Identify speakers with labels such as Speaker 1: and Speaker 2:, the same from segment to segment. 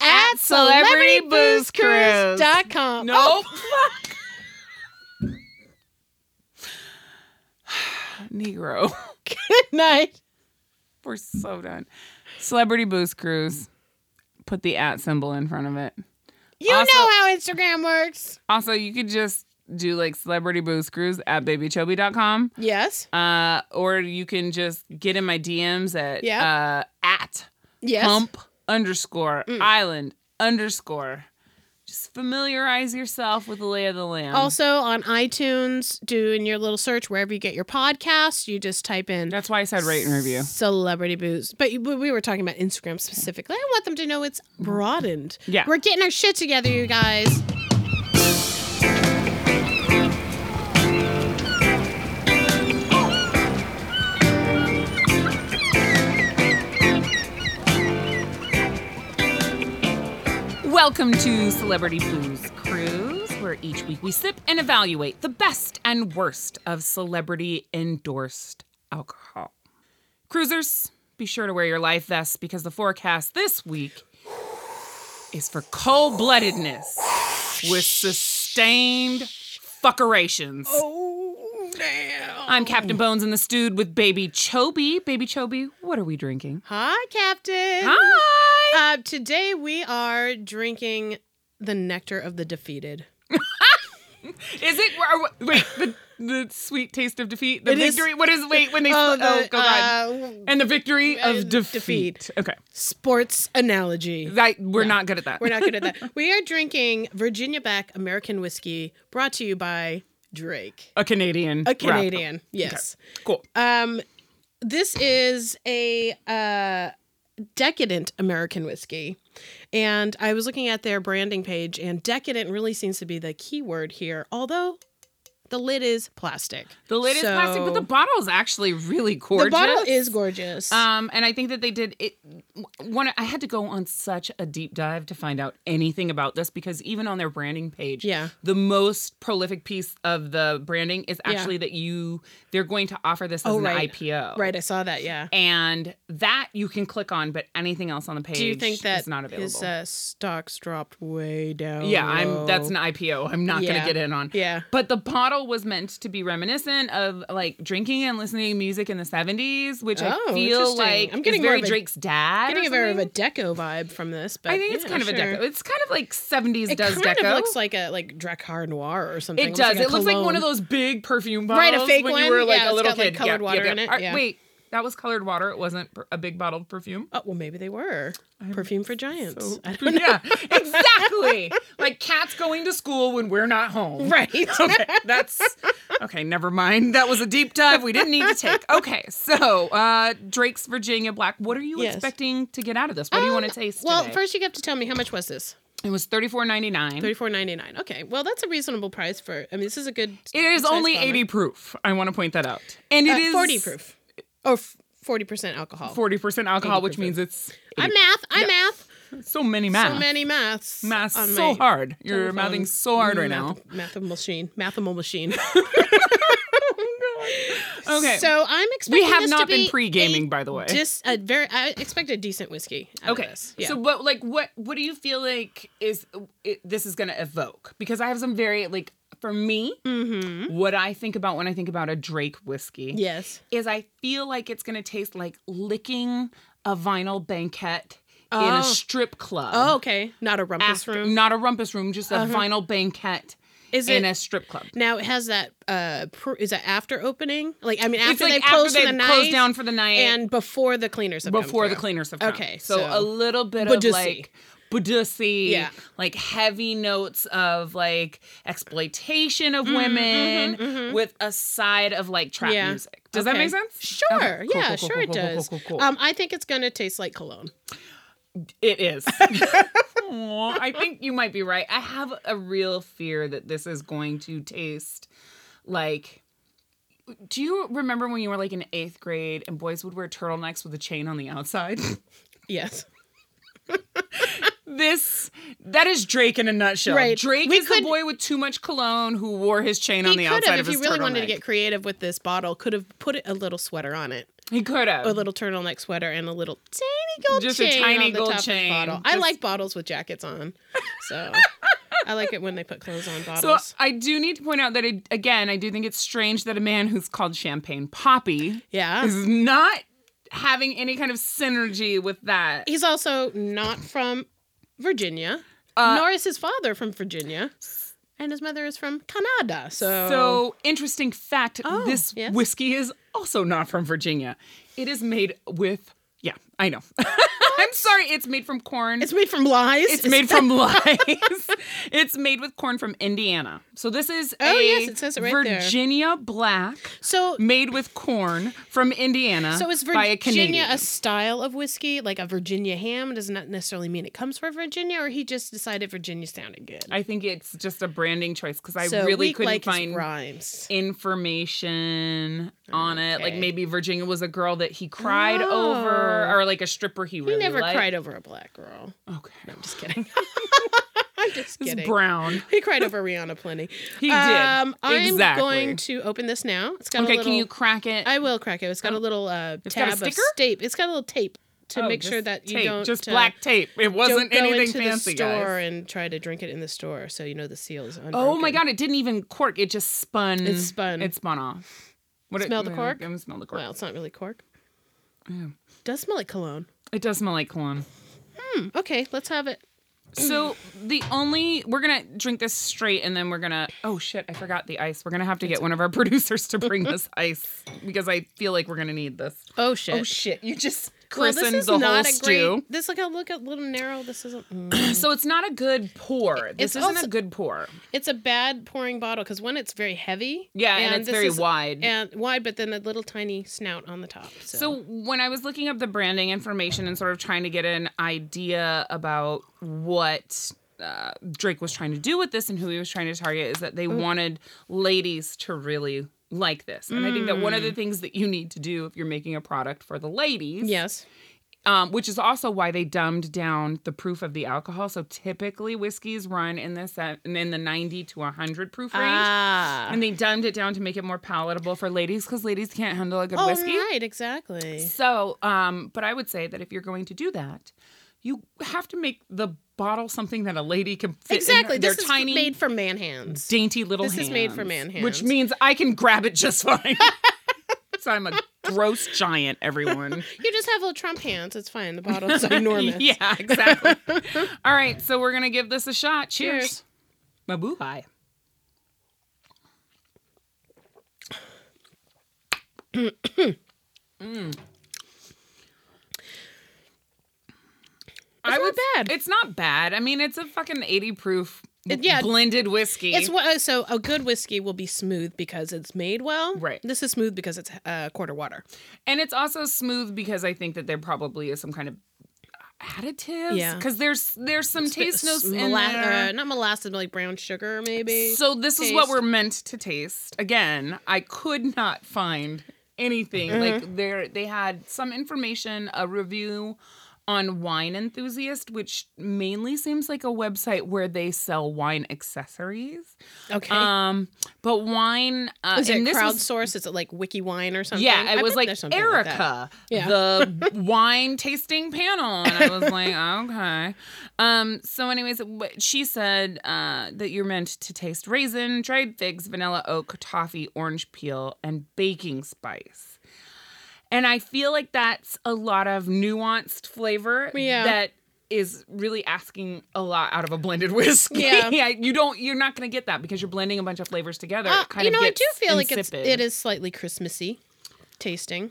Speaker 1: at celebrityboozecruise.com.
Speaker 2: Nope. Negro.
Speaker 1: Good night.
Speaker 2: We're so done. Celebrity Booze Cruise. Put the at symbol in front of it.
Speaker 1: You
Speaker 2: Also-
Speaker 1: know how Instagram works.
Speaker 2: Also, you could just do like Celebrity Booze Cruise at babychoby.com.
Speaker 1: Yes.
Speaker 2: Uh, or you can just get in my DMs at uh,
Speaker 1: Yeah.
Speaker 2: at
Speaker 1: Yes. Mm.
Speaker 2: hump underscore island underscore. Just familiarize yourself with the lay of the land.
Speaker 1: Also on iTunes, doing your little search wherever you get your podcasts, you just type in
Speaker 2: That's why I said rate and review.
Speaker 1: Celebrity booze. But you- we were talking about Instagram specifically. I want them to know it's broadened.
Speaker 2: Yeah.
Speaker 1: We're getting our shit together, you guys.
Speaker 2: Welcome to Celebrity Booze Cruise, where each week we sip and evaluate the best and worst of celebrity endorsed alcohol. Cruisers, be sure to wear your life vests because the forecast this week is for cold bloodedness with sustained fuckerations.
Speaker 1: Oh, damn.
Speaker 2: I'm Captain Bones in the stewed with Baby Chobi. Baby Chobi, what are we drinking?
Speaker 1: Hi, Captain.
Speaker 2: Hi!
Speaker 1: Uh, today we are drinking the nectar of the defeated.
Speaker 2: Is it are we- wait the the sweet taste of defeat? The
Speaker 1: It is-
Speaker 2: victory? what is wait when they? Oh,
Speaker 1: the,
Speaker 2: go on.
Speaker 1: uh,
Speaker 2: And the victory
Speaker 1: uh,
Speaker 2: of defeat.
Speaker 1: defeat.
Speaker 2: Okay,
Speaker 1: sports analogy.
Speaker 2: that we're not good at that.
Speaker 1: We're not good at that. We are drinking Virginia Back American whiskey, brought to you by Drake,
Speaker 2: a Canadian.
Speaker 1: a
Speaker 2: rapper.
Speaker 1: Canadian. Yes.
Speaker 2: Cool.
Speaker 1: Um, this is a uh, decadent American whiskey, and I was looking at their branding page, and decadent really seems to be the key word here. Although the lid is plastic.
Speaker 2: the lid is
Speaker 1: So-
Speaker 2: plastic, but the bottle is actually really gorgeous.
Speaker 1: The bottle is gorgeous.
Speaker 2: Um, and I think that they did it. One, I had to go on such a deep dive to find out anything about this because even on their branding page,
Speaker 1: Yeah.
Speaker 2: the most prolific piece of the branding is actually that you they're going to offer this as
Speaker 1: Oh,
Speaker 2: an
Speaker 1: right.
Speaker 2: IPO,
Speaker 1: right, I saw that. Yeah.
Speaker 2: and that you can click on, but anything else on the page
Speaker 1: Do you think that
Speaker 2: is not available.
Speaker 1: his uh, stocks dropped way down?
Speaker 2: yeah, I'm. That's
Speaker 1: low?
Speaker 2: an IPO. I'm not
Speaker 1: Oh. Yeah.
Speaker 2: gonna get in on.
Speaker 1: Yeah.
Speaker 2: But the bottle was meant to be reminiscent of like drinking and listening to music in the 70s, which
Speaker 1: Oh,
Speaker 2: I feel
Speaker 1: interesting.
Speaker 2: like
Speaker 1: I'm getting
Speaker 2: is
Speaker 1: more
Speaker 2: very
Speaker 1: of a-
Speaker 2: Drake's dad. or
Speaker 1: Getting a very of
Speaker 2: something.
Speaker 1: a deco vibe from this, but
Speaker 2: I think it's
Speaker 1: yeah,
Speaker 2: kind of a
Speaker 1: sure.
Speaker 2: deco. It's kind of like 70s
Speaker 1: It
Speaker 2: does
Speaker 1: kind
Speaker 2: deco.
Speaker 1: of looks like a like Dracar Noir or something.
Speaker 2: it does.
Speaker 1: a
Speaker 2: it looks like one
Speaker 1: cologne.
Speaker 2: of those big perfume bottles.
Speaker 1: Right, a fake
Speaker 2: when
Speaker 1: one?
Speaker 2: You were like
Speaker 1: Yeah,
Speaker 2: a
Speaker 1: it's
Speaker 2: little
Speaker 1: got,
Speaker 2: kid.
Speaker 1: like, colored
Speaker 2: Yep,
Speaker 1: water
Speaker 2: yep,
Speaker 1: in
Speaker 2: yep.
Speaker 1: it.
Speaker 2: Are-
Speaker 1: Yeah.
Speaker 2: Wait, that was colored water. It wasn't per- a big bottled perfume.
Speaker 1: Oh well, maybe they were perfume for giants. I don't know.
Speaker 2: Yeah, exactly. like cats going to school when we're not home.
Speaker 1: Right.
Speaker 2: Okay, that's okay. Never mind. That was a deep dive we didn't need to take. Okay, so uh, Drake's Virginia Black. What are you
Speaker 1: Yes. Um,
Speaker 2: expecting to get out of this? What do you want to taste?
Speaker 1: Well,
Speaker 2: today?
Speaker 1: first you have to tell me how much was this?
Speaker 2: it was thirty four ninety nine.
Speaker 1: Thirty four ninety nine. Okay. Well, that's a reasonable price for. I mean, this is a good.
Speaker 2: It is
Speaker 1: size
Speaker 2: only
Speaker 1: bottle.
Speaker 2: eighty proof. I want to point that out, and
Speaker 1: Uh,
Speaker 2: it is
Speaker 1: forty proof, or forty percent alcohol.
Speaker 2: Forty percent alcohol, which
Speaker 1: proof.
Speaker 2: means it's
Speaker 1: I math. I math.
Speaker 2: so many math.
Speaker 1: So many maths.
Speaker 2: Math's
Speaker 1: on
Speaker 2: so
Speaker 1: my
Speaker 2: hard. You're
Speaker 1: telephone.
Speaker 2: mouthing so hard right now.
Speaker 1: Math- Mathematical machine. Mathematical machine.
Speaker 2: Okay.
Speaker 1: So I'm expecting.
Speaker 2: we have
Speaker 1: this to
Speaker 2: not been
Speaker 1: be
Speaker 2: pre-gaming,
Speaker 1: a
Speaker 2: by the way.
Speaker 1: Dis, a very, I expect a decent whiskey. out of
Speaker 2: Okay.
Speaker 1: this. Yeah.
Speaker 2: So, but like, what what do you feel like is it, this is going to evoke? Because I have some very like for me,
Speaker 1: Mm-hmm.
Speaker 2: what I think about when I think about a Drake whiskey
Speaker 1: yes.
Speaker 2: is I feel like it's going to taste like licking a vinyl banquette in
Speaker 1: Oh.
Speaker 2: a strip club.
Speaker 1: Oh, okay. Not a rumpus
Speaker 2: After-
Speaker 1: room. Uh-huh.
Speaker 2: not a rumpus room, just a vinyl banquette
Speaker 1: Is
Speaker 2: in
Speaker 1: it-
Speaker 2: a strip club.
Speaker 1: Now it has that. Uh, pr- is that after opening? Like I mean, after
Speaker 2: it's
Speaker 1: they
Speaker 2: like
Speaker 1: close
Speaker 2: after
Speaker 1: for the
Speaker 2: they close
Speaker 1: night
Speaker 2: down for the night
Speaker 1: and before the cleaners have come
Speaker 2: before the
Speaker 1: through.
Speaker 2: cleaners have come.
Speaker 1: Okay,
Speaker 2: so,
Speaker 1: so-
Speaker 2: a little bit
Speaker 1: Badussy.
Speaker 2: of like badussy,
Speaker 1: Yeah.
Speaker 2: like heavy notes of like exploitation of women with a side of like trap
Speaker 1: Yeah.
Speaker 2: music. Does that
Speaker 1: Okay.
Speaker 2: make sense?
Speaker 1: Sure.
Speaker 2: mm-hmm, Okay, cool,
Speaker 1: yeah.
Speaker 2: cool, cool,
Speaker 1: sure. it
Speaker 2: cool, cool,
Speaker 1: does.
Speaker 2: cool, cool, cool.
Speaker 1: Um, I think it's gonna taste like cologne.
Speaker 2: It is. Aw, I think you might be right. I have a real fear that this is going to taste like. Do you remember when you were like in eighth grade and boys would wear turtlenecks with a chain on the outside?
Speaker 1: Yes.
Speaker 2: this that is Drake in a nutshell.
Speaker 1: Right.
Speaker 2: Drake
Speaker 1: We
Speaker 2: is
Speaker 1: could-
Speaker 2: the boy with too much cologne who wore his chain on
Speaker 1: he
Speaker 2: the
Speaker 1: could
Speaker 2: outside
Speaker 1: have,
Speaker 2: of
Speaker 1: if he
Speaker 2: his
Speaker 1: really wanted to
Speaker 2: turtleneck.
Speaker 1: get creative with this bottle, could have put a little sweater on it,
Speaker 2: He could have.
Speaker 1: Oh, a little turtleneck sweater, and a little tiny tiny gold
Speaker 2: Just a
Speaker 1: chain
Speaker 2: tiny
Speaker 1: on the
Speaker 2: gold
Speaker 1: top
Speaker 2: chain.
Speaker 1: of the bottle. I
Speaker 2: Just-
Speaker 1: like bottles with jackets on, so I like it when they put clothes on
Speaker 2: So
Speaker 1: bottles.
Speaker 2: I do need to point out that I, again, I do think it's strange that a man who's called Champagne Poppy
Speaker 1: yeah,
Speaker 2: is not having any kind of synergy with that.
Speaker 1: he's also not from Virginia,
Speaker 2: Uh,
Speaker 1: nor is his father from Virginia, and his mother is from Canada. So,
Speaker 2: So interesting fact:
Speaker 1: Oh,
Speaker 2: this
Speaker 1: yes.
Speaker 2: whiskey is also not from Virginia. It is made with yeah, I know. I'm sorry, it's made from corn.
Speaker 1: it's made from lies.
Speaker 2: It's made from lies. it's made with corn from Indiana. So this is
Speaker 1: Oh,
Speaker 2: a
Speaker 1: yes, it says it right there.
Speaker 2: Virginia Black
Speaker 1: so.
Speaker 2: made with corn from Indiana
Speaker 1: So is
Speaker 2: by a
Speaker 1: Virginia
Speaker 2: Canadian.
Speaker 1: a, style of whiskey? Like a Virginia ham does not necessarily mean it comes from Virginia, or he just decided Virginia sounded good.
Speaker 2: I think it's just a branding choice because I
Speaker 1: so
Speaker 2: really
Speaker 1: weak
Speaker 2: couldn't
Speaker 1: like his
Speaker 2: find
Speaker 1: rhymes.
Speaker 2: information on it. Like
Speaker 1: Okay.
Speaker 2: maybe Virginia was a girl that he cried
Speaker 1: Oh.
Speaker 2: over or like a stripper he
Speaker 1: He
Speaker 2: really
Speaker 1: never
Speaker 2: liked.
Speaker 1: cried over a black girl.
Speaker 2: Okay.
Speaker 1: No, I'm just kidding. I'm just
Speaker 2: This is
Speaker 1: kidding.
Speaker 2: brown.
Speaker 1: he cried over Rihanna plenty.
Speaker 2: He did.
Speaker 1: Um, I'm
Speaker 2: exactly.
Speaker 1: going to open this now. It's got
Speaker 2: Okay,
Speaker 1: a little.
Speaker 2: can you crack it?
Speaker 1: I will crack it. It's got a little uh,
Speaker 2: It's got a
Speaker 1: tab of
Speaker 2: sticker?
Speaker 1: tape. It's got a little tape to
Speaker 2: Oh,
Speaker 1: make
Speaker 2: just
Speaker 1: sure that you
Speaker 2: tape,
Speaker 1: don't
Speaker 2: just
Speaker 1: uh,
Speaker 2: black tape. It
Speaker 1: Don't
Speaker 2: wasn't
Speaker 1: go
Speaker 2: anything
Speaker 1: into
Speaker 2: fancy,
Speaker 1: the store
Speaker 2: guys.
Speaker 1: and try to drink it in the store, so you know the seal is unbroken.
Speaker 2: Oh my god, it didn't even cork. It just spun.
Speaker 1: It spun.
Speaker 2: It spun off. What
Speaker 1: Smell the cork?
Speaker 2: I'm gonna smell the cork.
Speaker 1: Well, it's not really cork.
Speaker 2: Yeah.
Speaker 1: Does smell like cologne.
Speaker 2: It does smell like cologne.
Speaker 1: Hmm, Okay, let's have it.
Speaker 2: So the only we're gonna drink this straight, and then we're gonna. Oh shit! I forgot the ice. We're gonna have to get one of our producers to bring this ice because I feel like we're gonna need this.
Speaker 1: Oh shit.
Speaker 2: Oh shit! You just
Speaker 1: Well,
Speaker 2: christened
Speaker 1: this is
Speaker 2: the whole
Speaker 1: not a
Speaker 2: stew.
Speaker 1: great. This look how look a little narrow. This isn't. mm.
Speaker 2: So it's not a good pour. This
Speaker 1: It's
Speaker 2: isn't
Speaker 1: also-
Speaker 2: a good pour.
Speaker 1: It's a bad pouring bottle because one, it's very heavy.
Speaker 2: Yeah, and, it's
Speaker 1: this
Speaker 2: very
Speaker 1: is-
Speaker 2: wide.
Speaker 1: And wide, but then a little tiny snout on the top. So,
Speaker 2: So when I was looking up the branding information and sort of trying to get an idea about what uh, Drake was trying to do with this and who he was trying to target, is that
Speaker 1: Mm.
Speaker 2: they wanted ladies to really like this. And I think that one of the
Speaker 1: Mm.
Speaker 2: things that you need to do if you're making a product for the ladies,
Speaker 1: yes,
Speaker 2: um, which is also why they dumbed down the proof of the alcohol. So typically whiskeys run in the se- in the 90 to 100 proof range.
Speaker 1: ah,
Speaker 2: and they dumbed it down to make it more palatable for ladies because ladies can't handle a good
Speaker 1: oh
Speaker 2: whiskey.
Speaker 1: right, exactly.
Speaker 2: So, um, but I would say that if you're going to do that, you have to make the bottle something that a lady can fit
Speaker 1: Exactly.
Speaker 2: in her,
Speaker 1: This
Speaker 2: their
Speaker 1: is
Speaker 2: tiny,
Speaker 1: made for man hands.
Speaker 2: dainty little
Speaker 1: this is made for
Speaker 2: hands,
Speaker 1: man
Speaker 2: which
Speaker 1: hands.
Speaker 2: means I can grab it just fine. so I'm a gross giant, everyone.
Speaker 1: You just have little Trump hands. It's fine. The bottle's enormous.
Speaker 2: yeah, exactly. All right, so we're gonna give this a shot.
Speaker 1: Cheers.
Speaker 2: Cheers, Mabuhay.
Speaker 1: Mm. It's not bad.
Speaker 2: It's not bad. I mean, it's a fucking 80 proof
Speaker 1: It- yeah.
Speaker 2: blended whiskey.
Speaker 1: It's wha- uh, so a good whiskey will be smooth because it's made well.
Speaker 2: Right.
Speaker 1: This is smooth because it's uh, quarter water.
Speaker 2: and it's also smooth because I think that there probably is some kind of additives.
Speaker 1: Yeah.
Speaker 2: Because there's there's some taste notes
Speaker 1: Mola-
Speaker 2: in
Speaker 1: Uh,
Speaker 2: there.
Speaker 1: not molasses, but like brown sugar, maybe.
Speaker 2: So this is what
Speaker 1: taste.
Speaker 2: we're meant to taste. Again, I could not find anything.
Speaker 1: Mm-hmm.
Speaker 2: Like there they had some information, a review on Wine Enthusiast, which mainly seems like a website where they sell wine accessories.
Speaker 1: okay.
Speaker 2: Um, but wine uh,
Speaker 1: Is it
Speaker 2: and this was-
Speaker 1: crowdsource? Is it like Wiki Wine or something?
Speaker 2: Yeah,
Speaker 1: I
Speaker 2: it was
Speaker 1: bet
Speaker 2: like
Speaker 1: there's something like that.
Speaker 2: Erica,
Speaker 1: Yeah.
Speaker 2: the wine tasting panel, and I was like, okay. Um. So, anyways, what- she said uh, that you're meant to taste raisin, dried figs, vanilla oak, toffee, orange peel, and baking spice. And I feel like that's a lot of nuanced flavor
Speaker 1: Yeah.
Speaker 2: that is really asking a lot out of a blended whiskey.
Speaker 1: Yeah.
Speaker 2: you don't you're not going to get that because you're blending a bunch of flavors together.
Speaker 1: Uh,
Speaker 2: it kind
Speaker 1: you
Speaker 2: of
Speaker 1: know, I
Speaker 2: gets
Speaker 1: do feel like it's
Speaker 2: insipid.
Speaker 1: it is slightly Christmassy tasting.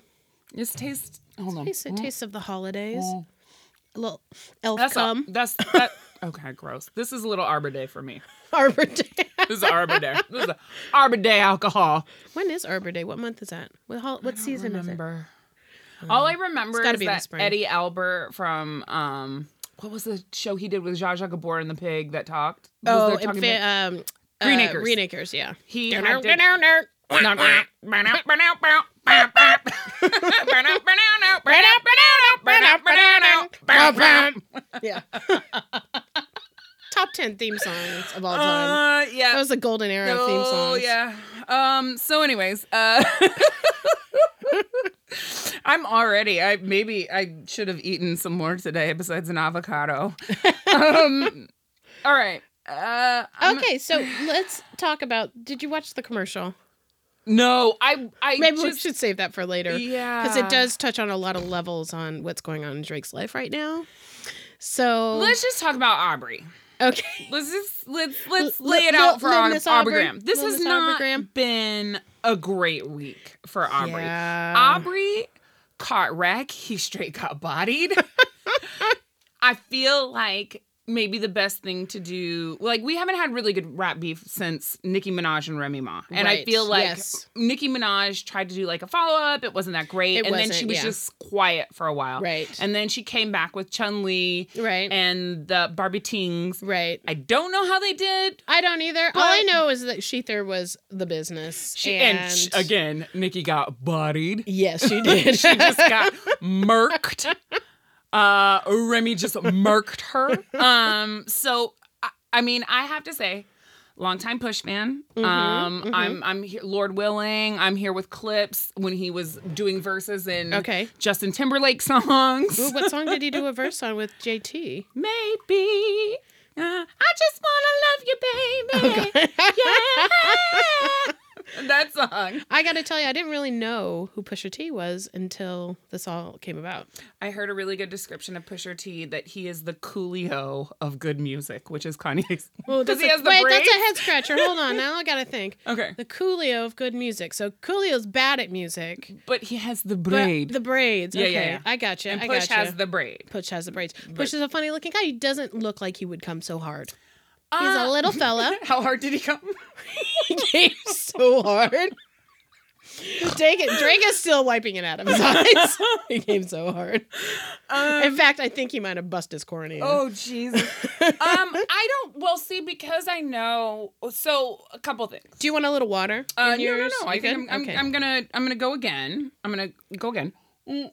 Speaker 2: This tastes. Hold on.
Speaker 1: Taste, taste of the holidays. A little
Speaker 2: Mm.
Speaker 1: elf
Speaker 2: That's all-
Speaker 1: cum.
Speaker 2: that's that. Okay, gross. This is a little Arbor Day for me.
Speaker 1: Arbor Day.
Speaker 2: This is Arbor Day. This is a Arbor Day alcohol.
Speaker 1: when is Arbor Day? What month is that? What, hol- what season is it?
Speaker 2: Remember. All I remember
Speaker 1: It's gotta
Speaker 2: is
Speaker 1: be in the
Speaker 2: that
Speaker 1: spring.
Speaker 2: Eddie Albert from um, what was the show he did with Zsa Zsa Gabor and the pig that talked? Was
Speaker 1: Oh,
Speaker 2: there
Speaker 1: and
Speaker 2: talking
Speaker 1: fa-
Speaker 2: about-
Speaker 1: um,
Speaker 2: Green
Speaker 1: uh,
Speaker 2: Acres.
Speaker 1: Green Acres, yeah.
Speaker 2: he
Speaker 1: He
Speaker 2: had
Speaker 1: had
Speaker 2: to-
Speaker 1: to- yeah. Top 10 theme songs of all time.
Speaker 2: Uh, oh, yeah.
Speaker 1: that was the golden era of theme songs.
Speaker 2: yeah. Um. So, anyways, uh, I'm already. I maybe I should have eaten some more today besides an avocado. um, all right. Uh, I'm-
Speaker 1: Okay, so let's talk about. Did you watch the commercial?
Speaker 2: No, I. I
Speaker 1: Maybe we
Speaker 2: just,
Speaker 1: should save that for later.
Speaker 2: Yeah,
Speaker 1: Because it does touch on a lot of levels on what's going on in Drake's life right now. So,
Speaker 2: Let's just talk about Aubrey.
Speaker 1: okay.
Speaker 2: Let's just let's let's
Speaker 1: L-
Speaker 2: lay it
Speaker 1: Lil-
Speaker 2: out for
Speaker 1: Lil
Speaker 2: Aub-
Speaker 1: Miss
Speaker 2: Aubrey,
Speaker 1: Aubrey.
Speaker 2: Graham. This
Speaker 1: Lil
Speaker 2: has
Speaker 1: Miss Aubrey
Speaker 2: not
Speaker 1: Graham.
Speaker 2: been a great week for Aubrey.
Speaker 1: Yeah.
Speaker 2: Aubrey caught wreck. He straight got bodied. I feel like maybe the best thing to do, like we haven't had really good rap beef since Nicki Minaj and Remy Ma, and I
Speaker 1: Right,
Speaker 2: feel like
Speaker 1: yes.
Speaker 2: Nicki Minaj tried to do like a follow up. It wasn't that great,
Speaker 1: It
Speaker 2: and then she
Speaker 1: wasn't,
Speaker 2: was
Speaker 1: yeah.
Speaker 2: just quiet for a while,
Speaker 1: Right.
Speaker 2: And then she came back with Chun Li
Speaker 1: right.
Speaker 2: and the Barbie Tings.
Speaker 1: right.
Speaker 2: I don't know how they did.
Speaker 1: I don't either. All I
Speaker 2: But-
Speaker 1: know is that Sheether was the business.
Speaker 2: She,
Speaker 1: and,
Speaker 2: and, sh- again, Nikki got bodied.
Speaker 1: Yes, she did.
Speaker 2: she just got murked. Uh, Remy just murked her. Um, so I, I mean, I have to say, longtime push fan.
Speaker 1: Mm-hmm,
Speaker 2: um, I'm I'm here, Lord willing. I'm here with clips when he was doing verses in
Speaker 1: Okay.
Speaker 2: Justin Timberlake songs.
Speaker 1: Ooh, what song did he do a verse on with JT?
Speaker 2: Maybe. uh, I just wanna love you, baby. Yeah, that song.
Speaker 1: I got to tell you, I didn't really know who Pusha T was until this all came about.
Speaker 2: I heard a really good description of Pusher T that he is the Coolio of good music, which is Kanye's.
Speaker 1: Well,
Speaker 2: because he
Speaker 1: that's a-
Speaker 2: has the
Speaker 1: wait,
Speaker 2: braids.
Speaker 1: that's a head scratcher. Hold on, now I gotta think.
Speaker 2: Okay,
Speaker 1: The Coolio of good music. So Coolio's bad at music,
Speaker 2: but he has the
Speaker 1: but
Speaker 2: braid.
Speaker 1: the braids.
Speaker 2: Yeah, yeah,
Speaker 1: okay,
Speaker 2: yeah.
Speaker 1: I got gotcha, you.
Speaker 2: and
Speaker 1: I
Speaker 2: Push
Speaker 1: got gotcha.
Speaker 2: has the braid.
Speaker 1: Push has the braids. Push is a funny looking guy. He doesn't look like he would come so hard. He's
Speaker 2: Ah,
Speaker 1: a little fella.
Speaker 2: How hard did he come?
Speaker 1: he came so hard. Drake, Drake is still wiping it out of his eyes. he came so hard.
Speaker 2: Um,
Speaker 1: In fact, I think he might have busted his cornea.
Speaker 2: oh Jesus. um, I don't. Well, see, because I know. So a couple things.
Speaker 1: Do you want a little water?
Speaker 2: Uh,
Speaker 1: in
Speaker 2: no, no,
Speaker 1: yours?
Speaker 2: no. I
Speaker 1: You
Speaker 2: think I'm,
Speaker 1: good?
Speaker 2: I'm,
Speaker 1: okay.
Speaker 2: I'm gonna I'm gonna go again. I'm gonna go again. Mm.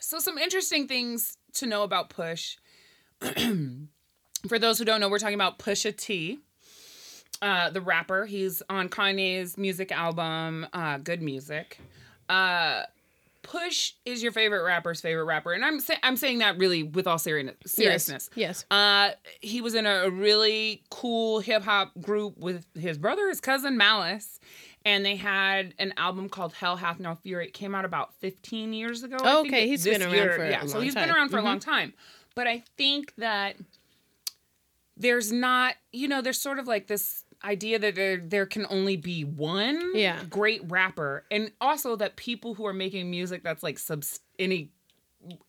Speaker 2: So some interesting things to know about Push. For those who don't know, we're talking about Pusha T, uh, the rapper. He's on Kanye's music album, uh, Good Music. Uh, Push is your favorite rapper's favorite rapper, and I'm sa- I'm saying that really with all serious- seriousness.
Speaker 1: Yes. yes.
Speaker 2: Uh, he was in a really cool hip hop group with his brother, his cousin Malice, and they had an album called Hell Hath No Fury. It came out about 15 years ago. I
Speaker 1: Oh,
Speaker 2: think,
Speaker 1: okay. He's
Speaker 2: this
Speaker 1: been around for a
Speaker 2: yeah. so
Speaker 1: long
Speaker 2: he's been
Speaker 1: time. Mm-hmm.
Speaker 2: around for a long time, but I think that there's not, you know, there's sort of like this idea that there there can only be one
Speaker 1: Yeah.
Speaker 2: great rapper, and also that people who are making music that's like subs any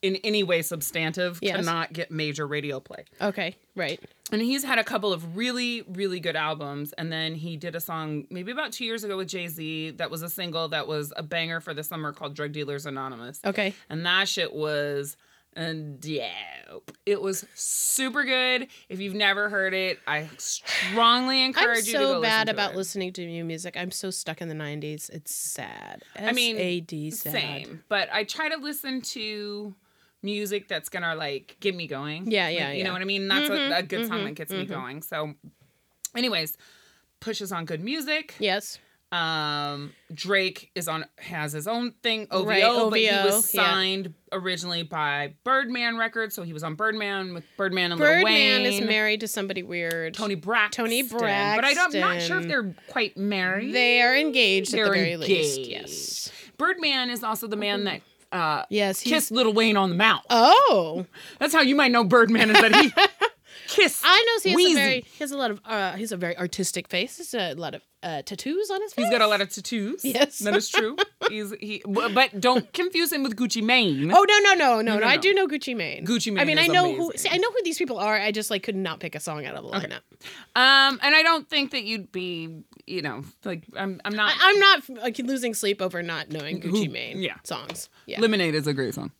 Speaker 2: in any way substantive
Speaker 1: Yes.
Speaker 2: cannot get major radio play.
Speaker 1: Okay. Right.
Speaker 2: And he's had a couple of really, really good albums. And then he did a song maybe about two years ago with Jay Z that was a single that was a banger for the summer called Drug Dealers Anonymous.
Speaker 1: Okay.
Speaker 2: And that shit was uh, dope. It was super good. If you've never heard it, I strongly encourage
Speaker 1: I'm
Speaker 2: you to go
Speaker 1: so
Speaker 2: listen
Speaker 1: bad
Speaker 2: to
Speaker 1: about
Speaker 2: it.
Speaker 1: listening to new music. I'm so stuck in the 90s. It's sad.
Speaker 2: I mean,
Speaker 1: S-A-D, sad.
Speaker 2: Same, but I try to listen to music that's gonna like get me going.
Speaker 1: Yeah,
Speaker 2: Like,
Speaker 1: yeah,
Speaker 2: You
Speaker 1: yeah.
Speaker 2: know what I mean? That's
Speaker 1: Mhm,
Speaker 2: a, a good song
Speaker 1: mhm,
Speaker 2: that gets me
Speaker 1: mhm.
Speaker 2: going. So, anyways, Push is on good music.
Speaker 1: Yes.
Speaker 2: Um, Drake is on has his own thing OVO,
Speaker 1: Right,
Speaker 2: but he was
Speaker 1: OVO, yeah.
Speaker 2: signed originally by Birdman Records, so he was on Birdman with Birdman and Lil Wayne.
Speaker 1: Birdman is married to somebody weird.
Speaker 2: Tony Braxton.
Speaker 1: Tony
Speaker 2: But I don't, I'm not sure if
Speaker 1: Braxton.
Speaker 2: they're quite married.
Speaker 1: They are engaged at
Speaker 2: They're
Speaker 1: the very least.
Speaker 2: engaged.
Speaker 1: Yes.
Speaker 2: Birdman is also the man that uh,
Speaker 1: Yes. Mm-hmm. He's,
Speaker 2: kissed Little Wayne on the mouth.
Speaker 1: Oh,
Speaker 2: That's how you might know Birdman is that he kissed.
Speaker 1: I know. He has
Speaker 2: Wheezy.
Speaker 1: a very. He has a lot of. Uh, he has a very artistic face. He's a lot of uh, tattoos on his face.
Speaker 2: He's got a lot of tattoos.
Speaker 1: Yes.
Speaker 2: that is true. He's he, but don't confuse him with Gucci Mane.
Speaker 1: Oh no no no no
Speaker 2: no,
Speaker 1: no! I
Speaker 2: no.
Speaker 1: do know Gucci Mane.
Speaker 2: Gucci
Speaker 1: I
Speaker 2: Mane
Speaker 1: mean,
Speaker 2: is
Speaker 1: I know who.
Speaker 2: amazing.
Speaker 1: See, I know who these people are. I just like could not pick a song out of the lineup.
Speaker 2: Um, and I don't think that you'd be, you know, like I'm. I'm not.
Speaker 1: I, I'm not like losing sleep over not knowing Gucci Mane.
Speaker 2: yeah.
Speaker 1: songs. Yeah.
Speaker 2: Lemonade is a great song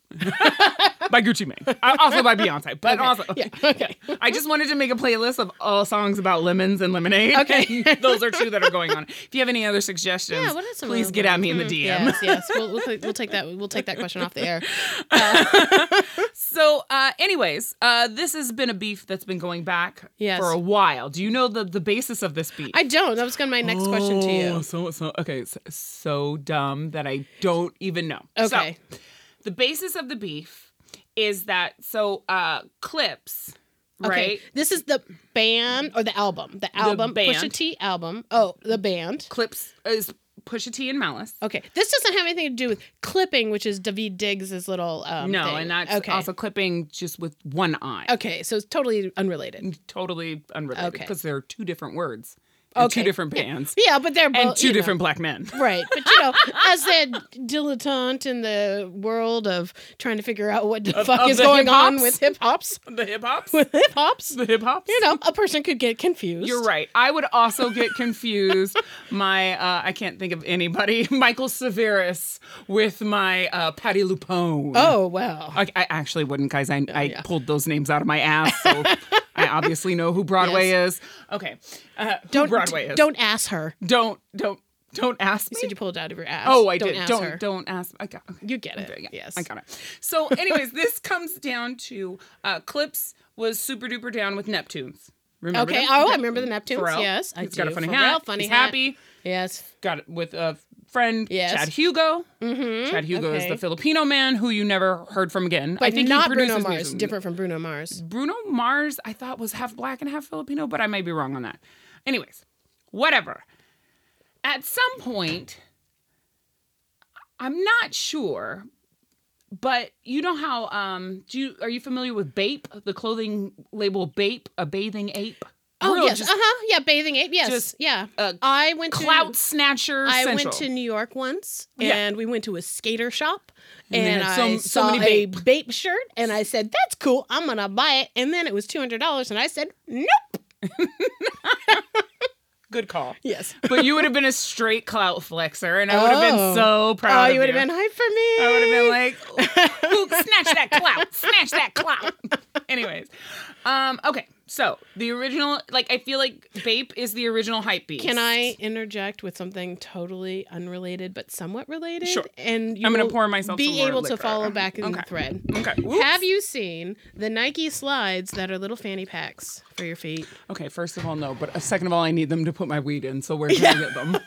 Speaker 2: by Gucci Mane, Uh, also by Beyonce, but also
Speaker 1: Yeah. Okay.
Speaker 2: I just wanted to make a playlist of all songs about lemons and lemonade.
Speaker 1: Okay.
Speaker 2: and those are two that are going on. If you have any other suggestions,
Speaker 1: Yeah, what are some
Speaker 2: please
Speaker 1: other
Speaker 2: get at me in the
Speaker 1: Mm,
Speaker 2: DM.
Speaker 1: Yes, yes. We'll, we'll, we'll take that. We'll take that question off the air.
Speaker 2: So, uh, anyways, uh, this has been a beef that's been going back
Speaker 1: Yes.
Speaker 2: for a while. Do you know the, the basis of this beef?
Speaker 1: I don't. That was going to be my next question to
Speaker 2: Oh,
Speaker 1: you.
Speaker 2: So, so okay, so, so dumb that I don't even know. So,
Speaker 1: Okay.
Speaker 2: the basis of the beef is that so uh, clips,
Speaker 1: Okay.
Speaker 2: right?
Speaker 1: This is the band or the album. The album. Pusha
Speaker 2: band.
Speaker 1: T album. Oh, the band.
Speaker 2: Clips is Pusha T and Malice.
Speaker 1: Okay. This doesn't have anything to do with clipping, which is David Diggs' little um
Speaker 2: no,
Speaker 1: thing.
Speaker 2: and that's
Speaker 1: okay.
Speaker 2: also clipping just with one eye.
Speaker 1: Okay, so it's totally unrelated.
Speaker 2: Totally unrelated
Speaker 1: Okay.
Speaker 2: because there are two different words, and
Speaker 1: Okay.
Speaker 2: two different bands,
Speaker 1: Yeah, but they're both
Speaker 2: and two
Speaker 1: you know.
Speaker 2: different black men.
Speaker 1: Right, but you know, as a dilettante in the world of trying to figure out what the fuck
Speaker 2: of
Speaker 1: is
Speaker 2: the
Speaker 1: going on
Speaker 2: hip-hops?
Speaker 1: with hip hops,
Speaker 2: the hip hops.
Speaker 1: with hip hops,
Speaker 2: The hip hops.
Speaker 1: you know, a person could get confused.
Speaker 2: You're right. I would also get confused. my uh, I can't think of anybody. Michael Severus with my uh, Patty Lupone.
Speaker 1: Oh well.
Speaker 2: I, I actually wouldn't, guys. I, I
Speaker 1: yeah.
Speaker 2: pulled those names out of my ass, so I obviously know who Broadway is. Okay, uh,
Speaker 1: Don't
Speaker 2: who Broadway is.
Speaker 1: Don't ask her.
Speaker 2: don't don't don't ask
Speaker 1: You
Speaker 2: me.
Speaker 1: said you pulled it out of your ass.
Speaker 2: Oh, I
Speaker 1: don't
Speaker 2: did.
Speaker 1: Ask
Speaker 2: don't
Speaker 1: her.
Speaker 2: don't ask. I got, okay.
Speaker 1: You get it.
Speaker 2: Yeah,
Speaker 1: yes.
Speaker 2: I got it. So, anyways, this comes down to uh, Clips was super duper down with Neptunes. Remember?
Speaker 1: Okay.
Speaker 2: them?
Speaker 1: Oh, I remember the Neptunes.
Speaker 2: Pharrell.
Speaker 1: Yes, I
Speaker 2: He's got a
Speaker 1: do.
Speaker 2: funny
Speaker 1: Pharrell,
Speaker 2: hat.
Speaker 1: funny
Speaker 2: He's
Speaker 1: hat.
Speaker 2: happy.
Speaker 1: Yes.
Speaker 2: Got it with a friend,
Speaker 1: Yes.
Speaker 2: Chad Hugo.
Speaker 1: Mm-hmm.
Speaker 2: Chad Hugo is
Speaker 1: okay.
Speaker 2: the Filipino man who you never heard from again.
Speaker 1: But
Speaker 2: I think
Speaker 1: not
Speaker 2: he
Speaker 1: Bruno
Speaker 2: produces
Speaker 1: Mars.
Speaker 2: music.
Speaker 1: Different from Bruno Mars.
Speaker 2: Bruno Mars, I thought was half black and half Filipino, but I may be wrong on that. Anyways, whatever. At some point, I'm not sure, but you know how um do you are you familiar with Bape, the clothing label Bape, a bathing ape?
Speaker 1: Oh
Speaker 2: Real
Speaker 1: yes.
Speaker 2: just
Speaker 1: Uh huh. Yeah. Bathing ape. Yes.
Speaker 2: just,
Speaker 1: yeah.
Speaker 2: uh,
Speaker 1: I went to
Speaker 2: clout snatcher
Speaker 1: I
Speaker 2: central.
Speaker 1: went to New York once,
Speaker 2: Yeah.
Speaker 1: and we went to a skater shop,
Speaker 2: And they
Speaker 1: and,
Speaker 2: had
Speaker 1: I
Speaker 2: so- so
Speaker 1: saw
Speaker 2: many
Speaker 1: a Bape shirt, and I said, "That's cool. I'm gonna buy it." And then it was two hundred dollars, and I said, "Nope."
Speaker 2: good call.
Speaker 1: Yes.
Speaker 2: But you would have been a straight clout flexer, and I would have been
Speaker 1: Oh.
Speaker 2: so
Speaker 1: Oh,
Speaker 2: proud. of
Speaker 1: you would have been hyped for me.
Speaker 2: I would have been like, "Who- snatch that clout, snatch that clout. Anyways, um, okay, so the original, like, I feel like Bape is the original hype beast.
Speaker 1: Can I interject with something totally unrelated but somewhat related?
Speaker 2: Sure.
Speaker 1: And you
Speaker 2: I'm gonna
Speaker 1: will
Speaker 2: pour myself some
Speaker 1: Be
Speaker 2: more
Speaker 1: able to
Speaker 2: liquor.
Speaker 1: follow back in
Speaker 2: Okay.
Speaker 1: the thread.
Speaker 2: Okay. whoops.
Speaker 1: Have you seen the Nike slides that are little fanny packs for your feet?
Speaker 2: Okay. First of all, no. But uh, second of all, I need them to put my weed in. So where can I get them?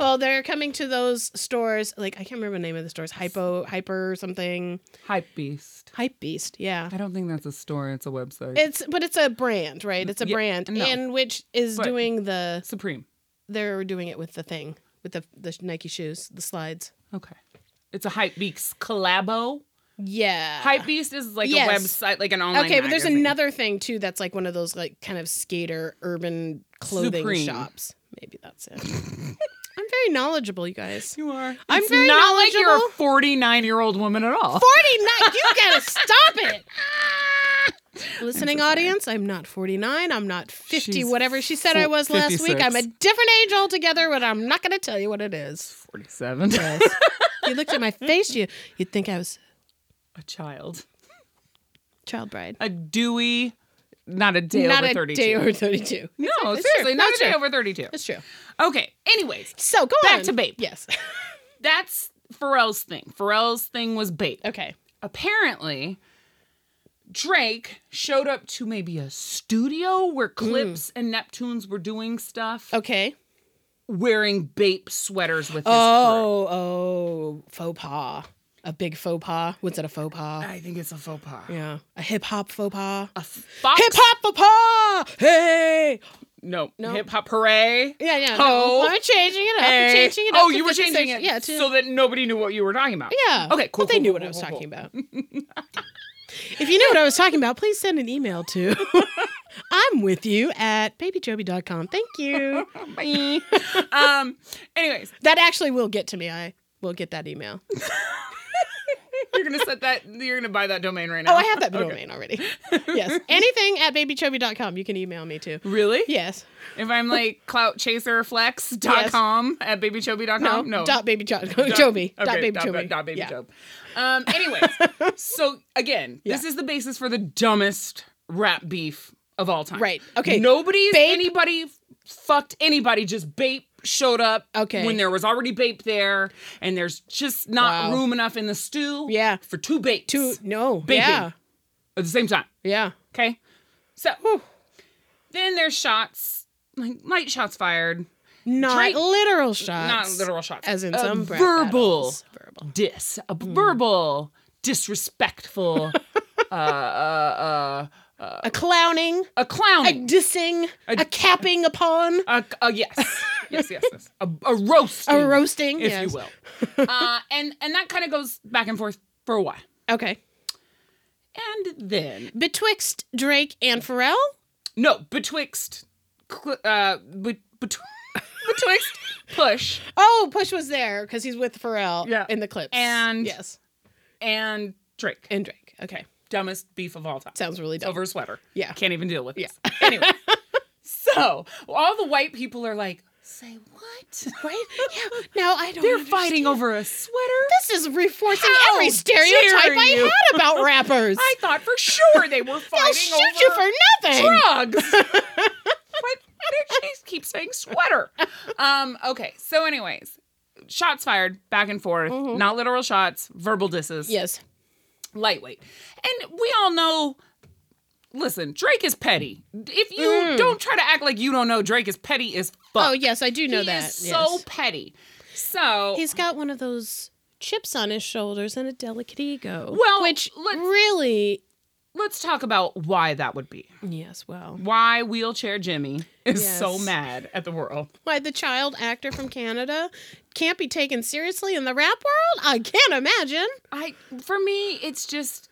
Speaker 1: well, they're coming to those stores. Like I can't remember the name of the stores. Hypo, hyper, something.
Speaker 2: hype beast.
Speaker 1: Hype Beast. Yeah.
Speaker 2: I don't think that's a store. It's a website.
Speaker 1: It's but it's a brand, right? It's a
Speaker 2: Yeah,
Speaker 1: brand,
Speaker 2: no.
Speaker 1: and which is
Speaker 2: But-
Speaker 1: doing the
Speaker 2: Supreme.
Speaker 1: they're doing it with the thing with the the Nike shoes, the slides.
Speaker 2: Okay. It's a hype beast collabo.
Speaker 1: Yeah.
Speaker 2: Hype beast is like
Speaker 1: Yes.
Speaker 2: a website, like an online.
Speaker 1: Okay, but there's
Speaker 2: magazine.
Speaker 1: another thing too that's like one of those like kind of skater urban clothing
Speaker 2: Supreme.
Speaker 1: shops. Maybe that's it. I'm very knowledgeable, you guys.
Speaker 2: You are.
Speaker 1: I'm
Speaker 2: it's
Speaker 1: very
Speaker 2: not like you're a
Speaker 1: knowledgeable.
Speaker 2: 49 year old woman at all.
Speaker 1: 49 you gotta stop it listening audience i'm not 49 i'm not 50
Speaker 2: She's
Speaker 1: whatever she said
Speaker 2: full-
Speaker 1: i was last week
Speaker 2: 56.
Speaker 1: i'm a different age altogether but i'm not gonna tell you what it is
Speaker 2: 47.
Speaker 1: you looked at my face you you'd think i was
Speaker 2: a child.
Speaker 1: child bride
Speaker 2: A Dewey, not a day
Speaker 1: not
Speaker 2: over
Speaker 1: a
Speaker 2: 32.
Speaker 1: day over 32
Speaker 2: no,
Speaker 1: it's true.
Speaker 2: seriously, not
Speaker 1: That's
Speaker 2: a day
Speaker 1: true.
Speaker 2: over 32.
Speaker 1: that's true
Speaker 2: Okay, anyways,
Speaker 1: so go
Speaker 2: Back
Speaker 1: on
Speaker 2: to Bape.
Speaker 1: yes
Speaker 2: that's Pharrell's thing. Pharrell's thing was bait.
Speaker 1: okay
Speaker 2: Apparently, Drake showed up to maybe a studio where
Speaker 1: Hmm.
Speaker 2: Clips and Neptunes were doing stuff,
Speaker 1: okay
Speaker 2: wearing Bape sweaters with his crew.
Speaker 1: oh oh faux pas a big faux pas what's it a faux pas
Speaker 2: I think it's a faux pas.
Speaker 1: yeah a hip-hop faux pas
Speaker 2: A fox.
Speaker 1: hip-hop faux pas hey
Speaker 2: No,
Speaker 1: No.
Speaker 2: hip hop hooray.
Speaker 1: Yeah, yeah.
Speaker 2: Ho,
Speaker 1: No, I'm changing it up.
Speaker 2: Hey.
Speaker 1: I'm changing it up.
Speaker 2: Oh,
Speaker 1: to
Speaker 2: you were
Speaker 1: fit the
Speaker 2: changing it
Speaker 1: section. Yeah, to,
Speaker 2: so that nobody knew what you were talking about.
Speaker 1: yeah.
Speaker 2: Okay, cool.
Speaker 1: But they
Speaker 2: cool, cool,
Speaker 1: knew what I
Speaker 2: cool,
Speaker 1: was
Speaker 2: cool,
Speaker 1: talking
Speaker 2: cool.
Speaker 1: about. if you knew what I was talking about, please send an email to I'm with you at babyjoby.com. Thank you.
Speaker 2: Bye. um, anyways,
Speaker 1: That actually will get to me. I will get that email.
Speaker 2: you're gonna set that. You're gonna buy that domain right now.
Speaker 1: Oh, I have that domain already. Yes. Anything at babyjoby.com, you can email me too.
Speaker 2: Really?
Speaker 1: Yes.
Speaker 2: If I'm like cloutchaserflex.com at babychoby.com?
Speaker 1: No.
Speaker 2: no.
Speaker 1: Dot baby jo- Joby. Dot
Speaker 2: Okay,
Speaker 1: baby
Speaker 2: dot,
Speaker 1: Joby.
Speaker 2: dot baby
Speaker 1: Yeah.
Speaker 2: Job. Um, anyways, so again, this
Speaker 1: Yeah.
Speaker 2: is the basis for the dumbest rap beef of all time.
Speaker 1: Right. Okay.
Speaker 2: Nobody is
Speaker 1: Babe-
Speaker 2: anybody fucked anybody. Just Bape showed up
Speaker 1: Okay.
Speaker 2: when there was already Bape there, and there's just not
Speaker 1: Wow.
Speaker 2: room enough in the stew
Speaker 1: Yeah.
Speaker 2: for two Bapes
Speaker 1: Two no.
Speaker 2: Bacon.
Speaker 1: Yeah.
Speaker 2: at the same time.
Speaker 1: Yeah.
Speaker 2: Okay. So then there's shots, like light shots fired,
Speaker 1: Not
Speaker 2: Drake-
Speaker 1: literal shots.
Speaker 2: not literal shots,
Speaker 1: As in
Speaker 2: a
Speaker 1: some bra-
Speaker 2: verbal
Speaker 1: battles. Mm. Verbal.
Speaker 2: dis, a verbal disrespectful, uh, uh, uh, uh,
Speaker 1: A clowning,
Speaker 2: a
Speaker 1: a
Speaker 2: clowning,
Speaker 1: dissing, a,
Speaker 2: A-
Speaker 1: capping upon,
Speaker 2: a, a yes, yes, yes, yes, a, a roast,
Speaker 1: a roasting.
Speaker 2: if
Speaker 1: yes.
Speaker 2: you will, uh, and and that kind of goes back and forth for a while,
Speaker 1: Okay.
Speaker 2: and then
Speaker 1: Betwixt Drake and Pharrell?
Speaker 2: no betwixt, cl- uh, bet- bet- betwixt push
Speaker 1: Oh, Push was there because he's with Pharrell
Speaker 2: Yeah.
Speaker 1: in the clips.
Speaker 2: And-
Speaker 1: yes.
Speaker 2: and Drake,
Speaker 1: And Drake. Okay.
Speaker 2: dumbest beef of all time.
Speaker 1: Sounds really dumb.
Speaker 2: over a sweater.
Speaker 1: Yeah.
Speaker 2: Can't even deal with it. Anyway. so all the white people are like, say what?
Speaker 1: Right? Yeah. No, I don't
Speaker 2: They're
Speaker 1: understand.
Speaker 2: fighting over a sweater?
Speaker 1: This is reinforcing
Speaker 2: How
Speaker 1: every
Speaker 2: dare
Speaker 1: stereotype I
Speaker 2: you.
Speaker 1: had about rappers.
Speaker 2: I thought for sure they were
Speaker 1: They'll
Speaker 2: fighting
Speaker 1: shoot you
Speaker 2: over
Speaker 1: for nothing.
Speaker 2: drugs. Why why did she keep saying sweater? Um, okay, so anyways, shots fired back and forth,
Speaker 1: Mm-hmm.
Speaker 2: not literal shots, verbal disses,
Speaker 1: Yes.
Speaker 2: lightweight. And we all know listen, Drake is petty. If you don't try to act like you don't know Drake is petty as fuck.
Speaker 1: Mm. Oh, yes, I do know
Speaker 2: he
Speaker 1: that.
Speaker 2: is so
Speaker 1: yes.
Speaker 2: petty. So
Speaker 1: He's got one of those chips on his shoulders and a delicate ego.
Speaker 2: Well,
Speaker 1: which
Speaker 2: let's-
Speaker 1: really,
Speaker 2: let's talk about why that would be.
Speaker 1: yes, well,
Speaker 2: Why wheelchair Jimmy is so
Speaker 1: Yes.
Speaker 2: mad at the world.
Speaker 1: why the child actor from Canada can't be taken seriously in the rap world? I can't imagine.
Speaker 2: I for me, it's just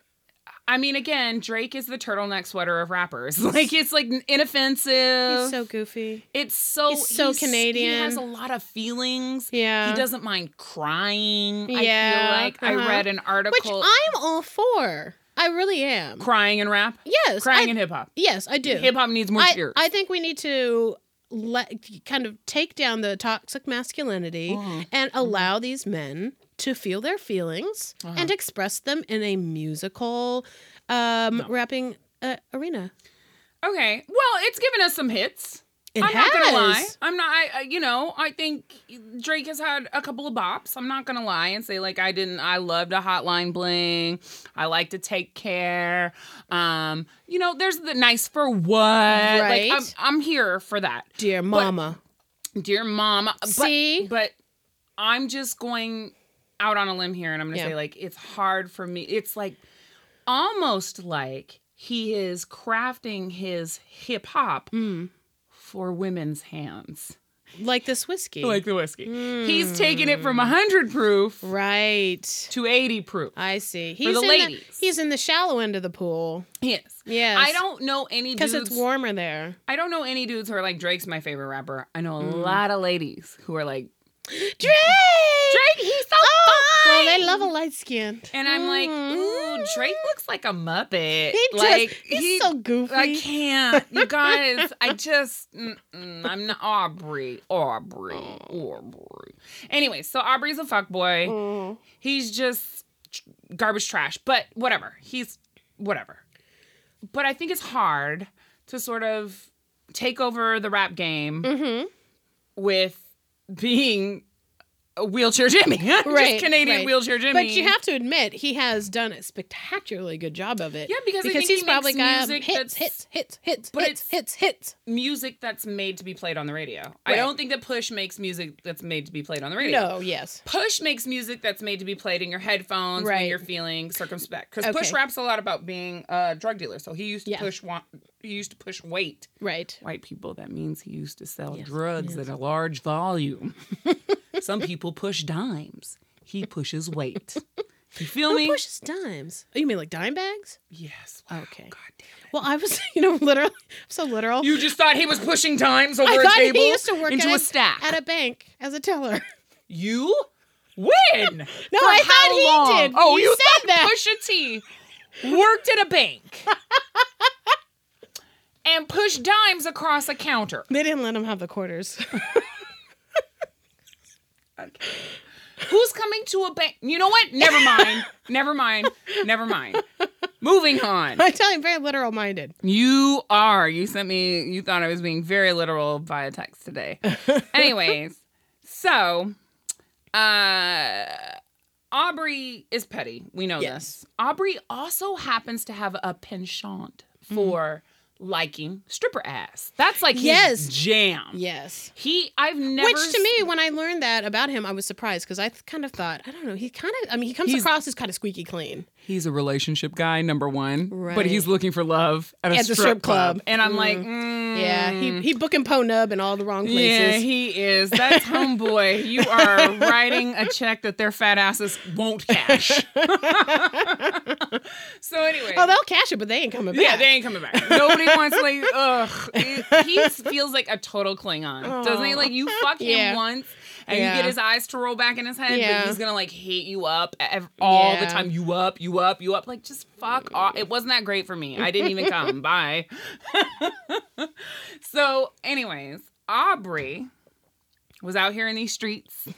Speaker 2: I mean, again, Drake is the turtleneck sweater of rappers. Like it's like inoffensive.
Speaker 1: He's so goofy.
Speaker 2: it's so
Speaker 1: he's so
Speaker 2: He has
Speaker 1: Canadian.
Speaker 2: a lot of feelings.
Speaker 1: Yeah,
Speaker 2: He doesn't mind crying.
Speaker 1: Yeah,
Speaker 2: I feel like I
Speaker 1: uh-huh.
Speaker 2: read an
Speaker 1: which
Speaker 2: article
Speaker 1: I'm all for. I really am.
Speaker 2: crying in rap.
Speaker 1: yes,
Speaker 2: Crying
Speaker 1: I,
Speaker 2: in hip hop.
Speaker 1: yes, I do.
Speaker 2: Hip hop needs more
Speaker 1: I,
Speaker 2: cheers.
Speaker 1: I think we need to let kind of take down the toxic masculinity
Speaker 2: Mhm.
Speaker 1: and allow these men to feel their feelings
Speaker 2: Uh-huh.
Speaker 1: and express them in a musical um
Speaker 2: No.
Speaker 1: rapping uh, arena.
Speaker 2: Okay. Well, it's given us some hits.
Speaker 1: It
Speaker 2: I'm not
Speaker 1: has.
Speaker 2: gonna lie. I'm not. I, I you know I think Drake has had a couple of bops. I'm not gonna lie and say like I didn't. I loved a hotline bling. I like to take care. Um, you know, there's the nice for what.
Speaker 1: Right.
Speaker 2: Like I'm, I'm here for that,
Speaker 1: Dear mama.
Speaker 2: dear mom. But,
Speaker 1: See?
Speaker 2: but I'm just going out on a limb here, and I'm gonna
Speaker 1: Yeah.
Speaker 2: say like it's hard for me. It's like almost like he is crafting his hip hop
Speaker 1: Mm.
Speaker 2: for women's hands.
Speaker 1: Like this whiskey.
Speaker 2: Like the whiskey. He's taking it from 100 proof
Speaker 1: Mm. right.
Speaker 2: to 80 proof.
Speaker 1: I see. He's
Speaker 2: the
Speaker 1: in
Speaker 2: ladies.
Speaker 1: he's in the shallow end of the pool.
Speaker 2: Yes.
Speaker 1: Yes.
Speaker 2: I don't know any
Speaker 1: because
Speaker 2: dudes.
Speaker 1: it's warmer there.
Speaker 2: I don't know any dudes who are like Drake's my favorite rapper. I know a
Speaker 1: Mm.
Speaker 2: lot of ladies who are like
Speaker 1: Drake.
Speaker 2: Drake, he's so
Speaker 1: Oh, Well,
Speaker 2: fine.
Speaker 1: they love a light Mm-hmm. skinned.
Speaker 2: and I'm like, ooh, Drake looks like a muppet.
Speaker 1: He just,
Speaker 2: like
Speaker 1: he's
Speaker 2: he-
Speaker 1: so goofy.
Speaker 2: I can't, you guys. I just, mm-mm, I'm not Aubrey, Aubrey, Aubrey. Anyway, so Aubrey's a fuck boy.
Speaker 1: Oh. Mm.
Speaker 2: He's just tr- garbage trash, but whatever. He's whatever. But I think it's hard to sort of take over the rap game
Speaker 1: Mm-hmm.
Speaker 2: with being a wheelchair Jimmy,
Speaker 1: Right,
Speaker 2: just Canadian
Speaker 1: right.
Speaker 2: wheelchair Jimmy.
Speaker 1: But you have to admit he has done a spectacularly good job of it.
Speaker 2: Yeah, because I think
Speaker 1: he's
Speaker 2: he
Speaker 1: probably
Speaker 2: makes
Speaker 1: got
Speaker 2: music
Speaker 1: hits,
Speaker 2: that's-
Speaker 1: hits, hits, hits,
Speaker 2: but
Speaker 1: hits, hits, hits.
Speaker 2: music that's made to be played on the radio. I
Speaker 1: Right.
Speaker 2: don't think that Push makes music that's made to be played on the radio.
Speaker 1: No, Oh, yes,
Speaker 2: Push makes music that's made to be played in your headphones when
Speaker 1: Right.
Speaker 2: you're feeling circumspect. Because
Speaker 1: Okay.
Speaker 2: Push raps a lot about being a drug dealer, so he used to
Speaker 1: Yeah.
Speaker 2: push wa- he used to push weight.
Speaker 1: right.
Speaker 2: White people, that means he used to sell
Speaker 1: Yes,
Speaker 2: drugs
Speaker 1: yes.
Speaker 2: in a large volume. Some people push dimes. He pushes weight. You feel me?
Speaker 1: Who pushes dimes? Oh, you mean like dime bags?
Speaker 2: yes. Wow,
Speaker 1: Okay.
Speaker 2: Oh, God damn
Speaker 1: Well, I was, you know, literally, I'm so literal.
Speaker 2: it. You just thought he was pushing dimes over
Speaker 1: I
Speaker 2: a
Speaker 1: thought
Speaker 2: table
Speaker 1: he used to work
Speaker 2: into
Speaker 1: at
Speaker 2: a stack.
Speaker 1: at a bank as a teller.
Speaker 2: you win.
Speaker 1: No,
Speaker 2: For
Speaker 1: I
Speaker 2: how
Speaker 1: thought he
Speaker 2: long?
Speaker 1: did.
Speaker 2: Oh,
Speaker 1: You
Speaker 2: you
Speaker 1: said
Speaker 2: thought
Speaker 1: that.
Speaker 2: Pusha T worked at a bank and pushed dimes across a counter.
Speaker 1: They didn't let him have the quarters.
Speaker 2: Who's coming to a bank? You know what? Never mind. Never mind. Never mind. Moving on.
Speaker 1: I tell you, I'm very literal minded.
Speaker 2: You are. You sent me, you thought I was being very literal via text today. Anyways, so uh Aubrey is petty. We know
Speaker 1: Yes.
Speaker 2: this. Aubrey also happens to have a penchant
Speaker 1: Mm.
Speaker 2: for liking stripper ass. That's like
Speaker 1: Yes.
Speaker 2: his jam.
Speaker 1: Yes.
Speaker 2: He I've never
Speaker 1: Which to me, when I learned that about him, I was surprised because I th- kind of thought, I don't know, he kind of, I mean, he comes
Speaker 2: He's-
Speaker 1: across as kind of squeaky clean.
Speaker 2: he's a relationship guy number 1, but
Speaker 1: Right.
Speaker 2: he's looking for love at a,
Speaker 1: At the
Speaker 2: strip,
Speaker 1: strip
Speaker 2: club.
Speaker 1: club.
Speaker 2: And I'm like, mm,
Speaker 1: Yeah, he he booking Poe Nub in all the wrong places.
Speaker 2: Yeah, he is. That's homeboy. You are writing a check that their fat asses won't cash. so anyway.
Speaker 1: oh, they'll cash it, but they ain't coming back.
Speaker 2: yeah, they ain't coming back. Nobody wants like ugh. It- he feels like a total Klingon, doesn't he?
Speaker 1: Aw.
Speaker 2: Like you fuck him
Speaker 1: Oh. Yeah.
Speaker 2: once, and you
Speaker 1: Yeah.
Speaker 2: get his eyes to roll back in his head,
Speaker 1: Yeah.
Speaker 2: but he's gonna like hate you up e-, ev- all the
Speaker 1: Yeah.
Speaker 2: time. You up, you up, you up. Like just fuck off. It wasn't that great for me. I didn't even come. Bye. so, anyways, Aubrey was out here in these streets,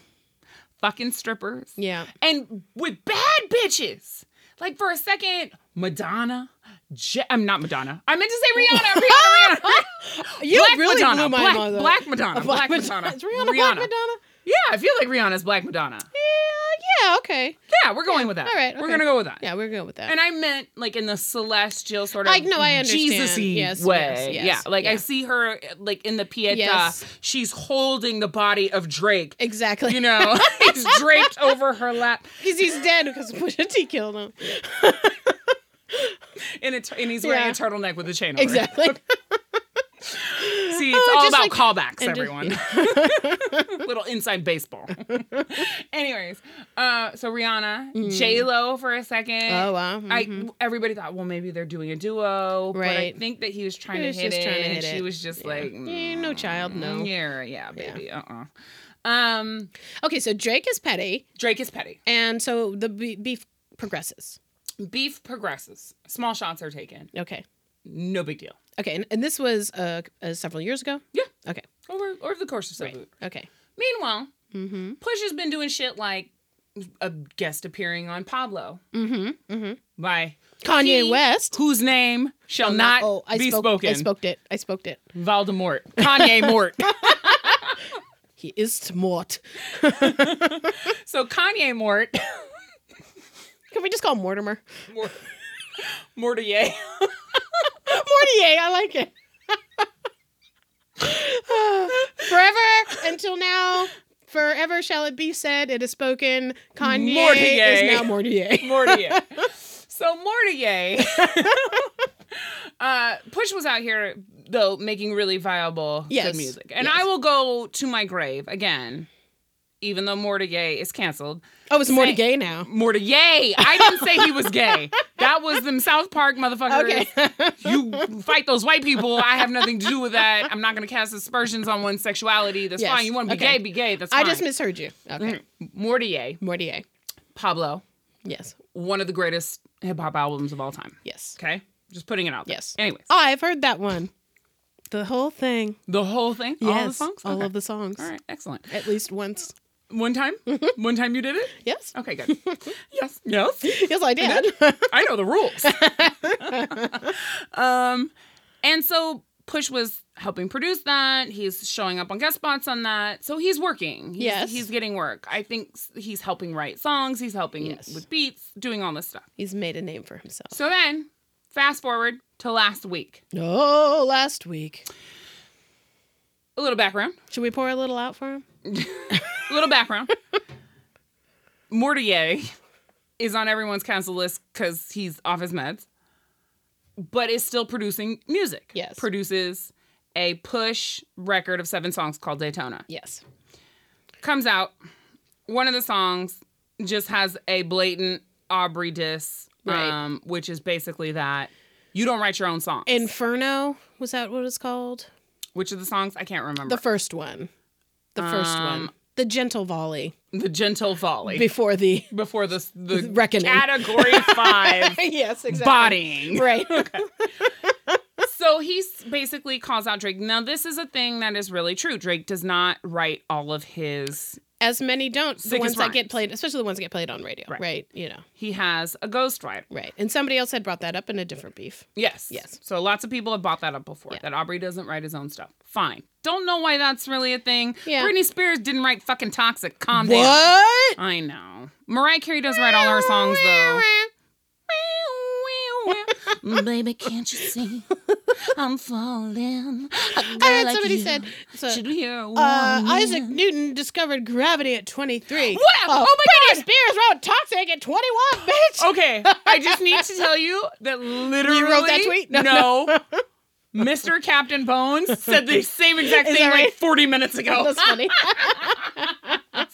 Speaker 2: fucking strippers
Speaker 1: yeah.
Speaker 2: and with bad bitches. Like for a second, Madonna. Je- I'm not Madonna. I meant to say Rihanna. Rihanna. Rihanna.
Speaker 1: You
Speaker 2: Black
Speaker 1: really
Speaker 2: Madonna.
Speaker 1: blew my
Speaker 2: Black,
Speaker 1: mind.
Speaker 2: Black Madonna. Black, Madonna.
Speaker 1: Is Rihanna, Black Madonna?
Speaker 2: Yeah, I feel like Rihanna's Black Madonna.
Speaker 1: Yeah, yeah, okay.
Speaker 2: Yeah, we're going with that.
Speaker 1: all right,
Speaker 2: We're
Speaker 1: okay.
Speaker 2: gonna go with that.
Speaker 1: Yeah, we're good with that.
Speaker 2: And I meant like in the celestial sort of
Speaker 1: I- no, I understand.
Speaker 2: Jesus-y
Speaker 1: Yes,
Speaker 2: way.
Speaker 1: yes, yes,
Speaker 2: yeah, like I
Speaker 1: yeah.
Speaker 2: see her like in the Pietà.
Speaker 1: Yes.
Speaker 2: She's holding the body of Drake.
Speaker 1: exactly.
Speaker 2: You know, he's draped over her lap.
Speaker 1: Because he's dead because Pusha T killed him.
Speaker 2: in a tur- and he's wearing
Speaker 1: Yeah.
Speaker 2: a turtleneck with a chain over. it.
Speaker 1: Exactly.
Speaker 2: See, it's all
Speaker 1: just
Speaker 2: about
Speaker 1: like-
Speaker 2: callbacks,
Speaker 1: and just-
Speaker 2: everyone. Little inside baseball. Anyways, uh, so Rihanna, J Lo for a second.
Speaker 1: Mm. Oh, wow.
Speaker 2: I everybody thought, well, maybe they're doing a duo,
Speaker 1: Right.
Speaker 2: but I think that he was trying
Speaker 1: He
Speaker 2: to
Speaker 1: was
Speaker 2: hit
Speaker 1: just
Speaker 2: it.
Speaker 1: trying to hit
Speaker 2: and she
Speaker 1: it.
Speaker 2: was just like,
Speaker 1: Eh, no child, no.
Speaker 2: mm, yeah, yeah, baby, uh, uh Um,
Speaker 1: Okay, so Drake is petty,
Speaker 2: Drake is petty.
Speaker 1: and so the be- beef progresses.
Speaker 2: Beef progresses. Small shots are taken.
Speaker 1: Okay.
Speaker 2: No big deal.
Speaker 1: Okay, and, and this was uh, uh, several years ago?
Speaker 2: Yeah.
Speaker 1: Okay.
Speaker 2: Over over the course of so.
Speaker 1: Okay.
Speaker 2: Meanwhile,
Speaker 1: Mm-hmm.
Speaker 2: Push has been doing shit like a guest appearing on Pablo
Speaker 1: Mm-hmm. Mm-hmm.
Speaker 2: by
Speaker 1: Kanye
Speaker 2: he
Speaker 1: West.
Speaker 2: whose name shall not
Speaker 1: Oh, I
Speaker 2: be
Speaker 1: spoke,
Speaker 2: spoken.
Speaker 1: I spoke it. I spoke it.
Speaker 2: Voldemort, Kanye Mort.
Speaker 1: He is smart.
Speaker 2: so Kanye Mort,
Speaker 1: Can we just call him Mortimer?
Speaker 2: Mort Mortier.
Speaker 1: Mortier, I like it. forever until now, forever shall it be said, it is spoken. Kanye is
Speaker 2: Mortier.
Speaker 1: now Mortier.
Speaker 2: Mortier. So Mortier, uh, Push was out here though making really viable
Speaker 1: Yes.
Speaker 2: good music, and
Speaker 1: Yes.
Speaker 2: I will go to my grave again, even though Mortier is canceled.
Speaker 1: Oh, it's
Speaker 2: Say-
Speaker 1: Mortier now.
Speaker 2: Mortier. I didn't say he was gay. That was them South Park motherfuckers.
Speaker 1: Okay.
Speaker 2: You fight those white people. I have nothing to do with that. I'm not going to cast aspersions on one's sexuality. That's
Speaker 1: Yes.
Speaker 2: fine. You want to be
Speaker 1: Okay.
Speaker 2: gay, be gay. That's fine. Mm.
Speaker 1: I just misheard you. Okay.
Speaker 2: Mortier,
Speaker 1: Mortier.
Speaker 2: Pablo,
Speaker 1: Yes.
Speaker 2: one of the greatest hip hop albums of all time.
Speaker 1: Yes.
Speaker 2: Okay? Just putting it out there.
Speaker 1: Yes.
Speaker 2: Anyways,
Speaker 1: Oh, I've heard that one. The whole thing.
Speaker 2: the whole thing? All the
Speaker 1: Yes.
Speaker 2: songs?
Speaker 1: All
Speaker 2: Okay.
Speaker 1: of the songs.
Speaker 2: All right. Excellent.
Speaker 1: At least once.
Speaker 2: One time? One time you did it?
Speaker 1: Yes.
Speaker 2: Okay, good. yes. Yes.
Speaker 1: Yes, I did.
Speaker 2: I know the rules. um, and so Push was helping produce that. He's showing up on guest spots on that. So he's working. He's,
Speaker 1: Yes.
Speaker 2: He's getting work. I think s- he's helping write songs. He's helping
Speaker 1: Yes.
Speaker 2: with beats, doing all this stuff.
Speaker 1: He's made a name for himself.
Speaker 2: So then, fast forward to last week.
Speaker 1: Oh, last week.
Speaker 2: A little background.
Speaker 1: Should we pour a little out for him?
Speaker 2: A little background. Mortier is on everyone's cancel list because he's off his meds, but is still producing music.
Speaker 1: Yes.
Speaker 2: Produces a push record of seven songs called Daytona.
Speaker 1: Yes.
Speaker 2: Comes out. One of the songs just has a blatant Aubrey diss,
Speaker 1: Right.
Speaker 2: um, which is basically that you don't write your own songs.
Speaker 1: Inferno was that what it's called?
Speaker 2: which of the songs? I can't remember.
Speaker 1: The first one. The first one. The gentle volley
Speaker 2: The, gentle volley
Speaker 1: before the
Speaker 2: before the, the
Speaker 1: Reckoning.
Speaker 2: category five
Speaker 1: Yes,
Speaker 2: bodying.
Speaker 1: Right.
Speaker 2: so he s- basically calls out Drake. Now, this is a thing that is really true. Drake does not write all of his
Speaker 1: as many don't. The
Speaker 2: Sick as
Speaker 1: ones that
Speaker 2: rhymes.
Speaker 1: get played, especially the ones that get played on radio,
Speaker 2: Right.
Speaker 1: right? You know,
Speaker 2: He has a ghostwriter.
Speaker 1: right. And somebody else had brought that up in a different beef.
Speaker 2: Yes.
Speaker 1: Yes.
Speaker 2: So lots of people have bought that up before
Speaker 1: Yeah.
Speaker 2: that Aubrey doesn't write his own stuff. Fine. Don't know why that's really a thing.
Speaker 1: Yeah.
Speaker 2: Britney Spears didn't write fucking Toxic. Calm down.
Speaker 1: What?
Speaker 2: I know. Mariah Carey does write all her songs though. Baby, can't you see? I'm falling. A girl
Speaker 1: I heard
Speaker 2: like
Speaker 1: somebody
Speaker 2: you
Speaker 1: said. So,
Speaker 2: should hear a
Speaker 1: uh,
Speaker 2: warning.
Speaker 1: Isaac Newton discovered gravity at 23.
Speaker 2: What? Oh my Oh,
Speaker 1: Britney Spears wrote Toxic at 21, bitch.
Speaker 2: Okay, I just need to tell you that literally
Speaker 1: that tweet?
Speaker 2: No,
Speaker 1: No,
Speaker 2: Mr. Captain Bones said the same exact
Speaker 1: Is
Speaker 2: thing
Speaker 1: that
Speaker 2: like
Speaker 1: right?
Speaker 2: 40 minutes ago.
Speaker 1: That's funny.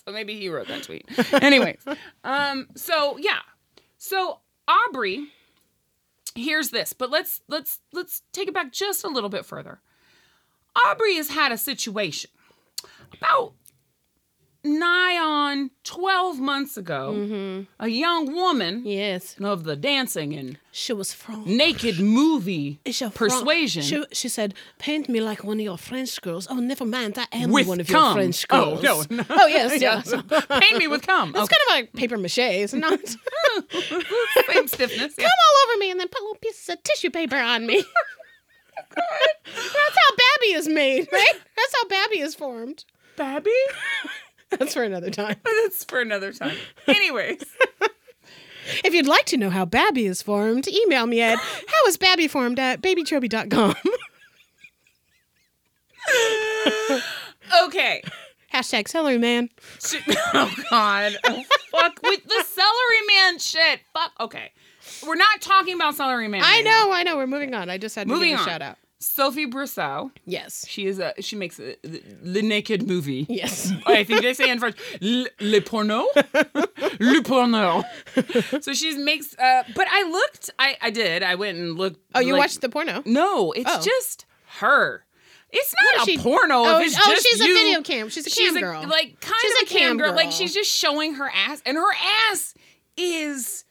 Speaker 2: so maybe he wrote that tweet. Anyways, um, so yeah, so Aubrey here's this, but let's let's let's take it back just a little bit further. Aubrey has had a situation about nigh on 12 months ago. A young woman
Speaker 1: yes.
Speaker 2: of the dancing and
Speaker 1: She was from.
Speaker 2: naked movie
Speaker 1: She was from-
Speaker 2: persuasion
Speaker 1: She, she said, "Paint me like one of your French girls." Oh, never mind. I am
Speaker 2: with
Speaker 1: one of
Speaker 2: cum.
Speaker 1: your French
Speaker 2: oh
Speaker 1: girls.
Speaker 2: no, no.
Speaker 1: Oh yes,
Speaker 2: Yes.
Speaker 1: yes.
Speaker 2: paint me with cum.
Speaker 1: It's
Speaker 2: Okay.
Speaker 1: kind of like paper mache, is it not? Come
Speaker 2: Same stiffness. Yeah.
Speaker 1: all over me and then put little pieces of tissue paper on me. That's how Babby is made, right? That's how Babby is formed.
Speaker 2: Babby.
Speaker 1: That's for another time.
Speaker 2: That's for another time. Anyways,
Speaker 1: If you'd like to know how Babby is formed, email me at howisbabbyformed at babychoby.com.
Speaker 2: okay.
Speaker 1: Hashtag celery man.
Speaker 2: Sh- Oh God. Oh, fuck with the celery man shit. Fuck. Okay. We're not talking about celery man.
Speaker 1: I
Speaker 2: right now.
Speaker 1: know, I know. We're moving on. I just had to
Speaker 2: Moving
Speaker 1: give a
Speaker 2: on.
Speaker 1: shout out.
Speaker 2: Sophie Brousseau.
Speaker 1: Yes.
Speaker 2: She is a. She makes a, the, the naked movie.
Speaker 1: Yes.
Speaker 2: I think they say in French, le, le porno, le porno. So she makes. Uh, but I looked. I I did. I went and looked.
Speaker 1: Oh, you
Speaker 2: like-
Speaker 1: watched the porno?
Speaker 2: No, it's
Speaker 1: Oh.
Speaker 2: just her. It's
Speaker 1: Yeah,
Speaker 2: not a
Speaker 1: she-
Speaker 2: porno.
Speaker 1: oh,
Speaker 2: if it's
Speaker 1: sh- oh,
Speaker 2: just
Speaker 1: she's a
Speaker 2: you.
Speaker 1: video cam. She's a
Speaker 2: she's
Speaker 1: cam girl.
Speaker 2: Like kind of
Speaker 1: She's a
Speaker 2: a cam
Speaker 1: cam
Speaker 2: girl. Like
Speaker 1: girl.
Speaker 2: she's just showing her ass, and her ass is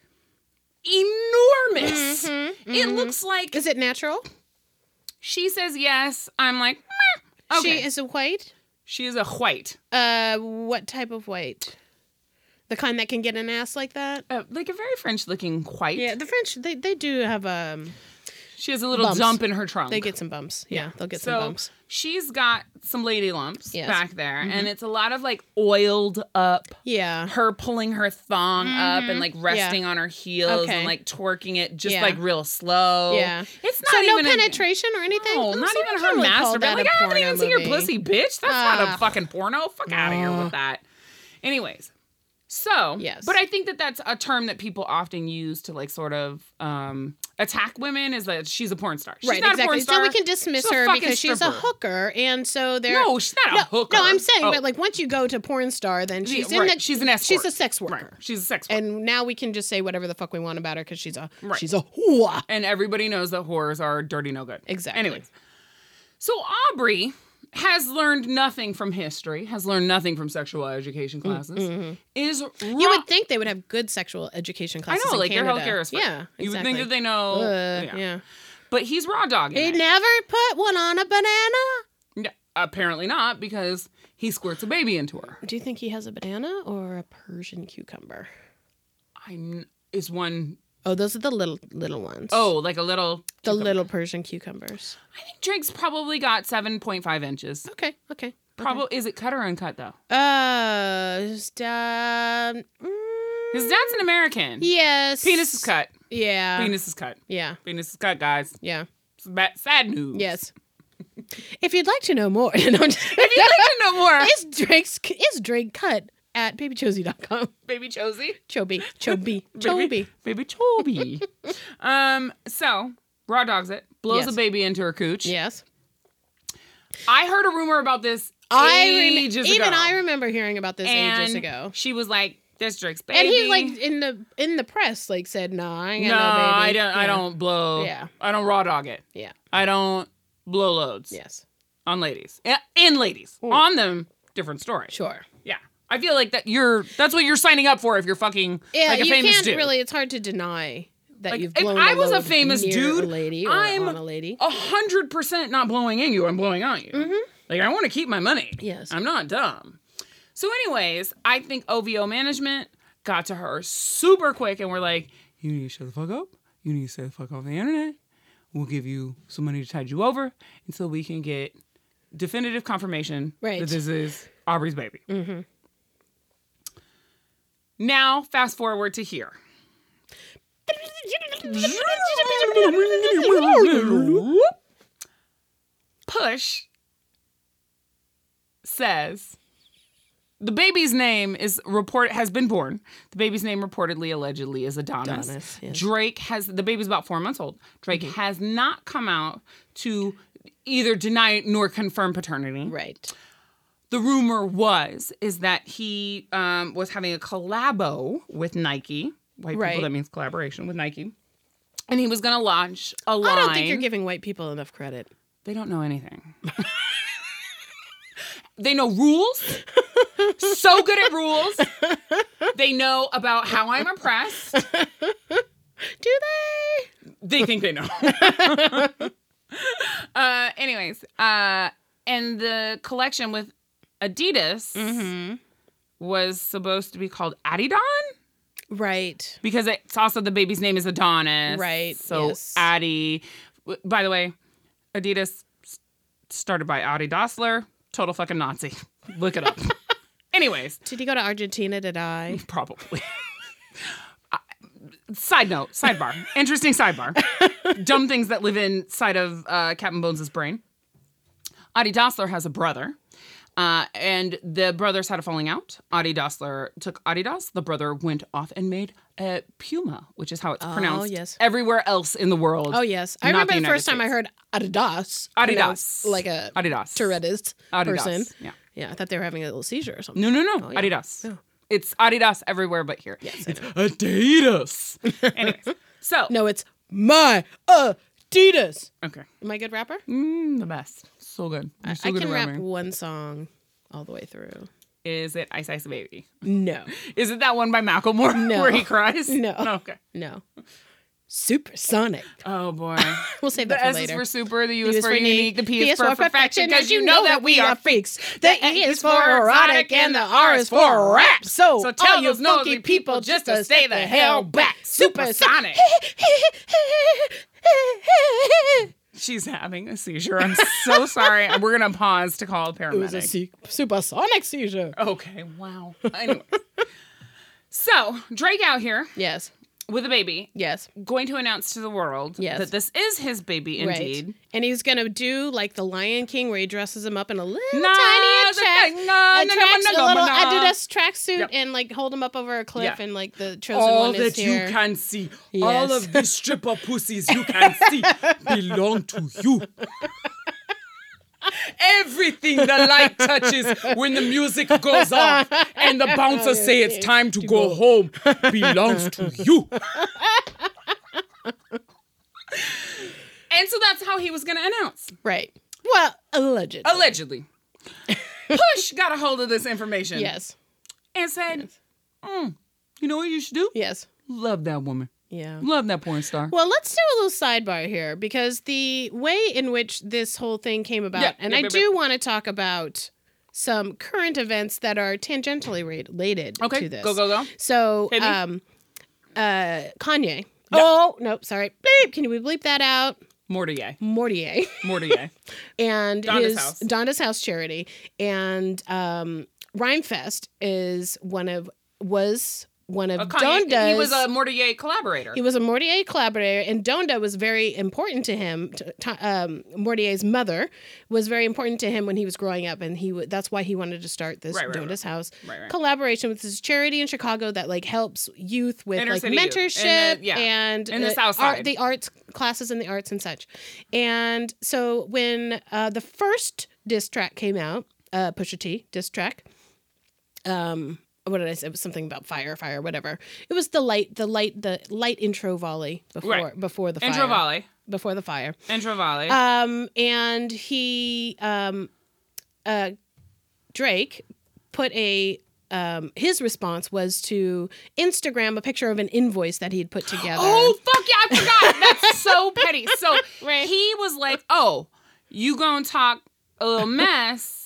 Speaker 2: enormous. It looks like
Speaker 1: Mm-hmm, Is it natural?
Speaker 2: she says yes. I'm like, meh. okay.
Speaker 1: She is a white.
Speaker 2: she is a white.
Speaker 1: Uh, what type of white? The kind that can get an ass like that?
Speaker 2: Uh, like a very French looking white.
Speaker 1: Yeah, the French they, they do have um
Speaker 2: She has a little
Speaker 1: Bumps.
Speaker 2: dump in her trunk.
Speaker 1: they get some bumps. Yeah, they'll get
Speaker 2: so
Speaker 1: some bumps.
Speaker 2: she's got some lady lumps
Speaker 1: Yes. Mm-hmm.
Speaker 2: back there, and it's a lot of like oiled up.
Speaker 1: Yeah.
Speaker 2: Her pulling her thong up and like resting on her heels
Speaker 1: Mm-hmm. Okay.
Speaker 2: and like twerking it just
Speaker 1: Yeah.
Speaker 2: like real slow.
Speaker 1: Yeah.
Speaker 2: It's not
Speaker 1: So no
Speaker 2: even a-
Speaker 1: penetration or anything?
Speaker 2: No,
Speaker 1: Oh,
Speaker 2: not
Speaker 1: so you
Speaker 2: even
Speaker 1: can't
Speaker 2: her
Speaker 1: really call
Speaker 2: masturbating.
Speaker 1: that
Speaker 2: Like,
Speaker 1: a
Speaker 2: I haven't even
Speaker 1: porno
Speaker 2: seen your
Speaker 1: movie. Ah.
Speaker 2: pussy, bitch. That's not a
Speaker 1: Ugh.
Speaker 2: fucking porno. Fuck out of here with
Speaker 1: Ugh.
Speaker 2: that. Anyways, so
Speaker 1: Yes.
Speaker 2: but I think that that's a term that people often use to like sort of um attack women is that she's a porn star. She's
Speaker 1: right,
Speaker 2: not a
Speaker 1: exactly.
Speaker 2: porn star.
Speaker 1: So we can dismiss
Speaker 2: She's a
Speaker 1: her
Speaker 2: fucking
Speaker 1: because she's a
Speaker 2: stripper.
Speaker 1: hooker and so they're
Speaker 2: No, she's not a hooker.
Speaker 1: No, I'm saying
Speaker 2: Oh,
Speaker 1: but like once you go to porn star then
Speaker 2: yeah,
Speaker 1: she's in
Speaker 2: right.
Speaker 1: the
Speaker 2: she's an escort.
Speaker 1: she's a sex
Speaker 2: Right.
Speaker 1: worker.
Speaker 2: She's a sex worker.
Speaker 1: And now we can just say whatever the fuck we want about her because she's a
Speaker 2: Right.
Speaker 1: she's a whore.
Speaker 2: And everybody knows that whores are dirty no good.
Speaker 1: Exactly.
Speaker 2: Anyways. So Aubrey has learned nothing from history, has learned nothing from sexual education classes. Is ro-
Speaker 1: Mm, mm-hmm. You would think they would have good sexual education
Speaker 2: I
Speaker 1: classes.
Speaker 2: know,
Speaker 1: in
Speaker 2: like
Speaker 1: Canada.
Speaker 2: their healthcare is free.
Speaker 1: Yeah, exactly.
Speaker 2: You would think that they know.
Speaker 1: Uh,
Speaker 2: yeah.
Speaker 1: yeah.
Speaker 2: But he's raw dogging.
Speaker 1: They
Speaker 2: it.
Speaker 1: never put one on a banana.
Speaker 2: No, Apparently not, because he squirts a baby into her.
Speaker 1: Do you think he has a banana or a Persian cucumber?
Speaker 2: I kn- is one
Speaker 1: Oh, those are the little little ones.
Speaker 2: oh like a little.
Speaker 1: the little Persian cucumbers.
Speaker 2: I think Drake's probably got seven point five inches.
Speaker 1: Okay, okay.
Speaker 2: Probably is it cut or uncut though?
Speaker 1: Uh, just, um, mm,
Speaker 2: His dad's an American.
Speaker 1: yes. Uh,
Speaker 2: Penis is cut.
Speaker 1: Yeah.
Speaker 2: Penis is cut.
Speaker 1: Yeah.
Speaker 2: Penis is cut, guys.
Speaker 1: Yeah.
Speaker 2: It's bad, sad news.
Speaker 1: Yes. if you'd like to know more, no, I'm just-
Speaker 2: If you'd like to know more,
Speaker 1: is Drake's is Drake cut at babychosie.com.
Speaker 2: baby Josie.
Speaker 1: Chobi, Chobi,
Speaker 2: Baby,
Speaker 1: Chobi.
Speaker 2: baby Toby. um, so raw dogs it blows
Speaker 1: Yes.
Speaker 2: a baby into her cooch.
Speaker 1: Yes.
Speaker 2: I heard a rumor about this
Speaker 1: I rem-
Speaker 2: ages ago.
Speaker 1: even I remember hearing about this
Speaker 2: and
Speaker 1: ages ago.
Speaker 2: She was like, "This Drake's baby."
Speaker 1: And he like in the in the press like said, "Nah, I ain't
Speaker 2: "No,
Speaker 1: got no, baby."
Speaker 2: I don't. I
Speaker 1: Yeah.
Speaker 2: don't blow.
Speaker 1: Yeah.
Speaker 2: I don't raw dog it.
Speaker 1: Yeah.
Speaker 2: I don't blow loads
Speaker 1: Yes.
Speaker 2: on ladies A- and ladies on them. Different story.
Speaker 1: Sure.
Speaker 2: Yeah, I feel like that. You're that's what you're signing up for if you're fucking
Speaker 1: Yeah,
Speaker 2: like a
Speaker 1: you
Speaker 2: famous
Speaker 1: can't
Speaker 2: dude.
Speaker 1: really. It's hard to deny that
Speaker 2: Like,
Speaker 1: you've
Speaker 2: if
Speaker 1: blown.
Speaker 2: I
Speaker 1: a
Speaker 2: was a
Speaker 1: load
Speaker 2: famous
Speaker 1: near
Speaker 2: dude,
Speaker 1: a lady, or
Speaker 2: I'm-
Speaker 1: on a lady.
Speaker 2: a hundred percent not blowing in you. I'm blowing on you. Like I want to keep my money.
Speaker 1: Mm-hmm. Yes.
Speaker 2: I'm not dumb. So, anyways, I think OVO management got to her super quick and we're like, you need to shut the fuck up. You need to stay the fuck off the internet. We'll give you some money to tide you over until we can get definitive confirmation
Speaker 1: Right. Mm-hmm.
Speaker 2: that this is Aubrey's baby. Now, fast forward to here. Push says the baby's name is report has been born. The baby's name reportedly allegedly is Adonis.
Speaker 1: Adonis, yes. Mm-hmm.
Speaker 2: Drake has the baby's about four months old. Drake has not come out to either deny nor confirm paternity
Speaker 1: Right.
Speaker 2: the rumor was is that he um, was having a collabo with Nike. White
Speaker 1: Right.
Speaker 2: people, that means collaboration with Nike. And he was going to launch a line.
Speaker 1: I don't think you're giving white people enough credit.
Speaker 2: They don't know anything. they know rules. so good at rules. They know about how I'm oppressed.
Speaker 1: Do they?
Speaker 2: They think they know. uh, anyways, uh, and the collection with Adidas Mm-hmm. was supposed to be called Adidon
Speaker 1: Right.
Speaker 2: because it's also the baby's name is Adonis.
Speaker 1: Right,
Speaker 2: So
Speaker 1: yes.
Speaker 2: Addy. w- By the way, Adidas s- started by Adi Dassler, total fucking Nazi. Look it up. anyways,
Speaker 1: Did he go to Argentina? Did I?
Speaker 2: Mm-hmm. Probably. I- Side note, sidebar, interesting sidebar. Dumb things that live inside of uh, Captain Bones' brain. Adi Dassler has a brother, uh, and the brothers had a falling out. Adi Dassler took Adidas. The brother went off and made a Puma, which is how it's pronounced
Speaker 1: Oh, yes.
Speaker 2: everywhere else in the world.
Speaker 1: Oh yes, I
Speaker 2: Not
Speaker 1: remember
Speaker 2: the
Speaker 1: the, first
Speaker 2: United
Speaker 1: time I heard Adidas.
Speaker 2: Adidas.
Speaker 1: pronounced like a
Speaker 2: Adidas.
Speaker 1: Tourette's
Speaker 2: Adidas.
Speaker 1: person.
Speaker 2: Yeah.
Speaker 1: Yeah, I thought they were having a little seizure or something.
Speaker 2: No, no, no.
Speaker 1: yeah.
Speaker 2: Adidas.
Speaker 1: Oh.
Speaker 2: It's Adidas everywhere but here.
Speaker 1: Yes, I
Speaker 2: it's Adidas. Anyways, so
Speaker 1: No, it's my Adidas.
Speaker 2: okay.
Speaker 1: Am I a good rapper?
Speaker 2: Mm, the best. So good. You're so
Speaker 1: I
Speaker 2: good
Speaker 1: can
Speaker 2: at
Speaker 1: rap
Speaker 2: rhyming.
Speaker 1: one song all the way through.
Speaker 2: Is it Ice Ice Baby?
Speaker 1: No,
Speaker 2: Is it that one by Macklemore
Speaker 1: No.
Speaker 2: where he cries?
Speaker 1: No.
Speaker 2: okay.
Speaker 1: no. Supersonic.
Speaker 2: Oh boy.
Speaker 1: We'll save that
Speaker 2: the
Speaker 1: for
Speaker 2: S
Speaker 1: later.
Speaker 2: is for super, the U is, for unique, the P is
Speaker 1: for
Speaker 2: for perfection, because you know that we are
Speaker 1: freaks. The E is for erotic, and the R is for rap. So,
Speaker 2: So tell
Speaker 1: all you
Speaker 2: those nosy
Speaker 1: funky
Speaker 2: people just to stay the hell back. Supersonic. She's having a seizure. I'm so sorry. We're gonna pause to call a paramedic.
Speaker 1: It was a se- supersonic seizure.
Speaker 2: okay. Wow. Anyway. so Drake out here
Speaker 1: Yes,
Speaker 2: with a baby
Speaker 1: yes,
Speaker 2: going to announce to the world
Speaker 1: Yes.
Speaker 2: that this is his baby indeed.
Speaker 1: right. And he's gonna do like the Lion King, where he dresses him up in a little
Speaker 2: No,
Speaker 1: tiny
Speaker 2: the
Speaker 1: track,
Speaker 2: thing- no, no,
Speaker 1: a,
Speaker 2: no,
Speaker 1: tracks-
Speaker 2: no, no,
Speaker 1: a little
Speaker 2: no.
Speaker 1: Adidas tracksuit,
Speaker 2: Yep.
Speaker 1: and like hold him up over a cliff,
Speaker 2: Yeah.
Speaker 1: and like the chosen
Speaker 2: All
Speaker 1: one is
Speaker 2: that
Speaker 1: here.
Speaker 2: you can see,
Speaker 1: Yes.
Speaker 2: all of these stripper pussies you can see belong to you. Everything the light touches when the music goes off and the bouncers say it's time to go home belongs to you. and so that's how he was going to announce.
Speaker 1: Right. Well, alleged.
Speaker 2: Allegedly. Push got a hold of this information
Speaker 1: yes.
Speaker 2: and said, "Mm, You know what you should do?
Speaker 1: Yes.
Speaker 2: Love that woman.
Speaker 1: Yeah.
Speaker 2: Love that porn star.
Speaker 1: Well, let's do a little sidebar here because the way in which this whole thing came about,
Speaker 2: Yeah,
Speaker 1: and
Speaker 2: yeah,
Speaker 1: I
Speaker 2: yeah,
Speaker 1: do want to talk about some current events that are tangentially re- related
Speaker 2: okay,
Speaker 1: to this.
Speaker 2: go, go, go.
Speaker 1: So,
Speaker 2: Hit me.
Speaker 1: um, uh, Kanye. Oh, nope, sorry. Bleep. Can we bleep that out?
Speaker 2: Mortier.
Speaker 1: Mortier
Speaker 2: Mortier.
Speaker 1: and
Speaker 2: Donda's
Speaker 1: his
Speaker 2: House.
Speaker 1: Donda's House charity. And um, Rhymefest is one of, was one of
Speaker 2: A
Speaker 1: Donda's.
Speaker 2: Kanye, he was a Mortier collaborator.
Speaker 1: He was a Mortier collaborator, and Donda was very important to him. To, to- um, Mortier's mother was very important to him when he was growing up, and he w- that's why he wanted to start this
Speaker 2: Right, right,
Speaker 1: Donda's House
Speaker 2: Right, right.
Speaker 1: collaboration with this charity in Chicago that like helps youth with
Speaker 2: Inner
Speaker 1: like
Speaker 2: city youth.
Speaker 1: mentorship
Speaker 2: And the- yeah.
Speaker 1: and
Speaker 2: And the
Speaker 1: uh,
Speaker 2: South
Speaker 1: art-
Speaker 2: Side.
Speaker 1: the arts classes and the arts and such. And so when uh, the first diss track came out, uh, Pusha T diss track um what did I say? It was something about fire, fire, whatever. It was the light, the light, the light intro volley before
Speaker 2: Right.
Speaker 1: before the fire.
Speaker 2: Intro volley.
Speaker 1: Before the fire.
Speaker 2: Intro volley.
Speaker 1: Um, and he um uh Drake put a um his response was to Instagram a picture of an invoice that he had put together.
Speaker 2: oh, fuck yeah, I forgot. That's so petty. So
Speaker 1: Right.
Speaker 2: he was like, oh, you gonna talk a little mess.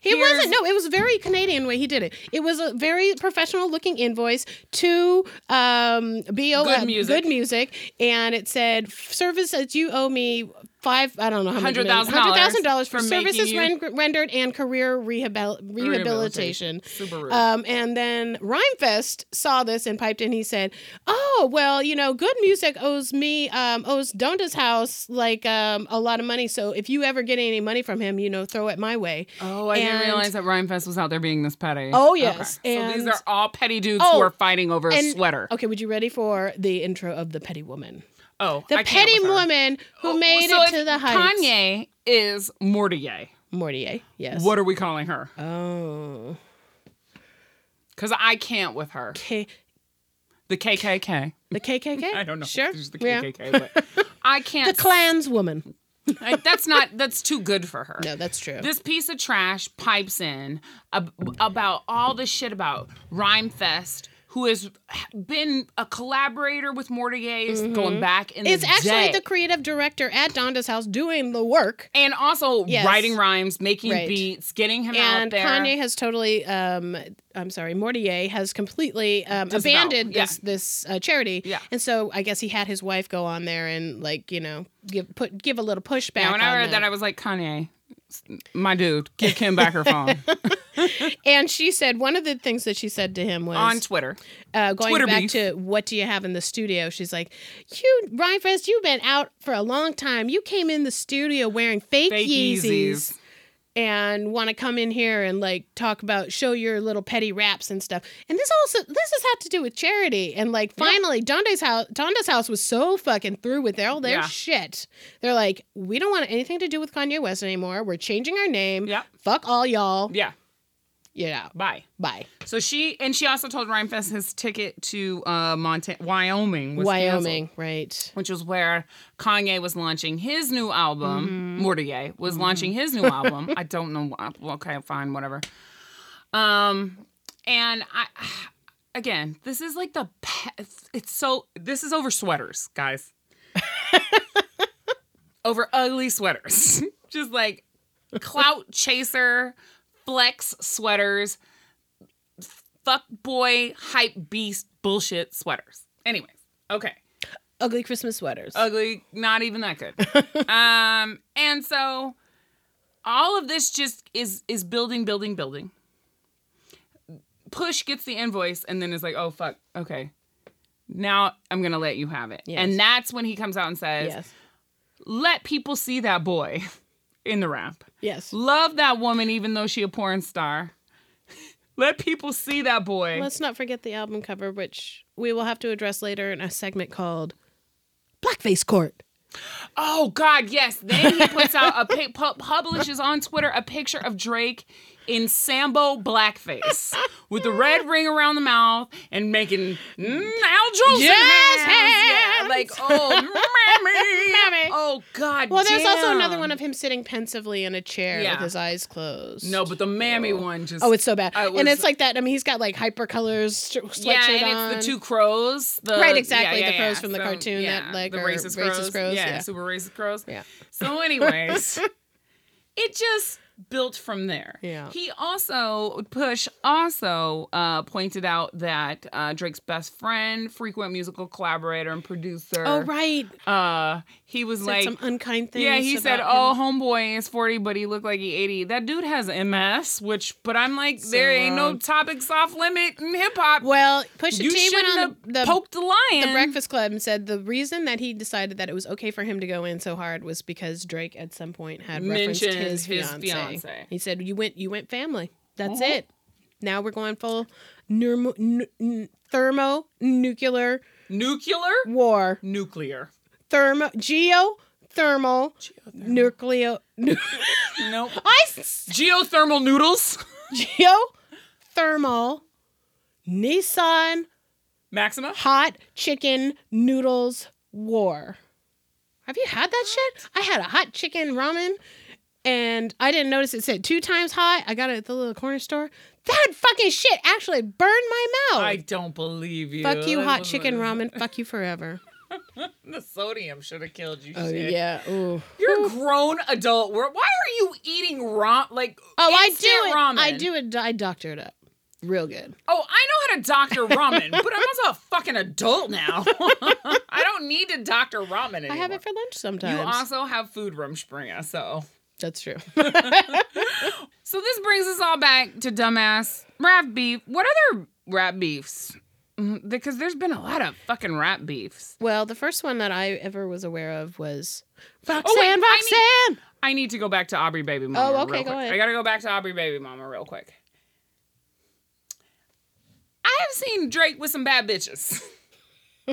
Speaker 1: He
Speaker 2: Here's-
Speaker 1: wasn't. No, it was very Canadian way he did it. It was a very professional looking invoice to um BO
Speaker 2: Good
Speaker 1: uh,
Speaker 2: music.
Speaker 1: good music and it said services you owe me five I don't know how much
Speaker 2: $100,000
Speaker 1: dollars for
Speaker 2: for making
Speaker 1: services
Speaker 2: you-
Speaker 1: ren- rendered and career rehabil- rehabilitation.
Speaker 2: Super rude.
Speaker 1: Um, and then Rhymefest saw this and piped in. He said, "Oh well, you know, good music owes me um, owes Donda's house like um, a lot of money. So if you ever get any money from him, you know, throw it my way."
Speaker 2: oh, I didn't
Speaker 1: and-
Speaker 2: realize that Rhymefest was out there being this petty.
Speaker 1: Oh, yes,
Speaker 2: Okay. so these
Speaker 1: and-
Speaker 2: are all petty dudes
Speaker 1: Oh,
Speaker 2: who are fighting over a
Speaker 1: and-
Speaker 2: sweater.
Speaker 1: Okay, would you ready for the intro of the petty woman?
Speaker 2: Oh,
Speaker 1: The
Speaker 2: I can't
Speaker 1: petty
Speaker 2: with her.
Speaker 1: woman who
Speaker 2: Oh,
Speaker 1: made
Speaker 2: so
Speaker 1: it
Speaker 2: if
Speaker 1: to the heights.
Speaker 2: Kanye is Mortier.
Speaker 1: Mortier. Yes.
Speaker 2: What are we calling her?
Speaker 1: Oh.
Speaker 2: Because I can't with her.
Speaker 1: K-
Speaker 2: The KKK.
Speaker 1: the KKK.
Speaker 2: I don't know. if
Speaker 1: Sure.
Speaker 2: There's the
Speaker 1: Yeah.
Speaker 2: KKK, but I
Speaker 1: The
Speaker 2: can't.
Speaker 1: Klans woman.
Speaker 2: I- that's not. That's too good for her.
Speaker 1: No, that's true.
Speaker 2: This piece of trash pipes in ab- about all this shit about Rhymefest, who has been a collaborator with Mortier is going back in
Speaker 1: Mm-hmm. it's
Speaker 2: the
Speaker 1: actually
Speaker 2: day.
Speaker 1: the creative director at Donda's house doing the work.
Speaker 2: and also
Speaker 1: Yes.
Speaker 2: writing rhymes, making
Speaker 1: Right.
Speaker 2: beats, getting him
Speaker 1: and
Speaker 2: out there.
Speaker 1: Kanye has totally, um, I'm sorry, Mortier has completely um,
Speaker 2: Disavowed,
Speaker 1: abandoned
Speaker 2: yeah.
Speaker 1: this this uh, charity.
Speaker 2: Yeah.
Speaker 1: And so I guess he had his wife go on there and like you know give put give a little pushback.
Speaker 2: and when I
Speaker 1: on
Speaker 2: read that, I was like, Kanye, s- my dude, give Kim back her phone
Speaker 1: and she said one of the things that she said to him was
Speaker 2: on Twitter.
Speaker 1: uh, going
Speaker 2: Twitter
Speaker 1: back
Speaker 2: beef.
Speaker 1: to what do you have in the studio? She's like, you Rhinefest, you've been out for a long time. You came in the studio wearing fake,
Speaker 2: Fake
Speaker 1: Yeezys.
Speaker 2: Yeezys.
Speaker 1: and want to come in here and like talk about show your little petty raps and stuff. And this also this has had to do with charity. And like finally, Donda's house Donda's house was so fucking through with their all their
Speaker 2: Yeah.
Speaker 1: shit. They're like, we don't want anything to do with Kanye West anymore. We're changing our name.
Speaker 2: Yep.
Speaker 1: Fuck all y'all.
Speaker 2: Yeah,
Speaker 1: You know.
Speaker 2: bye.
Speaker 1: Bye.
Speaker 2: So she and she also told Rhymefest his ticket to uh, Montana, Wyoming, was canceled.
Speaker 1: Wyoming, right.
Speaker 2: which was where Kanye was launching his new album. Mortier was launching his new album. I don't know. why- well, Okay, fine, whatever. Um, and I, again, this is like the pe- it's, it's so this is over sweaters, guys. over ugly sweaters, just like clout chaser, flex sweaters, fuck boy hype beast bullshit sweaters. Anyways, okay
Speaker 1: Ugly Christmas sweaters.
Speaker 2: ugly, not even that good. um, and so all of this just is is building, building, building. Push gets the invoice and then is like, oh fuck, okay. Now I'm gonna let you have it.
Speaker 1: Yes.
Speaker 2: And that's when he comes out and says,
Speaker 1: yes.
Speaker 2: Let people see that boy in the rap.
Speaker 1: Yes.
Speaker 2: Love that woman even though she a porn star. let people see that boy.
Speaker 1: Let's not forget the album cover, which we will have to address later in a segment called Blackface Court.
Speaker 2: Oh God, yes. Then he puts out a pic, pu- publishes on Twitter a picture of Drake in Sambo blackface with the red ring around the mouth and making mm, Al Jolson
Speaker 1: Yes,
Speaker 2: hands. Yeah, like oh, mammy.
Speaker 1: Mammy.
Speaker 2: Oh God.
Speaker 1: Well, there's also
Speaker 2: damn.
Speaker 1: another one of him sitting pensively in a chair
Speaker 2: Yeah.
Speaker 1: with his eyes closed.
Speaker 2: No, but the mammy one just.
Speaker 1: Oh, it's so bad.
Speaker 2: I was-
Speaker 1: and it's like that. I mean, he's got like hyper colors st- sweatshirt
Speaker 2: yeah, and
Speaker 1: on.
Speaker 2: it's the two crows. The,
Speaker 1: Right, exactly,
Speaker 2: yeah,
Speaker 1: the
Speaker 2: yeah,
Speaker 1: crows
Speaker 2: yeah.
Speaker 1: from the
Speaker 2: So,
Speaker 1: cartoon
Speaker 2: yeah,
Speaker 1: that, like,
Speaker 2: the
Speaker 1: are
Speaker 2: racist
Speaker 1: racist
Speaker 2: crows.
Speaker 1: crows,
Speaker 2: yeah,
Speaker 1: yeah.
Speaker 2: super racist crows.
Speaker 1: Yeah.
Speaker 2: So, anyways, it just built from there.
Speaker 1: Yeah.
Speaker 2: He also Push also uh, pointed out that uh, Drake's best friend, frequent musical collaborator, and producer.
Speaker 1: Oh right,
Speaker 2: Uh, he was
Speaker 1: said
Speaker 2: like.
Speaker 1: some unkind things.
Speaker 2: yeah, he said,
Speaker 1: about
Speaker 2: "Oh,
Speaker 1: him.
Speaker 2: homeboy is forty, but he looked like he 80. That dude has MS, which, but I'm like,
Speaker 1: So
Speaker 2: there ain't no
Speaker 1: wrong.
Speaker 2: topics off limit in hip hop.
Speaker 1: Well, Pusha
Speaker 2: You
Speaker 1: T
Speaker 2: shouldn't
Speaker 1: went
Speaker 2: have
Speaker 1: on the, the
Speaker 2: poked the lion.
Speaker 1: The Breakfast Club and said the reason that he decided that it was okay for him to go in so hard was because Drake at some point had referenced
Speaker 2: Mentioned
Speaker 1: his,
Speaker 2: his
Speaker 1: fiance.
Speaker 2: fiancé.
Speaker 1: He said, "You went, you went family. That's
Speaker 2: Mhm.
Speaker 1: it. Now we're going full nermo, n- n- thermonuclear
Speaker 2: Nuclear?
Speaker 1: war.
Speaker 2: Nuclear.
Speaker 1: Thermo geothermal nucleo. Nu-
Speaker 2: Nope.
Speaker 1: I s-
Speaker 2: Geothermal noodles.
Speaker 1: geothermal Nissan
Speaker 2: Maxima.
Speaker 1: hot chicken noodles war. Have you had that shit? I had a hot chicken ramen and I didn't notice it said two times hot. I got it at the little corner store. That fucking shit actually burned my mouth.
Speaker 2: I don't believe you.
Speaker 1: Fuck you,
Speaker 2: That
Speaker 1: hot
Speaker 2: was-
Speaker 1: chicken ramen. Fuck you forever.
Speaker 2: the sodium should have killed you.
Speaker 1: Oh
Speaker 2: shit.
Speaker 1: yeah. Ooh.
Speaker 2: You're a grown adult. We're- Why are you eating ramen? Like
Speaker 1: Oh, I do
Speaker 2: instant
Speaker 1: it.
Speaker 2: Ramen?
Speaker 1: I do it. I doctor it up, real good.
Speaker 2: Oh, I know how to doctor ramen, but I'm also a fucking adult now. I don't need to doctor ramen anymore.
Speaker 1: I have it for lunch sometimes.
Speaker 2: You also have food rumspringa, so.
Speaker 1: That's true.
Speaker 2: So this brings us all back to dumbass rap beef. What other rap beefs? Mm, Because there's been a lot of fucking rap beefs.
Speaker 1: well, the first one that I ever was aware of was Roxanne.
Speaker 2: Oh, wait, I need-
Speaker 1: Roxanne.
Speaker 2: I need to go back to Aubrey Baby Mama.
Speaker 1: Oh,
Speaker 2: real
Speaker 1: okay, go
Speaker 2: quick.
Speaker 1: ahead.
Speaker 2: I gotta go back to Aubrey Baby Mama real quick. I have seen Drake with some bad bitches.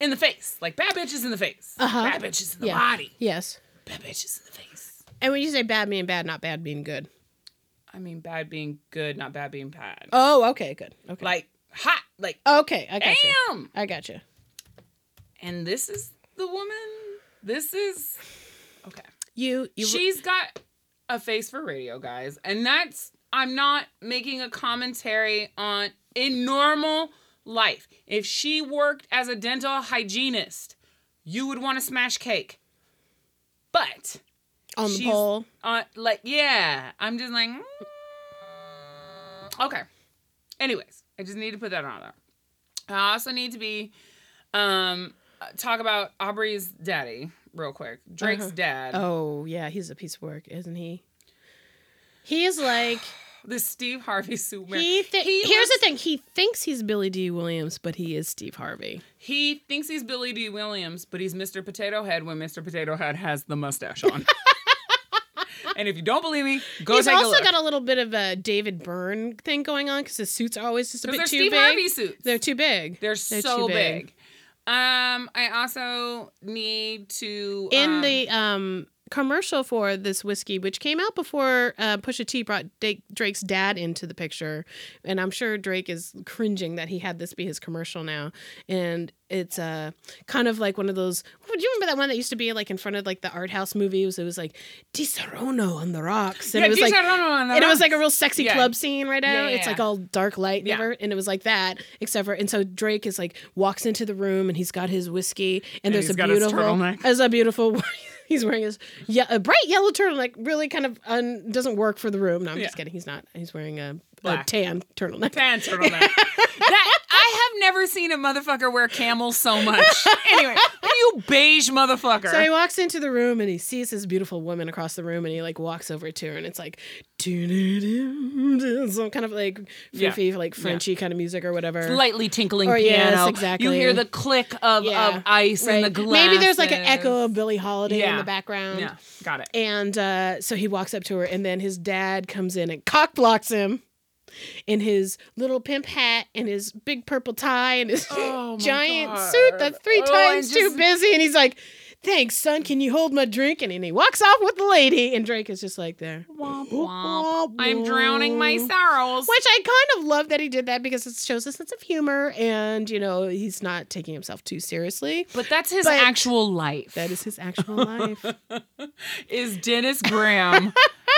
Speaker 2: in the face. Like bad bitches in the face.
Speaker 1: Uh-huh.
Speaker 2: Bad bitches in the
Speaker 1: Yeah.
Speaker 2: body.
Speaker 1: Yes.
Speaker 2: Bad bitches in the face.
Speaker 1: And when you say bad mean bad, not bad mean good.
Speaker 2: I mean bad being good, not bad being bad.
Speaker 1: Oh, okay, good. Okay.
Speaker 2: Like hot, like
Speaker 1: okay, I got you.
Speaker 2: damn.
Speaker 1: I got you.
Speaker 2: And this is the woman. This is okay.
Speaker 1: You you
Speaker 2: She's got a face for radio, guys. And that's, I'm not making a commentary on in normal life. If she worked as a dental hygienist, you would want to smash cake. But,
Speaker 1: on the
Speaker 2: she's-
Speaker 1: pole.
Speaker 2: uh, like, yeah, I'm just like, mm. okay. Anyways, I just need to put that on there. I also need to be, um, talk about Aubrey's daddy real quick. Drake's
Speaker 1: Uh-huh.
Speaker 2: dad.
Speaker 1: Oh yeah, he's a piece of work, isn't he? He is like
Speaker 2: This Steve Harvey suit. man.
Speaker 1: he. Thi-
Speaker 2: he
Speaker 1: here's
Speaker 2: looks-
Speaker 1: the thing: he thinks he's Billy D. Williams, but he is Steve Harvey.
Speaker 2: He thinks he's Billy D. Williams, but he's Mr. Potato Head when Mr. Potato Head has the mustache on. and if you don't believe me, go
Speaker 1: he's
Speaker 2: take a
Speaker 1: also
Speaker 2: look.
Speaker 1: got a little bit of a David Byrne thing going on because his suits are always just a
Speaker 2: 'Cause
Speaker 1: bit
Speaker 2: they're
Speaker 1: too
Speaker 2: Steve
Speaker 1: big.
Speaker 2: Harvey suits.
Speaker 1: They're too big.
Speaker 2: They're
Speaker 1: too
Speaker 2: so big. Um, I also need to
Speaker 1: In
Speaker 2: um,
Speaker 1: the um, commercial for this whiskey, which came out before uh, Pusha T brought Dake, Drake's dad into the picture, and I'm sure Drake is cringing that he had this be his commercial now. And it's uh, kind of like one of those. Do you remember that one that used to be like in front of like the art house movies? It was like Di Serono on the rocks, and
Speaker 2: yeah,
Speaker 1: it was
Speaker 2: Deja
Speaker 1: like
Speaker 2: Rono and the
Speaker 1: and it was like a
Speaker 2: Rocks.
Speaker 1: real sexy
Speaker 2: Yeah.
Speaker 1: club scene right now.
Speaker 2: Yeah, yeah,
Speaker 1: It's like
Speaker 2: yeah.
Speaker 1: all dark light,
Speaker 2: Yeah.
Speaker 1: never, and it was like that, except for. And so Drake is like walks into the room and he's got his whiskey and,
Speaker 2: And
Speaker 1: there's
Speaker 2: he's
Speaker 1: a
Speaker 2: got his
Speaker 1: beautiful,
Speaker 2: turtleneck.
Speaker 1: there's a beautiful. He's wearing his yeah, a bright yellow turtleneck. Really, kind of un, doesn't work for the room. No, I'm
Speaker 2: Yeah.
Speaker 1: just kidding. He's not. He's wearing a, a
Speaker 2: Black.
Speaker 1: tan turtleneck.
Speaker 2: Fan turtleneck. that I have never seen a motherfucker wear camel so much. anyway, you beige motherfucker.
Speaker 1: So he walks into the room and he sees his beautiful woman across the room and he like walks over to her and it's like doo-doo-doo-doo, some kind of like
Speaker 2: Yeah.
Speaker 1: goofy like Frenchy kind of music or whatever.
Speaker 2: lightly tinkling
Speaker 1: Or, Oh, yes,
Speaker 2: piano.
Speaker 1: exactly.
Speaker 2: You hear the click of,
Speaker 1: Yeah,
Speaker 2: of ice and the
Speaker 1: Right.
Speaker 2: glass.
Speaker 1: Maybe there's like an echo of Billie Holiday in
Speaker 2: Yeah.
Speaker 1: the background.
Speaker 2: Yeah, got it.
Speaker 1: And uh, so he walks up to her, and then his dad comes in and cock blocks him in his little pimp hat and his big purple tie and his
Speaker 2: Oh, my
Speaker 1: giant
Speaker 2: God.
Speaker 1: suit that's three
Speaker 2: Oh, I
Speaker 1: times
Speaker 2: just-
Speaker 1: too busy. And he's like, Thanks, son. Can you hold my drink? And then he walks off with the lady, and Drake is just like there. womp.
Speaker 2: I'm drowning my sorrows.
Speaker 1: Which I kind of love that he did that because it shows a sense of humor and, you know, he's not taking himself too seriously.
Speaker 2: But that's his
Speaker 1: But-
Speaker 2: actual life.
Speaker 1: That is his actual life.
Speaker 2: is Dennis Graham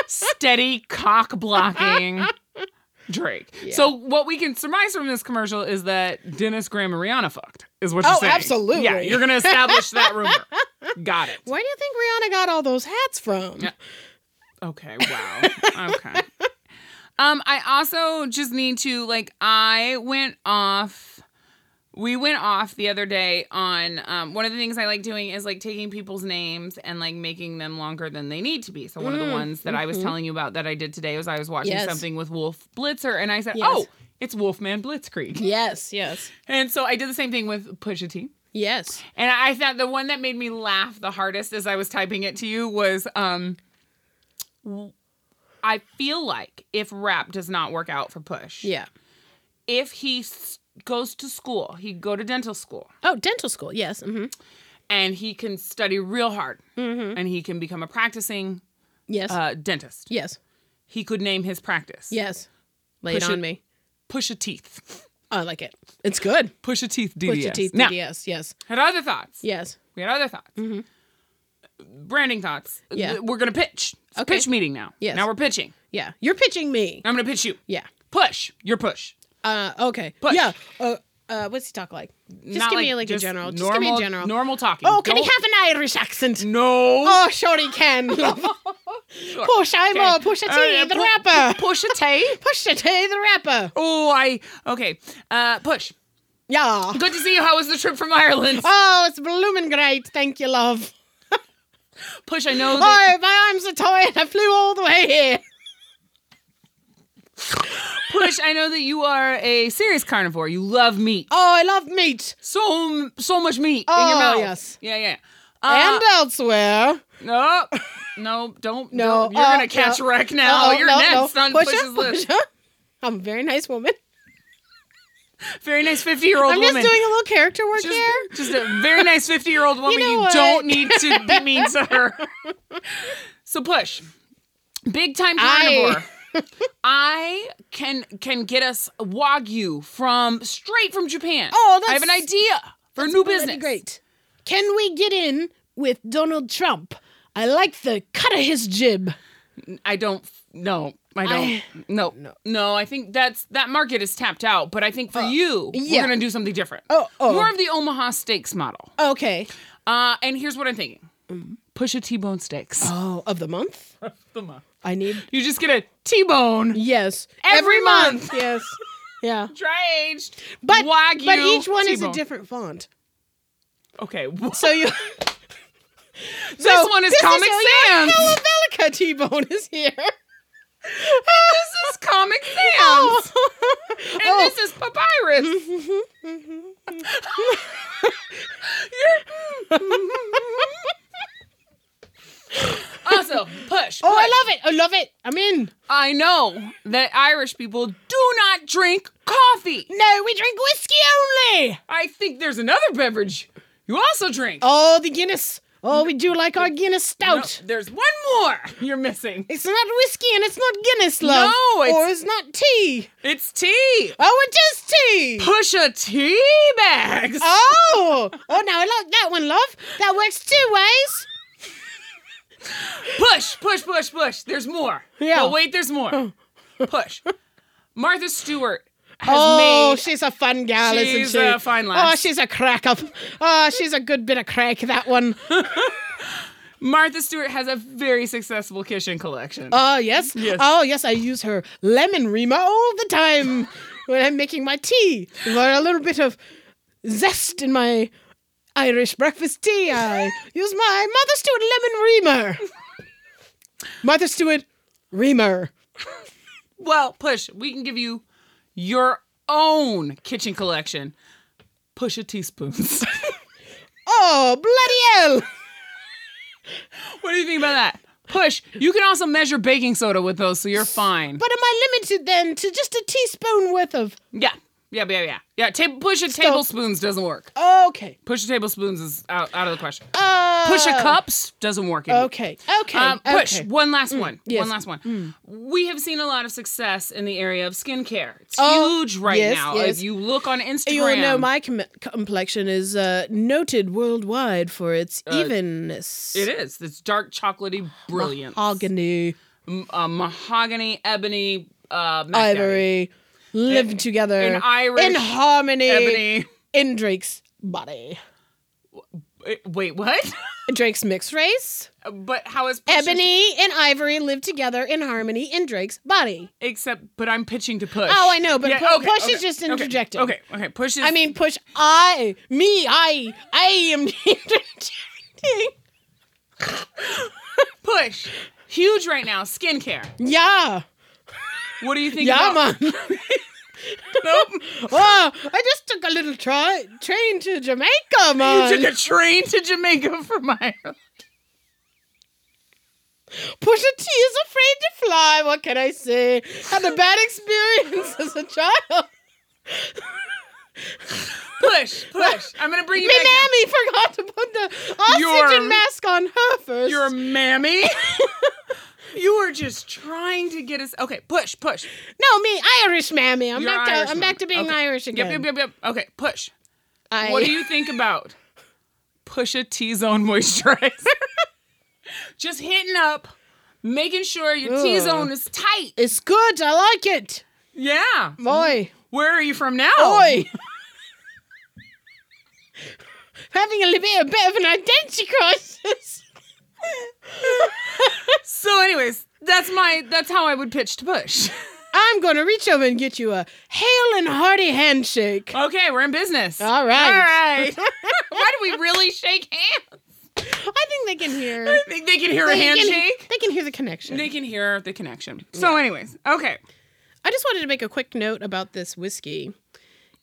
Speaker 2: steady cock blocking Drake.
Speaker 1: Yeah.
Speaker 2: So what we can surmise from this commercial is that Dennis Graham and Rihanna fucked. Is what
Speaker 1: Oh,
Speaker 2: you're saying?
Speaker 1: absolutely.
Speaker 2: Yeah, you're gonna establish that rumor. Got it.
Speaker 1: Where do you think Rihanna got all those hats from?
Speaker 2: Yeah. Okay, wow. okay. Um, I also just need to like I went off we went off the other day on um, one of the things I like doing is like taking people's names and like making them longer than they need to be. So one of the
Speaker 1: Mm,
Speaker 2: ones that I was telling you about that I did today was I was watching
Speaker 1: Yes.
Speaker 2: something with Wolf Blitzer and I said,
Speaker 1: Yes.
Speaker 2: "Oh, it's Wolfman Blitzkrieg."
Speaker 1: Yes, yes,
Speaker 2: And so I did the same thing with Pusha T.
Speaker 1: yes.
Speaker 2: And I thought the one that made me laugh the hardest as I was typing it to you was um w- I feel like if rap does not work out for Push,
Speaker 1: Yeah.
Speaker 2: if he s- goes to school, he go to dental school
Speaker 1: Oh, dental school. Yes. Mm-hmm.
Speaker 2: and he can study real hard and he can become a practicing
Speaker 1: Yes.
Speaker 2: uh, dentist.
Speaker 1: yes.
Speaker 2: He could name his practice.
Speaker 1: Yes. Lay it
Speaker 2: Push
Speaker 1: on
Speaker 2: it.
Speaker 1: me.
Speaker 2: Push a teeth.
Speaker 1: Oh, I like it. It's good.
Speaker 2: Push a teeth DDS.
Speaker 1: Push your teeth.
Speaker 2: Now,
Speaker 1: Yes. Yes.
Speaker 2: had other thoughts.
Speaker 1: Yes.
Speaker 2: We had other thoughts. Branding thoughts.
Speaker 1: Mm-hmm. Yeah.
Speaker 2: We're going to pitch. It's a
Speaker 1: Okay.
Speaker 2: pitch meeting now.
Speaker 1: Yes.
Speaker 2: Now we're pitching.
Speaker 1: Yeah. You're pitching me.
Speaker 2: I'm going to pitch you.
Speaker 1: Yeah.
Speaker 2: Push. Your push.
Speaker 1: Uh. Okay.
Speaker 2: Push.
Speaker 1: Yeah. Uh. uh, what's he talk like? Just
Speaker 2: Not
Speaker 1: give me like a
Speaker 2: just
Speaker 1: general. just
Speaker 2: Normal,
Speaker 1: give me a general.
Speaker 2: Normal talking.
Speaker 1: oh, can he
Speaker 2: Don't-
Speaker 1: have an Irish accent?
Speaker 2: No.
Speaker 1: Oh, sure he can.
Speaker 2: Sure.
Speaker 1: Push, I'm
Speaker 2: Okay.
Speaker 1: a Pusha T,
Speaker 2: All right,
Speaker 1: the
Speaker 2: pu-
Speaker 1: rapper.
Speaker 2: Push a T.
Speaker 1: Pusha T, the rapper.
Speaker 2: Oh, I okay. Uh, push.
Speaker 1: Yeah.
Speaker 2: Good to see you. How was the trip from Ireland?
Speaker 1: Oh, it's blooming great. Thank you, love.
Speaker 2: Push. I know. That,
Speaker 1: Oh, my arms are tired. I flew all the way here.
Speaker 2: push. I know that you are a serious carnivore. You love meat.
Speaker 1: Oh, I love meat.
Speaker 2: So so much meat in your
Speaker 1: Oh,
Speaker 2: mouth.
Speaker 1: yes.
Speaker 2: Yeah, yeah. Uh,
Speaker 1: and elsewhere.
Speaker 2: no, no, don't.
Speaker 1: No,
Speaker 2: No, you're
Speaker 1: uh,
Speaker 2: gonna catch
Speaker 1: no.
Speaker 2: wreck now.
Speaker 1: Uh-oh,
Speaker 2: Oh, you're
Speaker 1: Oh, no,
Speaker 2: next
Speaker 1: no.
Speaker 2: on
Speaker 1: Pusha,
Speaker 2: Push's list.
Speaker 1: Pusha. I'm a very nice woman.
Speaker 2: Very nice fifty-year-old
Speaker 1: I'm
Speaker 2: woman.
Speaker 1: just doing a little character work
Speaker 2: just,
Speaker 1: here.
Speaker 2: just a very nice 50 year old woman. You,
Speaker 1: know what?
Speaker 2: don't need to be mean to her. So push. Big time carnivore.
Speaker 1: I-
Speaker 2: I, can can get us wagyu from straight from Japan.
Speaker 1: Oh,
Speaker 2: I have an
Speaker 1: that's-
Speaker 2: idea for a new
Speaker 1: Well, that'd
Speaker 2: business.
Speaker 1: be Great. Can we get in with Donald Trump? I like the cut of his jib.
Speaker 2: I don't. No, I don't.
Speaker 1: I-
Speaker 2: no, no, I think that's that market is tapped out. But I think for you,
Speaker 1: Uh, yeah.
Speaker 2: we're gonna do something different.
Speaker 1: Oh, oh.
Speaker 2: more of the Omaha Steaks model.
Speaker 1: Okay.
Speaker 2: Uh, and here's what I'm thinking:
Speaker 1: Mm-hmm.
Speaker 2: push a T-bone steaks.
Speaker 1: Oh, of the month? I need.
Speaker 2: You just get a T-bone,
Speaker 1: Yes.
Speaker 2: Every month.
Speaker 1: yes. Yeah.
Speaker 2: dry aged,
Speaker 1: But,
Speaker 2: wagyu.
Speaker 1: but each one is a
Speaker 2: T-bone.
Speaker 1: different font.
Speaker 2: Okay, this
Speaker 1: So you. So
Speaker 2: one is
Speaker 1: this
Speaker 2: Comic
Speaker 1: oh, yeah,
Speaker 2: Sans. this
Speaker 1: Helivelica T-Bone is here.
Speaker 2: is Comic Sans, and
Speaker 1: Oh.
Speaker 2: this is Papyrus. You're- also, push.
Speaker 1: Oh,
Speaker 2: push.
Speaker 1: I love it. I love it. I'm in.
Speaker 2: I know that Irish people do not drink coffee.
Speaker 1: No, we drink whiskey only.
Speaker 2: I think there's another beverage you also drink.
Speaker 1: Oh, the Guinness. Oh, we do like our Guinness
Speaker 2: No,
Speaker 1: stout.
Speaker 2: there's one more you're missing.
Speaker 1: It's not whiskey and it's not Guinness, love.
Speaker 2: No, it's-
Speaker 1: Or it's not tea.
Speaker 2: It's tea.
Speaker 1: Oh, it is tea.
Speaker 2: Push a tea bags.
Speaker 1: Oh, oh, now I like that one, love. That works two ways.
Speaker 2: Push, push, push, push. There's more.
Speaker 1: Yeah.
Speaker 2: But wait, there's more. Push. Martha Stewart has
Speaker 1: oh,
Speaker 2: made.
Speaker 1: she's a fun gal,
Speaker 2: She's
Speaker 1: isn't she?
Speaker 2: a fine
Speaker 1: Oh,
Speaker 2: lass.
Speaker 1: she's a crack up. Oh, she's a good bit of crack, that one.
Speaker 2: Martha Stewart has a very successful kitchen collection.
Speaker 1: Oh, yes.
Speaker 2: Yes.
Speaker 1: Oh, yes, I use her lemon rima all the time when I'm making my tea. With a little bit of zest in my Irish breakfast tea, I use my Mother Stewart lemon reamer. Mother Stewart reamer.
Speaker 2: Well, push. We can give you your own kitchen collection. Push a teaspoons.
Speaker 1: Oh, bloody hell.
Speaker 2: what do you think about that? Push. You can also measure baking soda with those, so you're fine.
Speaker 1: But am I limited then to just a teaspoon worth of.
Speaker 2: yeah. Yeah, yeah, yeah. Yeah, ta- push a tablespoons doesn't work.
Speaker 1: Okay.
Speaker 2: Push a tablespoons is out, out of the question.
Speaker 1: Uh,
Speaker 2: Push a cups doesn't work. either.
Speaker 1: Okay. Okay.
Speaker 2: Um, push
Speaker 1: okay.
Speaker 2: one last one.
Speaker 1: yes. Mm.
Speaker 2: One last one. We have seen a lot of success in the area of skincare. It's
Speaker 1: Oh,
Speaker 2: huge right
Speaker 1: yes,
Speaker 2: now.
Speaker 1: yes.
Speaker 2: If you look on Instagram,
Speaker 1: You will know my com- complexion is uh, noted worldwide for its
Speaker 2: Uh,
Speaker 1: evenness.
Speaker 2: it is this dark chocolatey brilliance.
Speaker 1: Mahogany,
Speaker 2: M- uh, mahogany, ebony, uh, Mac Daddy.
Speaker 1: ivory, living together
Speaker 2: in Irish
Speaker 1: in harmony
Speaker 2: ebony.
Speaker 1: in Drake's body.
Speaker 2: Wait, Wait, what?
Speaker 1: Drake's mixed race,
Speaker 2: but how is push
Speaker 1: ebony and ivory live together in harmony in Drake's body.
Speaker 2: Except, but I'm pitching to push.
Speaker 1: Oh, I know, but pu- push is just
Speaker 2: okay,
Speaker 1: interjecting.
Speaker 2: Okay, okay, push is.
Speaker 1: I mean, push I, me, I, I am interjecting.
Speaker 2: push. Huge right now, skincare.
Speaker 1: Yeah,
Speaker 2: What do you think?
Speaker 1: yeah,
Speaker 2: about-
Speaker 1: man.
Speaker 2: Nope.
Speaker 1: Oh, I just took a little tri- train to Jamaica, man.
Speaker 2: You took a train to Jamaica from Ireland.
Speaker 1: Pusha T is afraid to fly. What can I say? Had a bad experience as a child.
Speaker 2: Push, push. I'm gonna bring you
Speaker 1: Me
Speaker 2: back. now.
Speaker 1: mammy forgot to put the oxygen
Speaker 2: You're-
Speaker 1: mask on her 1st
Speaker 2: You're a mammy. you were just trying to get us. Okay, push, push.
Speaker 1: no, me Irish mammy. I'm
Speaker 2: You're
Speaker 1: back to
Speaker 2: Irish
Speaker 1: I'm
Speaker 2: mammy.
Speaker 1: back to being
Speaker 2: Okay.
Speaker 1: Irish again.
Speaker 2: Yep, yep, yep, yep. Okay, push.
Speaker 1: I,
Speaker 2: What do you think about push a T zone moisturizer? just hitting up, making sure your T zone is tight.
Speaker 1: It's good. I like it.
Speaker 2: Yeah.
Speaker 1: Boy,
Speaker 2: Oh. Where are you from now?
Speaker 1: boy. having a little bit, a bit of an identity crisis.
Speaker 2: So, anyways, that's my that's how I would pitch to push.
Speaker 1: I'm going to reach over and get you a hail and hearty handshake.
Speaker 2: Okay, we're in business.
Speaker 1: All right.
Speaker 2: Oh. All right. Why do we really shake hands?
Speaker 1: I think they can hear.
Speaker 2: They, they can hear a
Speaker 1: they can-
Speaker 2: handshake.
Speaker 1: they can hear the connection.
Speaker 2: They can hear the connection. So, anyways, okay.
Speaker 1: I just wanted to make a quick note about this whiskey.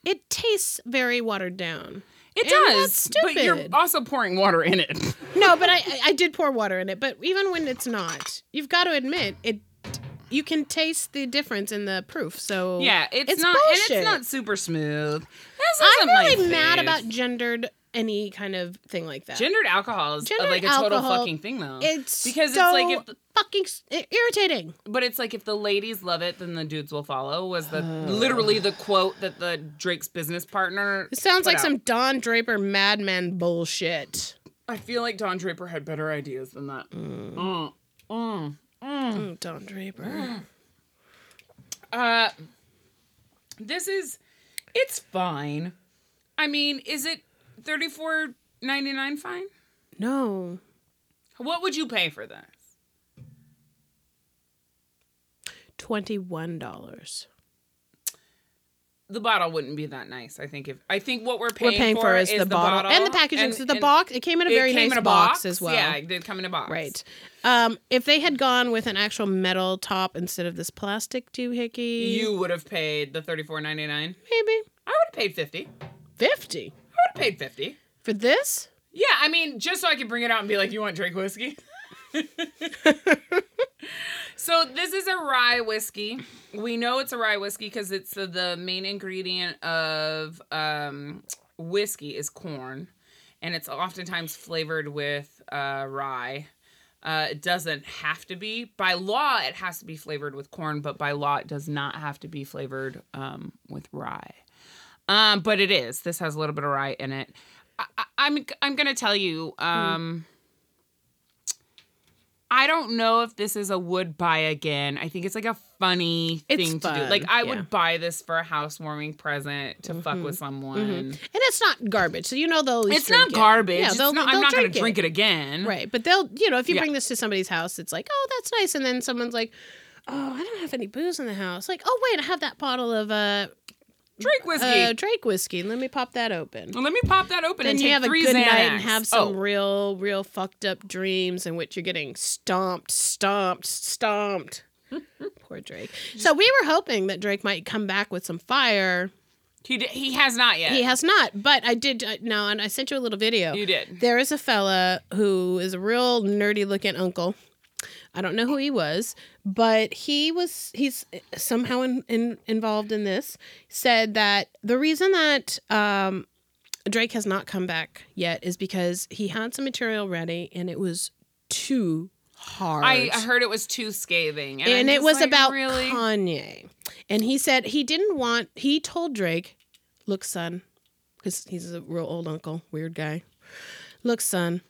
Speaker 1: It tastes very watered down.
Speaker 2: It
Speaker 1: And
Speaker 2: does,
Speaker 1: that's
Speaker 2: but you're
Speaker 1: stupid.
Speaker 2: also pouring water in it.
Speaker 1: No, but I, I- I did pour water in it. But even when it's not, you've got to admit it. You can taste the difference in the proof. So
Speaker 2: Yeah, it's,
Speaker 1: It's
Speaker 2: not and
Speaker 1: bullshit.
Speaker 2: it's not super smooth. This
Speaker 1: I'm
Speaker 2: isn't my
Speaker 1: really mad
Speaker 2: fave.
Speaker 1: about gendered any kind of thing like that.
Speaker 2: gendered alcohol is uh,
Speaker 1: Gendered
Speaker 2: like a total
Speaker 1: alcohol,
Speaker 2: fucking thing though.
Speaker 1: it's
Speaker 2: because
Speaker 1: so
Speaker 2: it's like if the-
Speaker 1: fucking s- i- irritating.
Speaker 2: but it's like if the ladies love it then the dudes will follow was the
Speaker 1: Oh.
Speaker 2: literally the quote that the Drake's business partner
Speaker 1: It sounds
Speaker 2: put
Speaker 1: like
Speaker 2: out.
Speaker 1: some Don Draper madman bullshit.
Speaker 2: I feel like Don Draper had better ideas than that. Mm. Mm.
Speaker 1: Oh, Don Draper.
Speaker 2: Uh, this is, it's fine. I mean, is it thirty four ninety nine fine?
Speaker 1: No.
Speaker 2: What would you pay for this?
Speaker 1: $21.
Speaker 2: The bottle wouldn't be that nice. I think if I think what we're
Speaker 1: We're
Speaker 2: paying,
Speaker 1: paying for is the, bottle. and the packaging.
Speaker 2: and-
Speaker 1: so the
Speaker 2: and
Speaker 1: box, it came in a
Speaker 2: it
Speaker 1: very
Speaker 2: came
Speaker 1: nice
Speaker 2: in a
Speaker 1: box, as well.
Speaker 2: Yeah, it did come in a box.
Speaker 1: Right. Um, if they had gone with an actual metal top instead of this plastic doohickey,
Speaker 2: You would have paid the thirty four ninety nine.
Speaker 1: maybe
Speaker 2: I would have paid fifty. I
Speaker 1: 50
Speaker 2: would have paid fifty.
Speaker 1: for this.
Speaker 2: Yeah, I mean, just so I could bring it out and be like, "You want Drake whiskey?" so this is a rye whiskey. We know it's a rye whiskey because it's the, the main ingredient of um, whiskey is corn, and it's oftentimes flavored with uh, rye. Uh, it doesn't have to be by law. It has to be flavored with corn, but by law, it does not have to be flavored um, with rye. Um, but it is. This has a little bit of rye in it. I, I, I'm I'm gonna tell you. Um, I don't know if this is a would buy again. I think it's like a funny
Speaker 1: It's
Speaker 2: thing to do.
Speaker 1: fun,
Speaker 2: Like I
Speaker 1: yeah. Mm-hmm.
Speaker 2: would buy this for a housewarming present to fuck with someone.
Speaker 1: And it's not garbage. So you know they'll. at least
Speaker 2: It's
Speaker 1: drink
Speaker 2: not garbage.
Speaker 1: It. Yeah,
Speaker 2: It's
Speaker 1: they'll,
Speaker 2: not-
Speaker 1: they'll
Speaker 2: I'm not
Speaker 1: drink
Speaker 2: gonna drink it again.
Speaker 1: Right. But they'll, you know, if you
Speaker 2: Yeah.
Speaker 1: bring this to somebody's house, it's like, oh, that's nice. And then someone's like, oh, I don't have any booze in the house. Like, oh, wait, I have that bottle of uh,
Speaker 2: Drink whiskey.
Speaker 1: uh, Drake whiskey. Let me pop that open.
Speaker 2: Well, let me pop that open
Speaker 1: Then
Speaker 2: and
Speaker 1: you
Speaker 2: take
Speaker 1: have a
Speaker 2: three
Speaker 1: good
Speaker 2: Xanax.
Speaker 1: night and have some
Speaker 2: Oh,
Speaker 1: real, real fucked up dreams in which you're getting stomped, stomped, stomped. Poor Drake. So we were hoping that Drake might come back with some fire.
Speaker 2: he d- he has not yet.
Speaker 1: He has not, but I did uh, no, and I sent you a little video.
Speaker 2: you did.
Speaker 1: There is a fella who is a real nerdy looking uncle. I don't know who he was, but he was he's somehow in, in, involved in this. Said that the reason that um, Drake has not come back yet is because he had some material ready and it was too hard.
Speaker 2: I, I heard it was too scathing, and,
Speaker 1: and
Speaker 2: I'm
Speaker 1: it
Speaker 2: just
Speaker 1: was
Speaker 2: like,
Speaker 1: about
Speaker 2: really.
Speaker 1: Kanye. And he said he didn't want. He told Drake, "Look, son," because he's a real old uncle, weird guy. Look, son.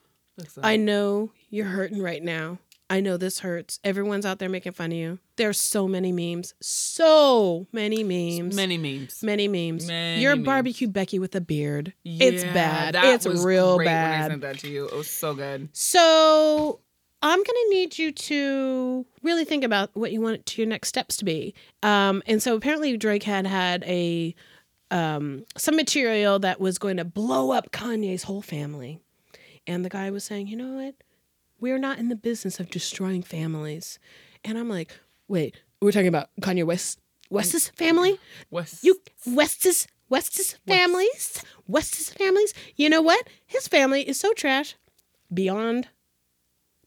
Speaker 1: I know you're hurting right now. I know this hurts. Everyone's out there making fun of you. There's so many memes. So many memes.
Speaker 2: many memes.
Speaker 1: Many memes.
Speaker 2: Many
Speaker 1: you're
Speaker 2: memes.
Speaker 1: barbecue Becky with a beard. it's
Speaker 2: Yeah,
Speaker 1: bad.
Speaker 2: that
Speaker 1: It's
Speaker 2: was
Speaker 1: real
Speaker 2: great When I
Speaker 1: bad.
Speaker 2: sent that to you, it was so good.
Speaker 1: So I'm going to need you to really think about what you want your next steps to be. Um, and so apparently Drake had had a um, some material that was going to blow up Kanye's whole family, and the guy was saying, you know what, we're not in the business of destroying families. And I'm like, wait, we're talking about Kanye West West's family?
Speaker 2: What's
Speaker 1: You West's West's families, West's families. You know what? His family is so trash. Beyond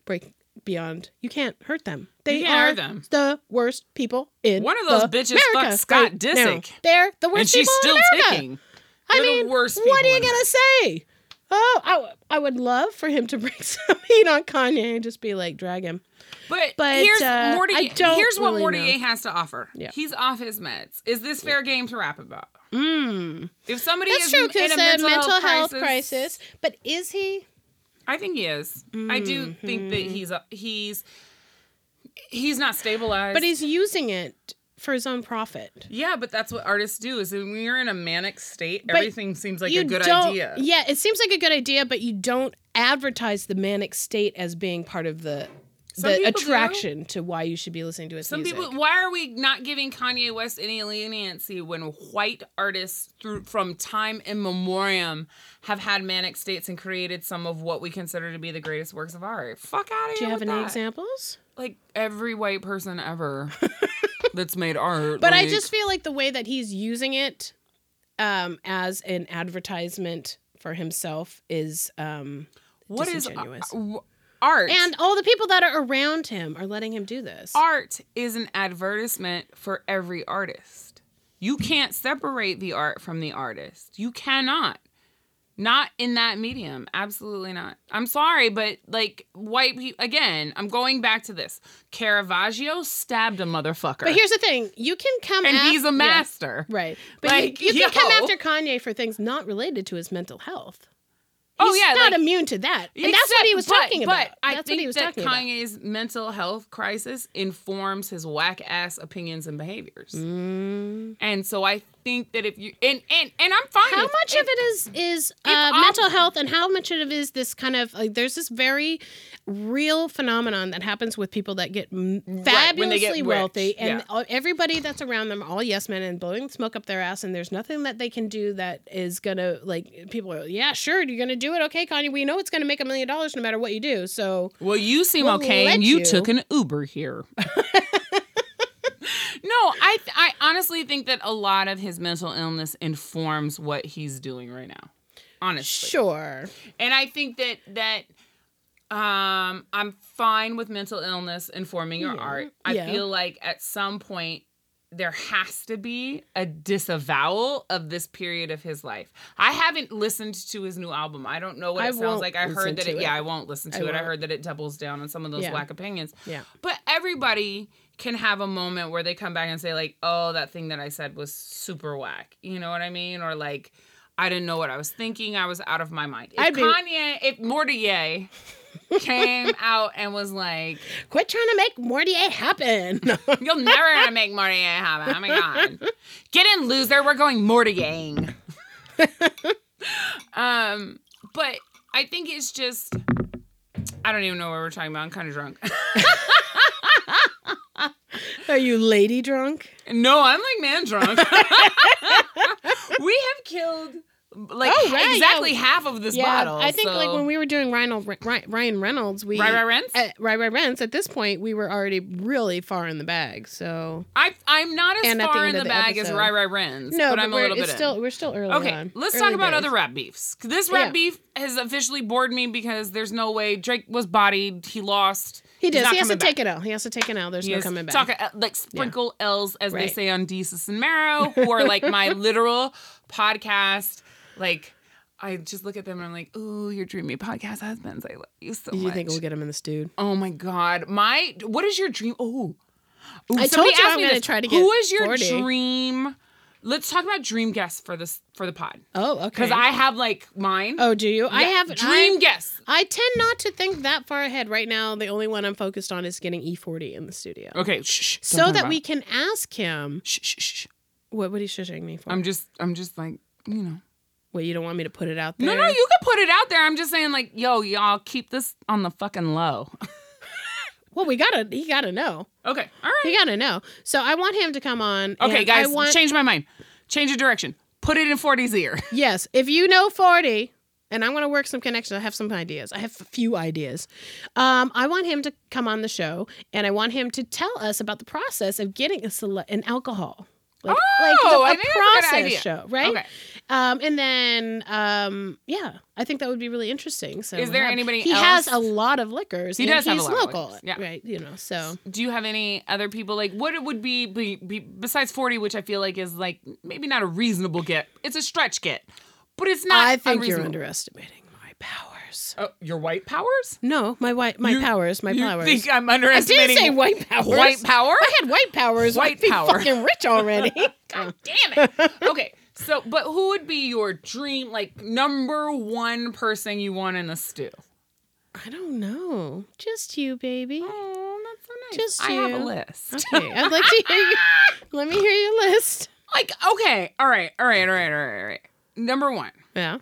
Speaker 1: break beyond. You can't hurt them. They
Speaker 2: can't
Speaker 1: are
Speaker 2: hurt them.
Speaker 1: the worst people in
Speaker 2: One of those
Speaker 1: the
Speaker 2: bitches
Speaker 1: America
Speaker 2: fucked Scott
Speaker 1: right now.
Speaker 2: Disick.
Speaker 1: They're the worst
Speaker 2: and she's
Speaker 1: people
Speaker 2: still
Speaker 1: in America.
Speaker 2: ticking.
Speaker 1: I
Speaker 2: They're
Speaker 1: mean,
Speaker 2: the worst
Speaker 1: what are
Speaker 2: people
Speaker 1: you
Speaker 2: in
Speaker 1: gonna say? Oh, I, w- I would love for him to bring some heat on Kanye and just be like, drag him.
Speaker 2: But,
Speaker 1: But,
Speaker 2: here's
Speaker 1: uh,
Speaker 2: Mortier,
Speaker 1: I don't
Speaker 2: here's what
Speaker 1: really
Speaker 2: Mortier has to offer.
Speaker 1: Yeah.
Speaker 2: He's off his meds. Is this fair game to rap about?
Speaker 1: Mm.
Speaker 2: If somebody
Speaker 1: That's
Speaker 2: Hmm. is
Speaker 1: true
Speaker 2: in
Speaker 1: because
Speaker 2: a
Speaker 1: a
Speaker 2: mental, health,
Speaker 1: crisis. But is he?
Speaker 2: I think he is. I do Mm-hmm. think that he's a, he's he's not stabilized.
Speaker 1: But he's using it for his own profit.
Speaker 2: Yeah, but that's what artists do. Is when you're in a manic state,
Speaker 1: But
Speaker 2: everything seems like a good
Speaker 1: don't,
Speaker 2: idea.
Speaker 1: Yeah, it seems like a good idea, but you don't advertise the manic state as being part of the
Speaker 2: Some
Speaker 1: the
Speaker 2: people do.
Speaker 1: attraction to why you should be listening to his
Speaker 2: Some
Speaker 1: music.
Speaker 2: people. Why are we not giving Kanye West any leniency when white artists, through from time immemorium, have had manic states and created some of what we consider to be the greatest works of art? Fuck out of here.
Speaker 1: do you have
Speaker 2: with
Speaker 1: any
Speaker 2: that.
Speaker 1: examples?
Speaker 2: Like every white person ever that's made art.
Speaker 1: But I
Speaker 2: like-
Speaker 1: just feel like the way that he's using it um, as an advertisement for himself is, um,
Speaker 2: what is
Speaker 1: disingenuous.
Speaker 2: uh, art?
Speaker 1: and all the people that are around him are letting him do this.
Speaker 2: art is an advertisement for every artist. You can't separate the art from the artist. You cannot. Not in that medium. Absolutely not. I'm sorry, but like white people, again, I'm going back to this. Caravaggio stabbed a motherfucker.
Speaker 1: But here's the thing: you can come
Speaker 2: and
Speaker 1: af-
Speaker 2: he's a
Speaker 1: Yeah,
Speaker 2: master.
Speaker 1: right? But
Speaker 2: Like,
Speaker 1: you, you can come
Speaker 2: yo.
Speaker 1: after Kanye for things not related to his mental health.
Speaker 2: Oh,
Speaker 1: He's
Speaker 2: yeah.
Speaker 1: not
Speaker 2: like-
Speaker 1: immune to that, and that's
Speaker 2: Except-
Speaker 1: what he was
Speaker 2: but-
Speaker 1: talking about.
Speaker 2: But I
Speaker 1: that's
Speaker 2: think
Speaker 1: what he was
Speaker 2: that
Speaker 1: talking about.
Speaker 2: Kanye's mental health crisis informs his whack ass opinions and behaviors. And so I think that if you and and and I'm fine.
Speaker 1: Mm. how
Speaker 2: with-
Speaker 1: much of it is is uh,
Speaker 2: all-
Speaker 1: mental health and how much of it is this kind of like there's this very real phenomenon that happens with people that get m-
Speaker 2: when they
Speaker 1: fabulously
Speaker 2: get rich,
Speaker 1: wealthy and
Speaker 2: yeah.
Speaker 1: all everybody that's around them are all yes men and blowing smoke up their ass and there's nothing that they can do that is gonna like people are yeah sure you're gonna do it okay Kanye we know it's gonna make a million dollars no matter what you do so
Speaker 2: Well, you seem
Speaker 1: We'll
Speaker 2: okay,
Speaker 1: let
Speaker 2: and you,
Speaker 1: you.
Speaker 2: took an Uber here. no, I I honestly think that a lot of his mental illness informs what he's doing right now. Honestly,
Speaker 1: sure
Speaker 2: and I think that that um I'm fine with mental illness informing your
Speaker 1: Yeah,
Speaker 2: art. I
Speaker 1: yeah.
Speaker 2: feel like at some point there has to be a disavowal of this period of his life. I haven't listened to his new album. I don't know what
Speaker 1: I
Speaker 2: it sounds
Speaker 1: won't
Speaker 2: like. I
Speaker 1: listen
Speaker 2: heard that
Speaker 1: to
Speaker 2: it,
Speaker 1: it.
Speaker 2: yeah, I won't listen to
Speaker 1: I
Speaker 2: it. I
Speaker 1: won't.
Speaker 2: heard that it doubles down on some of those
Speaker 1: Yeah.
Speaker 2: whack opinions.
Speaker 1: yeah
Speaker 2: But everybody can have a moment where they come back and say, like, oh, that thing that I said was super whack. You know what I mean? Or like, I didn't know what I was thinking. I was out of my mind. If
Speaker 1: I'd be-
Speaker 2: Kanye, if Mortier came out and was like,
Speaker 1: quit trying to make Mortier happen
Speaker 2: you'll never gonna make Mortier happen. Oh my God. Get in, loser. We're going Mortiering. um, but I think it's just, I don't even know what we're talking about. I'm kind of drunk.
Speaker 1: are you lady drunk
Speaker 2: No, I'm like man drunk. we have killed like
Speaker 1: Oh, right,
Speaker 2: exactly
Speaker 1: yeah.
Speaker 2: half of this bottle.
Speaker 1: I think
Speaker 2: so-
Speaker 1: like when we were doing Ryan, Ryan, Ryan Reynolds, we
Speaker 2: Ryan Reynolds?
Speaker 1: at, Ryan, Ryan Reynolds. At this point, we were already really far in the bag. So
Speaker 2: I I'm not as
Speaker 1: And at the
Speaker 2: far
Speaker 1: end
Speaker 2: in the,
Speaker 1: of the
Speaker 2: bag as
Speaker 1: episode.
Speaker 2: Rai Rai Ren's,
Speaker 1: no,
Speaker 2: but,
Speaker 1: but,
Speaker 2: I'm a
Speaker 1: we're
Speaker 2: little bit
Speaker 1: it's
Speaker 2: in.
Speaker 1: still we're still early.
Speaker 2: Okay,
Speaker 1: on,
Speaker 2: let's
Speaker 1: early
Speaker 2: talk about
Speaker 1: days.
Speaker 2: other rap beefs. 'Cause This rap
Speaker 1: Yeah.
Speaker 2: beef has officially bored me because there's no way Drake was bodied. He lost.
Speaker 1: He
Speaker 2: He's
Speaker 1: does.
Speaker 2: not
Speaker 1: He has to
Speaker 2: coming back.
Speaker 1: take it out. He has to take it out. There's no
Speaker 2: Yes.
Speaker 1: coming back.
Speaker 2: Talk uh, like sprinkle L's as they
Speaker 1: Right.
Speaker 2: say on Desus and Marrow, who are like my literal podcast. Like I just look at them and I'm like, ooh, your dreamy podcast husbands. I love you so
Speaker 1: you
Speaker 2: much.
Speaker 1: think we'll get him in this dude?
Speaker 2: oh my god, my what is your dream? Oh, Ooh,
Speaker 1: I
Speaker 2: somebody
Speaker 1: told you
Speaker 2: asked
Speaker 1: I'm
Speaker 2: me
Speaker 1: gonna
Speaker 2: this.
Speaker 1: try to
Speaker 2: Who
Speaker 1: get
Speaker 2: is your
Speaker 1: 40.
Speaker 2: dream? Let's talk about dream guests for this for the pod
Speaker 1: Oh, okay.
Speaker 2: because I have like mine.
Speaker 1: oh, do you? I
Speaker 2: Yeah,
Speaker 1: have
Speaker 2: dream
Speaker 1: I,
Speaker 2: guests.
Speaker 1: I tend not to think that far ahead. Right now, the only one I'm focused on is getting E40 in the studio,
Speaker 2: Okay, shh, shh, don't
Speaker 1: so
Speaker 2: talk
Speaker 1: that
Speaker 2: about
Speaker 1: we
Speaker 2: it.
Speaker 1: can ask him
Speaker 2: Shh, shh, shh. shh.
Speaker 1: what what he's shushing me for.
Speaker 2: I'm just I'm just like you know.
Speaker 1: Wait, you don't want me to put it out there?
Speaker 2: No, no, you can put it out there. I'm just saying, like, yo, y'all keep this on the fucking low.
Speaker 1: Well, we gotta. He gotta know.
Speaker 2: Okay, all
Speaker 1: You gotta know. So I want him to come on.
Speaker 2: Okay,
Speaker 1: and
Speaker 2: guys,
Speaker 1: I want,
Speaker 2: change my mind. Change the direction. Put it in 40's ear.
Speaker 1: yes, if you know forty, and I'm gonna work some connections. I have some ideas. I have a few ideas. Um, I want him to come on the show, and I want him to tell us about the process of getting a sele- an alcohol. Like,
Speaker 2: Oh, I
Speaker 1: like
Speaker 2: think
Speaker 1: the, a
Speaker 2: that's a good idea.
Speaker 1: process show, right?
Speaker 2: Okay.
Speaker 1: Um, and then, um, yeah, I think that would be really interesting. So,
Speaker 2: Is there
Speaker 1: have-
Speaker 2: anybody
Speaker 1: He
Speaker 2: else?
Speaker 1: has a lot of liquors.
Speaker 2: He
Speaker 1: and
Speaker 2: does have a
Speaker 1: he's
Speaker 2: lot of
Speaker 1: local,
Speaker 2: liquors, yeah.
Speaker 1: right? You know, so
Speaker 2: Do you have any other people like what it would be, be, be besides 40, which I feel like is like maybe not a reasonable get. It's a stretch get, but it's not.
Speaker 1: I think you're
Speaker 2: unreasonable.
Speaker 1: underestimating my powers.
Speaker 2: Oh, your white powers.
Speaker 1: No, my white, my powers, my
Speaker 2: You
Speaker 1: powers.
Speaker 2: think I'm
Speaker 1: I didn't
Speaker 2: underestimating
Speaker 1: say white powers.
Speaker 2: white power?
Speaker 1: I had white powers.
Speaker 2: White
Speaker 1: I'd be
Speaker 2: power.
Speaker 1: Fucking rich already.
Speaker 2: God damn it. Okay. So, but who would be your dream, like number one person you want in the stew?
Speaker 1: I don't know. Just you, baby.
Speaker 2: Oh, that's so nice.
Speaker 1: Just
Speaker 2: I have a
Speaker 1: you.
Speaker 2: list.
Speaker 1: Okay, I'd like to hear you. Let me hear your list.
Speaker 2: Like, okay, all right, all right, all right, all right, all right. Number one,
Speaker 1: Yeah.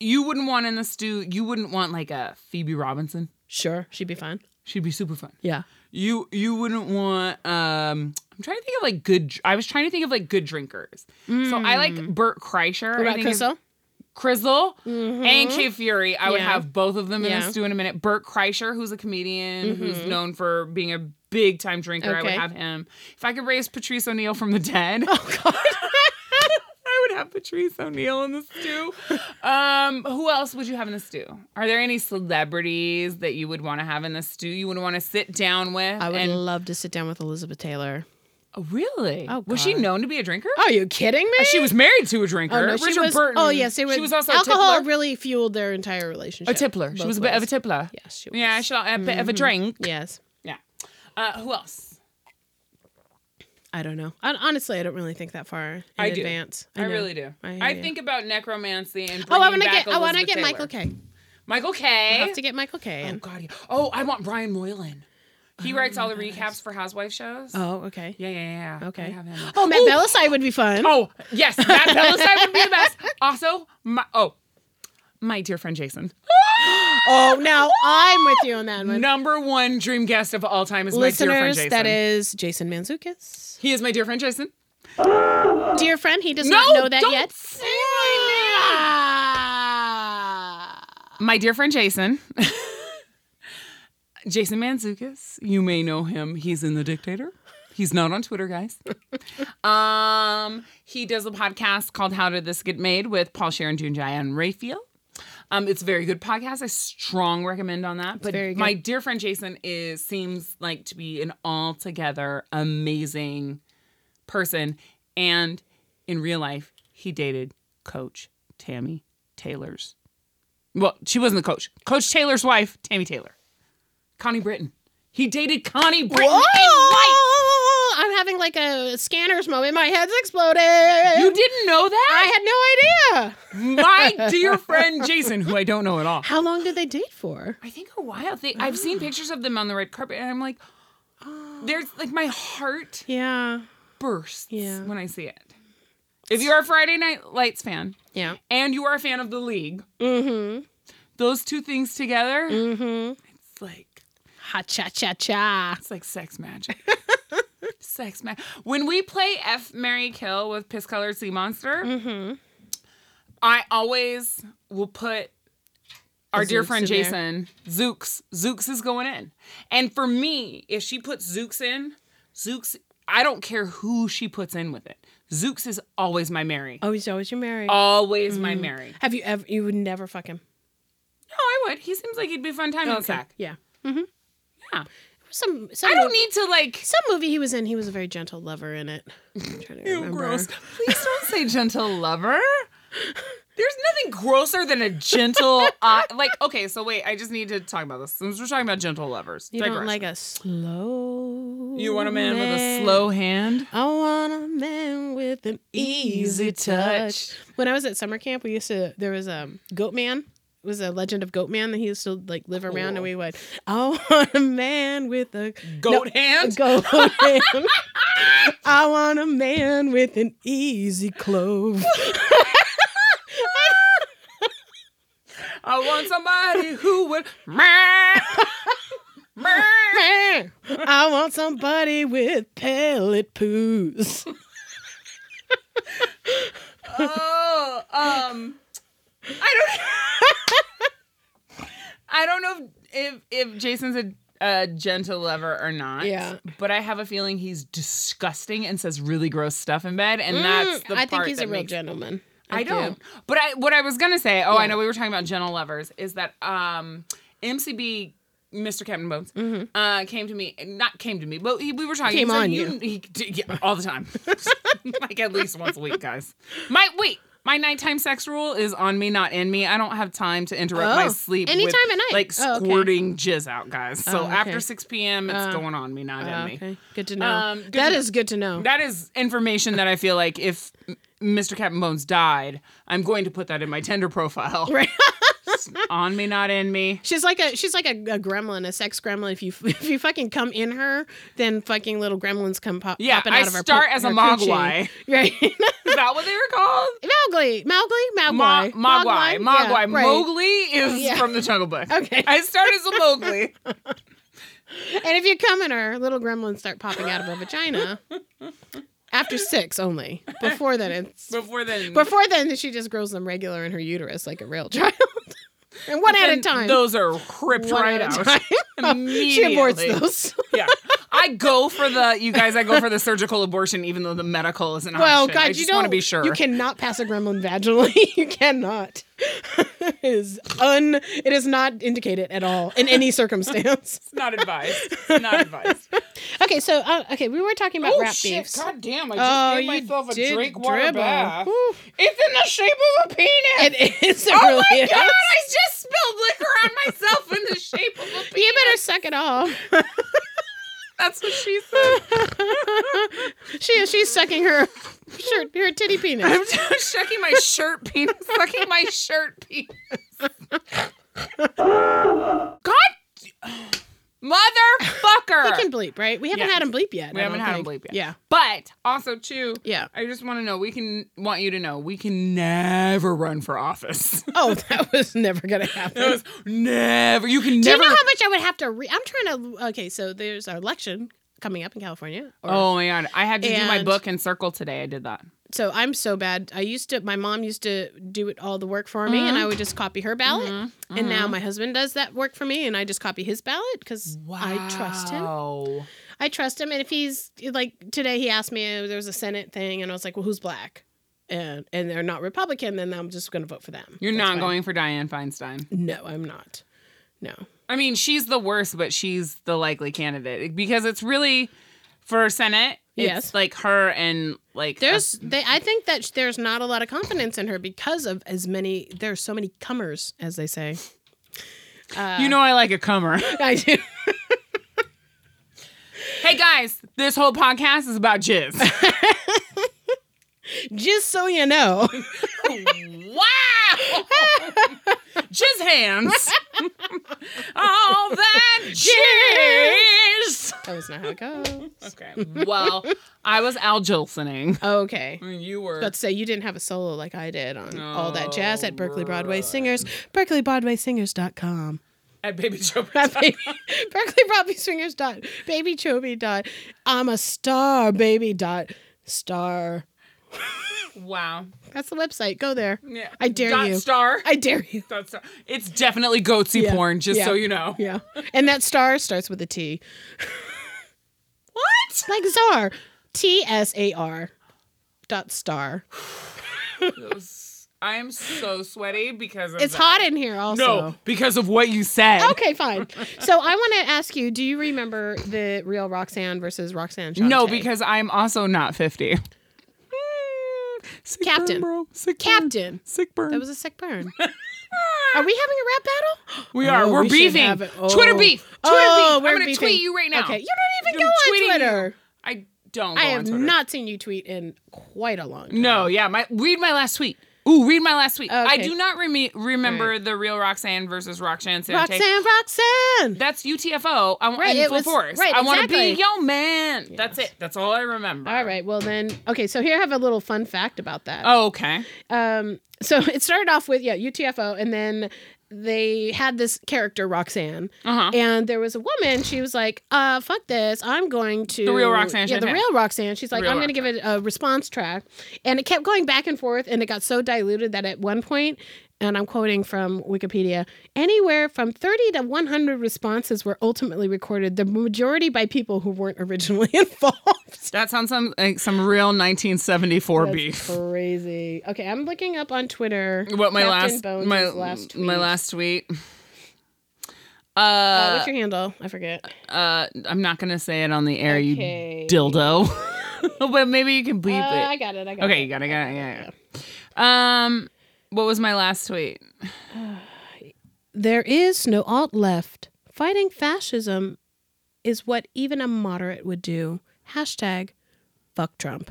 Speaker 2: you wouldn't want in the stew. You wouldn't want like a Phoebe Robinson.
Speaker 1: Sure. She'd be fine.
Speaker 2: She'd be super fun.
Speaker 1: Yeah.
Speaker 2: You you wouldn't want. um I'm trying to think of like good. dr- I was trying to think of like good drinkers. So I like Burt Kreischer.
Speaker 1: What
Speaker 2: I
Speaker 1: about
Speaker 2: think is-
Speaker 1: Crystal?
Speaker 2: Krizzle and Kay Fury. I would
Speaker 1: Mm-hmm. Yeah.
Speaker 2: have both of them in
Speaker 1: Yeah. Mm-hmm.
Speaker 2: a stew in a minute. Bert Kreischer, who's a comedian who's known for being a big time drinker, I would
Speaker 1: Okay.
Speaker 2: have him. If I could raise Patrice O'Neill from the dead,
Speaker 1: Oh God.
Speaker 2: I would have Patrice O'Neill in the stew. Um, who else would you have in the stew? Are there any celebrities that you would want to have in the stew? You would want to sit down with?
Speaker 1: I would
Speaker 2: and-
Speaker 1: love to sit down with Elizabeth Taylor.
Speaker 2: Oh, really?
Speaker 1: Oh,
Speaker 2: was she
Speaker 1: God.
Speaker 2: known to be a drinker?
Speaker 1: Are you kidding me?
Speaker 2: She was married to a drinker.
Speaker 1: Oh, no,
Speaker 2: Richard
Speaker 1: she was,
Speaker 2: Burton.
Speaker 1: Oh yes, it was.
Speaker 2: she was also
Speaker 1: alcohol
Speaker 2: a tippler.
Speaker 1: really fueled their entire relationship.
Speaker 2: A tippler. She
Speaker 1: both
Speaker 2: was a bit of a
Speaker 1: ways.
Speaker 2: tippler.
Speaker 1: Yes, she was.
Speaker 2: Yeah, she a bit
Speaker 1: Mm-hmm.
Speaker 2: of a drink.
Speaker 1: yes.
Speaker 2: Yeah. Uh, who else?
Speaker 1: I don't know. I, honestly, I don't really think that far in
Speaker 2: I do.
Speaker 1: advance.
Speaker 2: I,
Speaker 1: know.
Speaker 2: really do.
Speaker 1: I
Speaker 2: I,
Speaker 1: hear you.
Speaker 2: think about necromancy and
Speaker 1: Oh,
Speaker 2: bringing
Speaker 1: I want to
Speaker 2: back
Speaker 1: get. I want to
Speaker 2: Elizabeth
Speaker 1: get
Speaker 2: Taylor.
Speaker 1: Michael K.
Speaker 2: Michael
Speaker 1: I
Speaker 2: K.
Speaker 1: have to get Michael K.
Speaker 2: oh
Speaker 1: In.
Speaker 2: God. yeah. Oh, I want Brian Moylan. He writes all the recaps for housewife shows.
Speaker 1: Oh, okay.
Speaker 2: Yeah, yeah, yeah.
Speaker 1: Okay.
Speaker 2: I have him.
Speaker 1: Oh, Matt
Speaker 2: Ooh.
Speaker 1: Bellassai would be fun.
Speaker 2: Oh, yes, Matt Bellassai would be the best. Also, my oh, my dear friend Jason.
Speaker 1: Oh, now I'm with you on that one.
Speaker 2: Number one dream guest of all time is my dear friend
Speaker 1: Listeners,
Speaker 2: Jason.
Speaker 1: that is Jason Manzukis.
Speaker 2: He is my dear friend Jason.
Speaker 1: Dear friend, he does
Speaker 2: No,
Speaker 1: not know that
Speaker 2: don't
Speaker 1: yet.
Speaker 2: say my name. My dear friend Jason. Jason Manzukis, you may know him. He's in The Dictator. He's not on Twitter, guys. um, he does a podcast called How Did This Get Made with Paul Sharon Junjai and Raphael. Um, it's a very good podcast. I strong recommend on that. But
Speaker 1: very good.
Speaker 2: my dear friend Jason is seems like to be an altogether amazing person. And in real life, he dated Coach Tammy Taylor's. Well, she wasn't the coach. Coach Taylor's wife, Tammy Taylor. Connie Britton. He dated Connie Britton.
Speaker 1: Whoa! I'm having like a scanners moment. My head's exploding.
Speaker 2: You didn't know
Speaker 1: I
Speaker 2: that?
Speaker 1: had no idea.
Speaker 2: My dear friend Jason, who I don't know at all.
Speaker 1: How long did they date for?
Speaker 2: I think a while. They, I've seen pictures of them on the red carpet, and I'm like, there's like my heart
Speaker 1: Yeah.
Speaker 2: bursts
Speaker 1: Yeah.
Speaker 2: when I see it. If you're a Friday Night Lights fan
Speaker 1: Yeah.
Speaker 2: and you are a fan of the league,
Speaker 1: Mm-hmm.
Speaker 2: those two things together,
Speaker 1: Mm-hmm.
Speaker 2: it's like
Speaker 1: Ha cha cha cha.
Speaker 2: It's like sex magic. sex magic. When we play F Mary Kill with Piss Colored Sea Monster,
Speaker 1: Mm-hmm.
Speaker 2: I always will put our dear
Speaker 1: Zooks
Speaker 2: friend
Speaker 1: in there.
Speaker 2: Jason, Zooks. Zooks is going in. And for me, if she puts Zooks in, Zooks, I don't care who she puts in with it. Zooks is always my Mary.
Speaker 1: Oh, Mm-hmm. he's always your Mary.
Speaker 2: Always my Mary.
Speaker 1: Have you ever? You would never fuck him.
Speaker 2: No, I would. He seems like he'd be a fun time in sack.
Speaker 1: Yeah. Mm-hmm.
Speaker 2: Yeah.
Speaker 1: Some. some
Speaker 2: I don't
Speaker 1: mov-
Speaker 2: need to like
Speaker 1: Some movie he was in. He was a very gentle lover in it. I'm trying to
Speaker 2: Ew,
Speaker 1: remember.
Speaker 2: gross. Please don't say gentle lover. There's nothing grosser than a gentle, uh, like, okay, so wait, I just need to talk about this. Since we're talking about gentle lovers,
Speaker 1: You don't
Speaker 2: digression.
Speaker 1: like a slow.
Speaker 2: you want a man with a slow hand?
Speaker 1: I want a man with an easy
Speaker 2: Easy touch.
Speaker 1: touch. When I was at summer camp, we used to there was um Goat Man. It was a legend of Goat Man that he used to like live around, and
Speaker 2: Cool.
Speaker 1: we would. I want a man with a
Speaker 2: Goat
Speaker 1: a
Speaker 2: hand?
Speaker 1: goat hand. I want a man with an easy clove.
Speaker 2: I want somebody who would. Meh. Meh.
Speaker 1: I want somebody with pellet poos.
Speaker 2: oh, um, I don't. I don't know if if, if Jason's a, a gentle lover or not.
Speaker 1: Yeah.
Speaker 2: but I have a feeling he's disgusting and says really gross stuff in bed, and that's the
Speaker 1: Mm, I think
Speaker 2: part
Speaker 1: he's
Speaker 2: that
Speaker 1: a real
Speaker 2: makes-
Speaker 1: gentleman.
Speaker 2: I
Speaker 1: do.
Speaker 2: don't. But I what I was gonna say. Oh, I
Speaker 1: Yeah.
Speaker 2: know we were talking about gentle lovers. Is that um, MCB. Mr. Captain Bones uh, came to me, not came to me, but he, we were talking.
Speaker 1: Mm-hmm. Came
Speaker 2: he said,
Speaker 1: on you.
Speaker 2: he, d- yeah, all the time, like at least once a week, guys. My wait, my nighttime sex rule is on me, not in me. I don't have time to interrupt my
Speaker 1: Oh,
Speaker 2: sleep.
Speaker 1: anytime
Speaker 2: with,
Speaker 1: at night.
Speaker 2: like
Speaker 1: Oh, okay.
Speaker 2: squirting jizz out, guys. So
Speaker 1: Oh, okay.
Speaker 2: after six p.m., it's
Speaker 1: Uh,
Speaker 2: going on me, not in me.
Speaker 1: Okay, good to know.
Speaker 2: Um, good
Speaker 1: that
Speaker 2: to-
Speaker 1: is good to know.
Speaker 2: That is information that I feel like if M- Mr. Captain Bones died, I'm going to put that in my Tinder profile.
Speaker 1: Right.
Speaker 2: It's on me, not in me.
Speaker 1: She's like a she's like a, a gremlin, a sex gremlin. If you if you fucking come in her, then fucking little gremlins come pop,
Speaker 2: Yeah,
Speaker 1: popping
Speaker 2: I
Speaker 1: out of her.
Speaker 2: start
Speaker 1: po-
Speaker 2: as a
Speaker 1: her coochie.
Speaker 2: mogwai.
Speaker 1: right?
Speaker 2: Is that what they were called?
Speaker 1: Mowgli, Mowgli,
Speaker 2: Ma-
Speaker 1: Mowgli,
Speaker 2: Mogwai. Mogwai.
Speaker 1: Yeah, right.
Speaker 2: Mowgli is
Speaker 1: Yeah.
Speaker 2: from the Jungle Book.
Speaker 1: Okay.
Speaker 2: I start as a Mowgli.
Speaker 1: And if you come in her, little gremlins start popping out of her vagina. After six only. Before then, it's
Speaker 2: Before then.
Speaker 1: before then she just grows them regular in her uterus like a real child, and one at a
Speaker 2: then
Speaker 1: time.
Speaker 2: Those are ripped
Speaker 1: One
Speaker 2: right
Speaker 1: at a
Speaker 2: out.
Speaker 1: time. she aborts
Speaker 2: Immediately.
Speaker 1: those.
Speaker 2: yeah. I go for the you guys. I go for the surgical abortion, even though the medical is an
Speaker 1: Well,
Speaker 2: option.
Speaker 1: God,
Speaker 2: Oh, I
Speaker 1: you
Speaker 2: just
Speaker 1: don't
Speaker 2: want to be sure.
Speaker 1: You cannot pass a gremlin vaginally. you cannot. it is un. It is not indicated at all in any circumstance.
Speaker 2: It's not advised. It's Not advised.
Speaker 1: Okay, so uh, okay, we were talking about
Speaker 2: oh
Speaker 1: rat
Speaker 2: shit!
Speaker 1: beefs.
Speaker 2: God damn! I just
Speaker 1: Oh,
Speaker 2: gave
Speaker 1: you
Speaker 2: myself a
Speaker 1: did
Speaker 2: drink water
Speaker 1: dribble.
Speaker 2: bath.
Speaker 1: Whew.
Speaker 2: It's in the shape of a penis.
Speaker 1: It is. It
Speaker 2: oh
Speaker 1: really
Speaker 2: my
Speaker 1: is.
Speaker 2: god! I just spilled liquor on myself in the shape of a penis.
Speaker 1: You better suck it off.
Speaker 2: That's what she said.
Speaker 1: she she's sucking her shirt, her titty penis.
Speaker 2: I'm just checking my shirt penis, sucking my shirt penis. God, motherfucker!
Speaker 1: We can bleep, right? We haven't
Speaker 2: Yeah.
Speaker 1: had him bleep yet.
Speaker 2: We
Speaker 1: I
Speaker 2: haven't
Speaker 1: don't
Speaker 2: had 'em
Speaker 1: think.
Speaker 2: bleep yet.
Speaker 1: Yeah,
Speaker 2: But also too,
Speaker 1: yeah.
Speaker 2: I just want to know. We can want you to know. We can never run for office.
Speaker 1: Oh, that was never gonna
Speaker 2: That
Speaker 1: happen.
Speaker 2: was never. You can
Speaker 1: Do you
Speaker 2: never.
Speaker 1: know how much I would have to? Re- I'm trying to. Okay, so there's our election coming up in California. or-
Speaker 2: Oh my god! I had to do my
Speaker 1: And-
Speaker 2: book and circle today. I did that.
Speaker 1: So I'm so bad. I used to. My mom used to do it all the work for me,
Speaker 2: Mm-hmm.
Speaker 1: and I would just copy her ballot. And now my husband does that work for me, and I just copy his ballot because I trust him.
Speaker 2: Wow.
Speaker 1: I trust him. And if he's like today, he asked me uh, there was a Senate thing, and I was like, well, who's black? And and they're not Republican, then I'm just going to vote for them.
Speaker 2: You're
Speaker 1: That's
Speaker 2: not
Speaker 1: fine.
Speaker 2: going for Diane Feinstein.
Speaker 1: No, I'm not. No.
Speaker 2: I mean, she's the worst, but she's the likely candidate because it's really for Senate. It's
Speaker 1: Yes.
Speaker 2: like her and like
Speaker 1: There's they. I think that sh- there's not a lot of confidence in her because of as many. There's so many comers, as they say.
Speaker 2: a- you know I like a comer.
Speaker 1: I do.
Speaker 2: hey guys, this whole podcast is about jizz.
Speaker 1: Just so you know.
Speaker 2: wow, jizz hands. All that jizz.
Speaker 1: That was not how it goes.
Speaker 2: Okay. Well, I was Al Jolsoning.
Speaker 1: Okay.
Speaker 2: You were.
Speaker 1: But say you didn't have a solo like I did on all that jazz at Berkeley Broadway
Speaker 2: Alright.
Speaker 1: Singers, berkeleybroadwaysingers.com.
Speaker 2: at Baby Joe.
Speaker 1: Not baby, Berkeley Broadway Singers dot baby Chobi dot I'm a star baby dot star.
Speaker 2: Wow.
Speaker 1: That's the website. Go there.
Speaker 2: Yeah.
Speaker 1: I dare
Speaker 2: Dot
Speaker 1: you.
Speaker 2: Star.
Speaker 1: I dare you.
Speaker 2: Dot star. It's definitely goatsy
Speaker 1: Yeah.
Speaker 2: porn, just
Speaker 1: Yeah.
Speaker 2: so you know.
Speaker 1: Yeah, and that star starts with a T,
Speaker 2: What?
Speaker 1: like czar, T S A R, dot star.
Speaker 2: I am so sweaty because of
Speaker 1: It's
Speaker 2: that.
Speaker 1: hot in here also.
Speaker 2: No, because of what you said.
Speaker 1: Okay, fine. So I want to ask you: Do you remember the real Roxanne versus Roxanne? Shante?
Speaker 2: No, because I'm also not 50. Sick
Speaker 1: Captain.
Speaker 2: Burn, bro. Sick Burn.
Speaker 1: Captain.
Speaker 2: Sick burn.
Speaker 1: That was a sick burn. Are we having a rap battle?
Speaker 2: we are.
Speaker 1: Oh,
Speaker 2: we're
Speaker 1: we should
Speaker 2: beefing.
Speaker 1: have it.
Speaker 2: Twitter
Speaker 1: Oh.
Speaker 2: beef. Twitter
Speaker 1: Oh,
Speaker 2: beef.
Speaker 1: we're
Speaker 2: I'm gonna
Speaker 1: beefing.
Speaker 2: tweet you right now.
Speaker 1: Okay, you don't even
Speaker 2: I'm
Speaker 1: go on
Speaker 2: tweeting you.
Speaker 1: Twitter.
Speaker 2: I don't. Go
Speaker 1: I
Speaker 2: on
Speaker 1: have
Speaker 2: Twitter.
Speaker 1: not seen you tweet in quite a long time.
Speaker 2: No, yeah. My read my last tweet. Ooh, read my last tweet. I
Speaker 1: Oh. Okay.
Speaker 2: do not reme remember
Speaker 1: Alright.
Speaker 2: the real Roxanne versus Roxanne Sante.
Speaker 1: Roxanne, Roxanne.
Speaker 2: That's UTFO. I want
Speaker 1: Right,
Speaker 2: in
Speaker 1: it
Speaker 2: full
Speaker 1: was-
Speaker 2: force.
Speaker 1: right,
Speaker 2: I want to be
Speaker 1: exactly.
Speaker 2: yo man. That's it. That's all I remember.
Speaker 1: All right, well then, okay. So here I have a little fun fact about that.
Speaker 2: Oh, okay.
Speaker 1: Um, so it started off with yeah UTFO, and then they had this character Roxanne,
Speaker 2: Uh huh.
Speaker 1: and there was a woman. She was like, "Uh, fuck this. I'm going to
Speaker 2: The real Roxanne
Speaker 1: Yeah, the
Speaker 2: Shanahan.
Speaker 1: real Roxanne. She's like,
Speaker 2: real
Speaker 1: I'm going to give it a response track, and it kept going back and forth, and it got so diluted that at one point, and I'm quoting from Wikipedia, anywhere from 30 to 100 responses were ultimately recorded. The majority by people who weren't originally involved.
Speaker 2: That sounds some like some real 1974 beef.
Speaker 1: Crazy. Okay, I'm looking up on Twitter.
Speaker 2: What my
Speaker 1: Captain
Speaker 2: last
Speaker 1: Bones'
Speaker 2: my
Speaker 1: last tweet.
Speaker 2: my last tweet. Uh,
Speaker 1: Uh, what's your handle? I forget.
Speaker 2: uh, I'm not gonna say it on the air,
Speaker 1: Okay.
Speaker 2: you dildo. but maybe you can bleep
Speaker 1: Uh, I
Speaker 2: it.
Speaker 1: got it. I got
Speaker 2: Okay,
Speaker 1: it.
Speaker 2: you got it, got it, yeah, yeah. Um, what was my last tweet?
Speaker 1: There is no alt left. Fighting fascism is what even a moderate would do. Hashtag fuck Trump.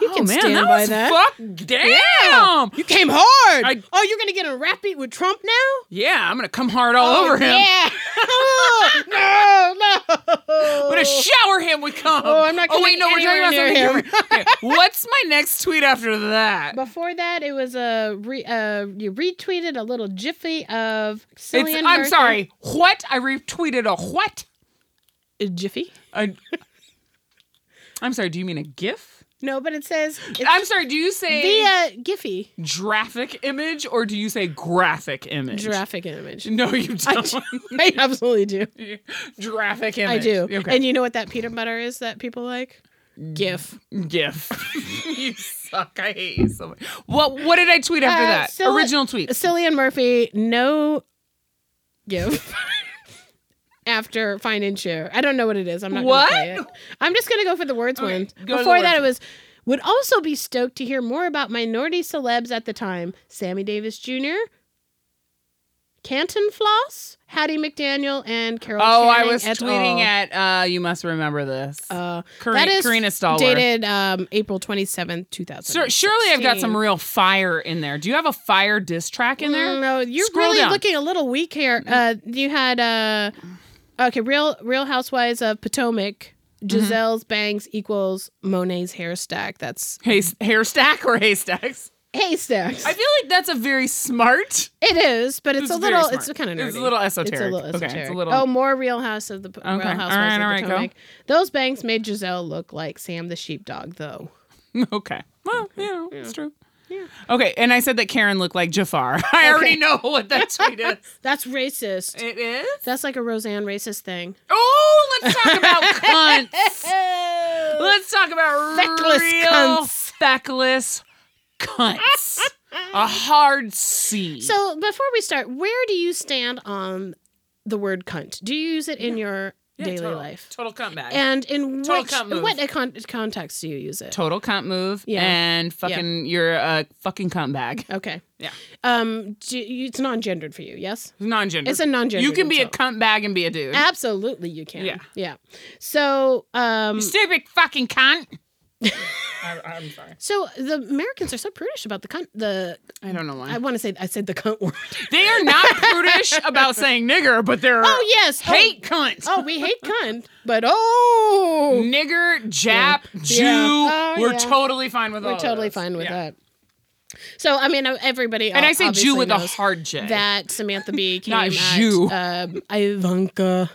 Speaker 1: You can stand
Speaker 2: Oh, that
Speaker 1: by
Speaker 2: was
Speaker 1: that.
Speaker 2: Fuck damn.
Speaker 1: You came hard.
Speaker 2: I-
Speaker 1: oh, you're gonna get a rap beat with Trump now?
Speaker 2: Yeah, I'm gonna come hard all
Speaker 1: Oh,
Speaker 2: over him.
Speaker 1: Yeah. Oh, no, no.
Speaker 2: I'm gonna shower him with cum.
Speaker 1: Oh, I'm not
Speaker 2: Oh wait,
Speaker 1: going
Speaker 2: no, we're talking about something
Speaker 1: anywhere
Speaker 2: different. Okay, What's my next tweet after that?
Speaker 1: Before that, it was a re- uh, you retweeted a little jiffy of
Speaker 2: It's,
Speaker 1: Cillian.
Speaker 2: I'm
Speaker 1: Murphy-
Speaker 2: sorry. What? I retweeted a what?
Speaker 1: A jiffy.
Speaker 2: A, I'm sorry. Do you mean a GIF?
Speaker 1: No, but it says it's uh,
Speaker 2: I'm sorry. Do you say
Speaker 1: via Giphy
Speaker 2: graphic image or do you say graphic image?
Speaker 1: graphic image.
Speaker 2: No, you
Speaker 1: I,
Speaker 2: don't.
Speaker 1: do- I absolutely do.
Speaker 2: graphic image.
Speaker 1: I do.
Speaker 2: Okay.
Speaker 1: And you know what that peanut butter is that people like? GIF.
Speaker 2: GIF. you suck. I hate you so much. What What did I tweet after
Speaker 1: Uh,
Speaker 2: that?
Speaker 1: so-
Speaker 2: Original tweet.
Speaker 1: Cillian Murphy, no GIF. After Fine and Cheer. I don't know what it is. I'm not
Speaker 2: What?
Speaker 1: gonna play it. I'm just gonna go for the words
Speaker 2: Okay,
Speaker 1: one.
Speaker 2: go to the
Speaker 1: Before
Speaker 2: words
Speaker 1: that it was would also be stoked to hear more about minority celebs at the time. Sammy Davis Jr., Canton Floss, Hattie McDaniel, and Carol.
Speaker 2: Oh, I
Speaker 1: Channing
Speaker 2: was
Speaker 1: et
Speaker 2: tweeting
Speaker 1: al.
Speaker 2: at uh, you must remember this.
Speaker 1: Uh,
Speaker 2: Kar-
Speaker 1: that is
Speaker 2: Karina Stallworth.
Speaker 1: dated um, April 27th, 2000.
Speaker 2: Sir, surely I've got some real fire in there. Do you have a fire diss track in there?
Speaker 1: Mm, No, you're
Speaker 2: Scroll
Speaker 1: really
Speaker 2: down. Mm-hmm.
Speaker 1: looking a little weak here. Uh, you had uh, okay, Real Real Housewives of Potomac.
Speaker 2: Mm-hmm.
Speaker 1: Giselle's bangs equals Monet's hair stack. That's
Speaker 2: Hay- hair stack or haystacks?
Speaker 1: haystacks.
Speaker 2: I feel like that's a very smart.
Speaker 1: it is, but it's,
Speaker 2: It's
Speaker 1: a
Speaker 2: very
Speaker 1: little.
Speaker 2: smart.
Speaker 1: It's kind of nerdy.
Speaker 2: It's a little esoteric.
Speaker 1: It's a little
Speaker 2: Okay,
Speaker 1: esoteric.
Speaker 2: it's a little-
Speaker 1: Oh, more Real House of the P- Real
Speaker 2: Okay, all
Speaker 1: Housewives
Speaker 2: right,
Speaker 1: of
Speaker 2: all right, go.
Speaker 1: Potomac. Those bangs made Giselle look like Sam the sheepdog, though.
Speaker 2: Okay. Well, you know, it's true.
Speaker 1: Yeah.
Speaker 2: Okay, and I said that Karen looked like Jafar. I already
Speaker 1: Okay.
Speaker 2: know what that tweet is.
Speaker 1: That's racist.
Speaker 2: It is.
Speaker 1: That's like a Roseanne racist thing.
Speaker 2: Oh, let's talk about cunts. Let's talk about
Speaker 1: Feckless
Speaker 2: real
Speaker 1: cunts.
Speaker 2: feckless cunts. A hard C.
Speaker 1: So before we start, where do you stand on the word cunt? Do you use it in your
Speaker 2: Yeah,
Speaker 1: daily
Speaker 2: total-
Speaker 1: life?
Speaker 2: Total cunt bag.
Speaker 1: And in
Speaker 2: Total
Speaker 1: which
Speaker 2: cunt move.
Speaker 1: what con- context do you use it?
Speaker 2: total cunt move.
Speaker 1: Yeah.
Speaker 2: And fucking, you're a fucking cunt bag.
Speaker 1: Okay.
Speaker 2: Yeah.
Speaker 1: Um, do you, it's non-gendered for you, yes?
Speaker 2: Non-gender.
Speaker 1: It's a non-gendered.
Speaker 2: You can be a
Speaker 1: insult.
Speaker 2: cunt bag and be a dude.
Speaker 1: Absolutely, you can.
Speaker 2: Yeah.
Speaker 1: Yeah. So, um,
Speaker 2: You stupid fucking cunt. I, I'm sorry.
Speaker 1: so the Americans are so prudish about the cunt. The
Speaker 2: I don't know why.
Speaker 1: I want to say I said the cunt word.
Speaker 2: They are not prudish about saying nigger, but they're
Speaker 1: oh yes. Oh,
Speaker 2: hate cunt.
Speaker 1: Oh, we hate cunt, but oh,
Speaker 2: Nigger, Jap, Jew.
Speaker 1: Yeah. Oh,
Speaker 2: we're
Speaker 1: yeah.
Speaker 2: totally fine with all
Speaker 1: We're
Speaker 2: of
Speaker 1: totally
Speaker 2: those.
Speaker 1: fine with
Speaker 2: Yeah.
Speaker 1: that. So I mean, uh, everybody.
Speaker 2: And I say Jew with a
Speaker 1: knows
Speaker 2: hard J.
Speaker 1: That Samantha Bee came
Speaker 2: Not
Speaker 1: at
Speaker 2: Jew.
Speaker 1: um, Ivanka.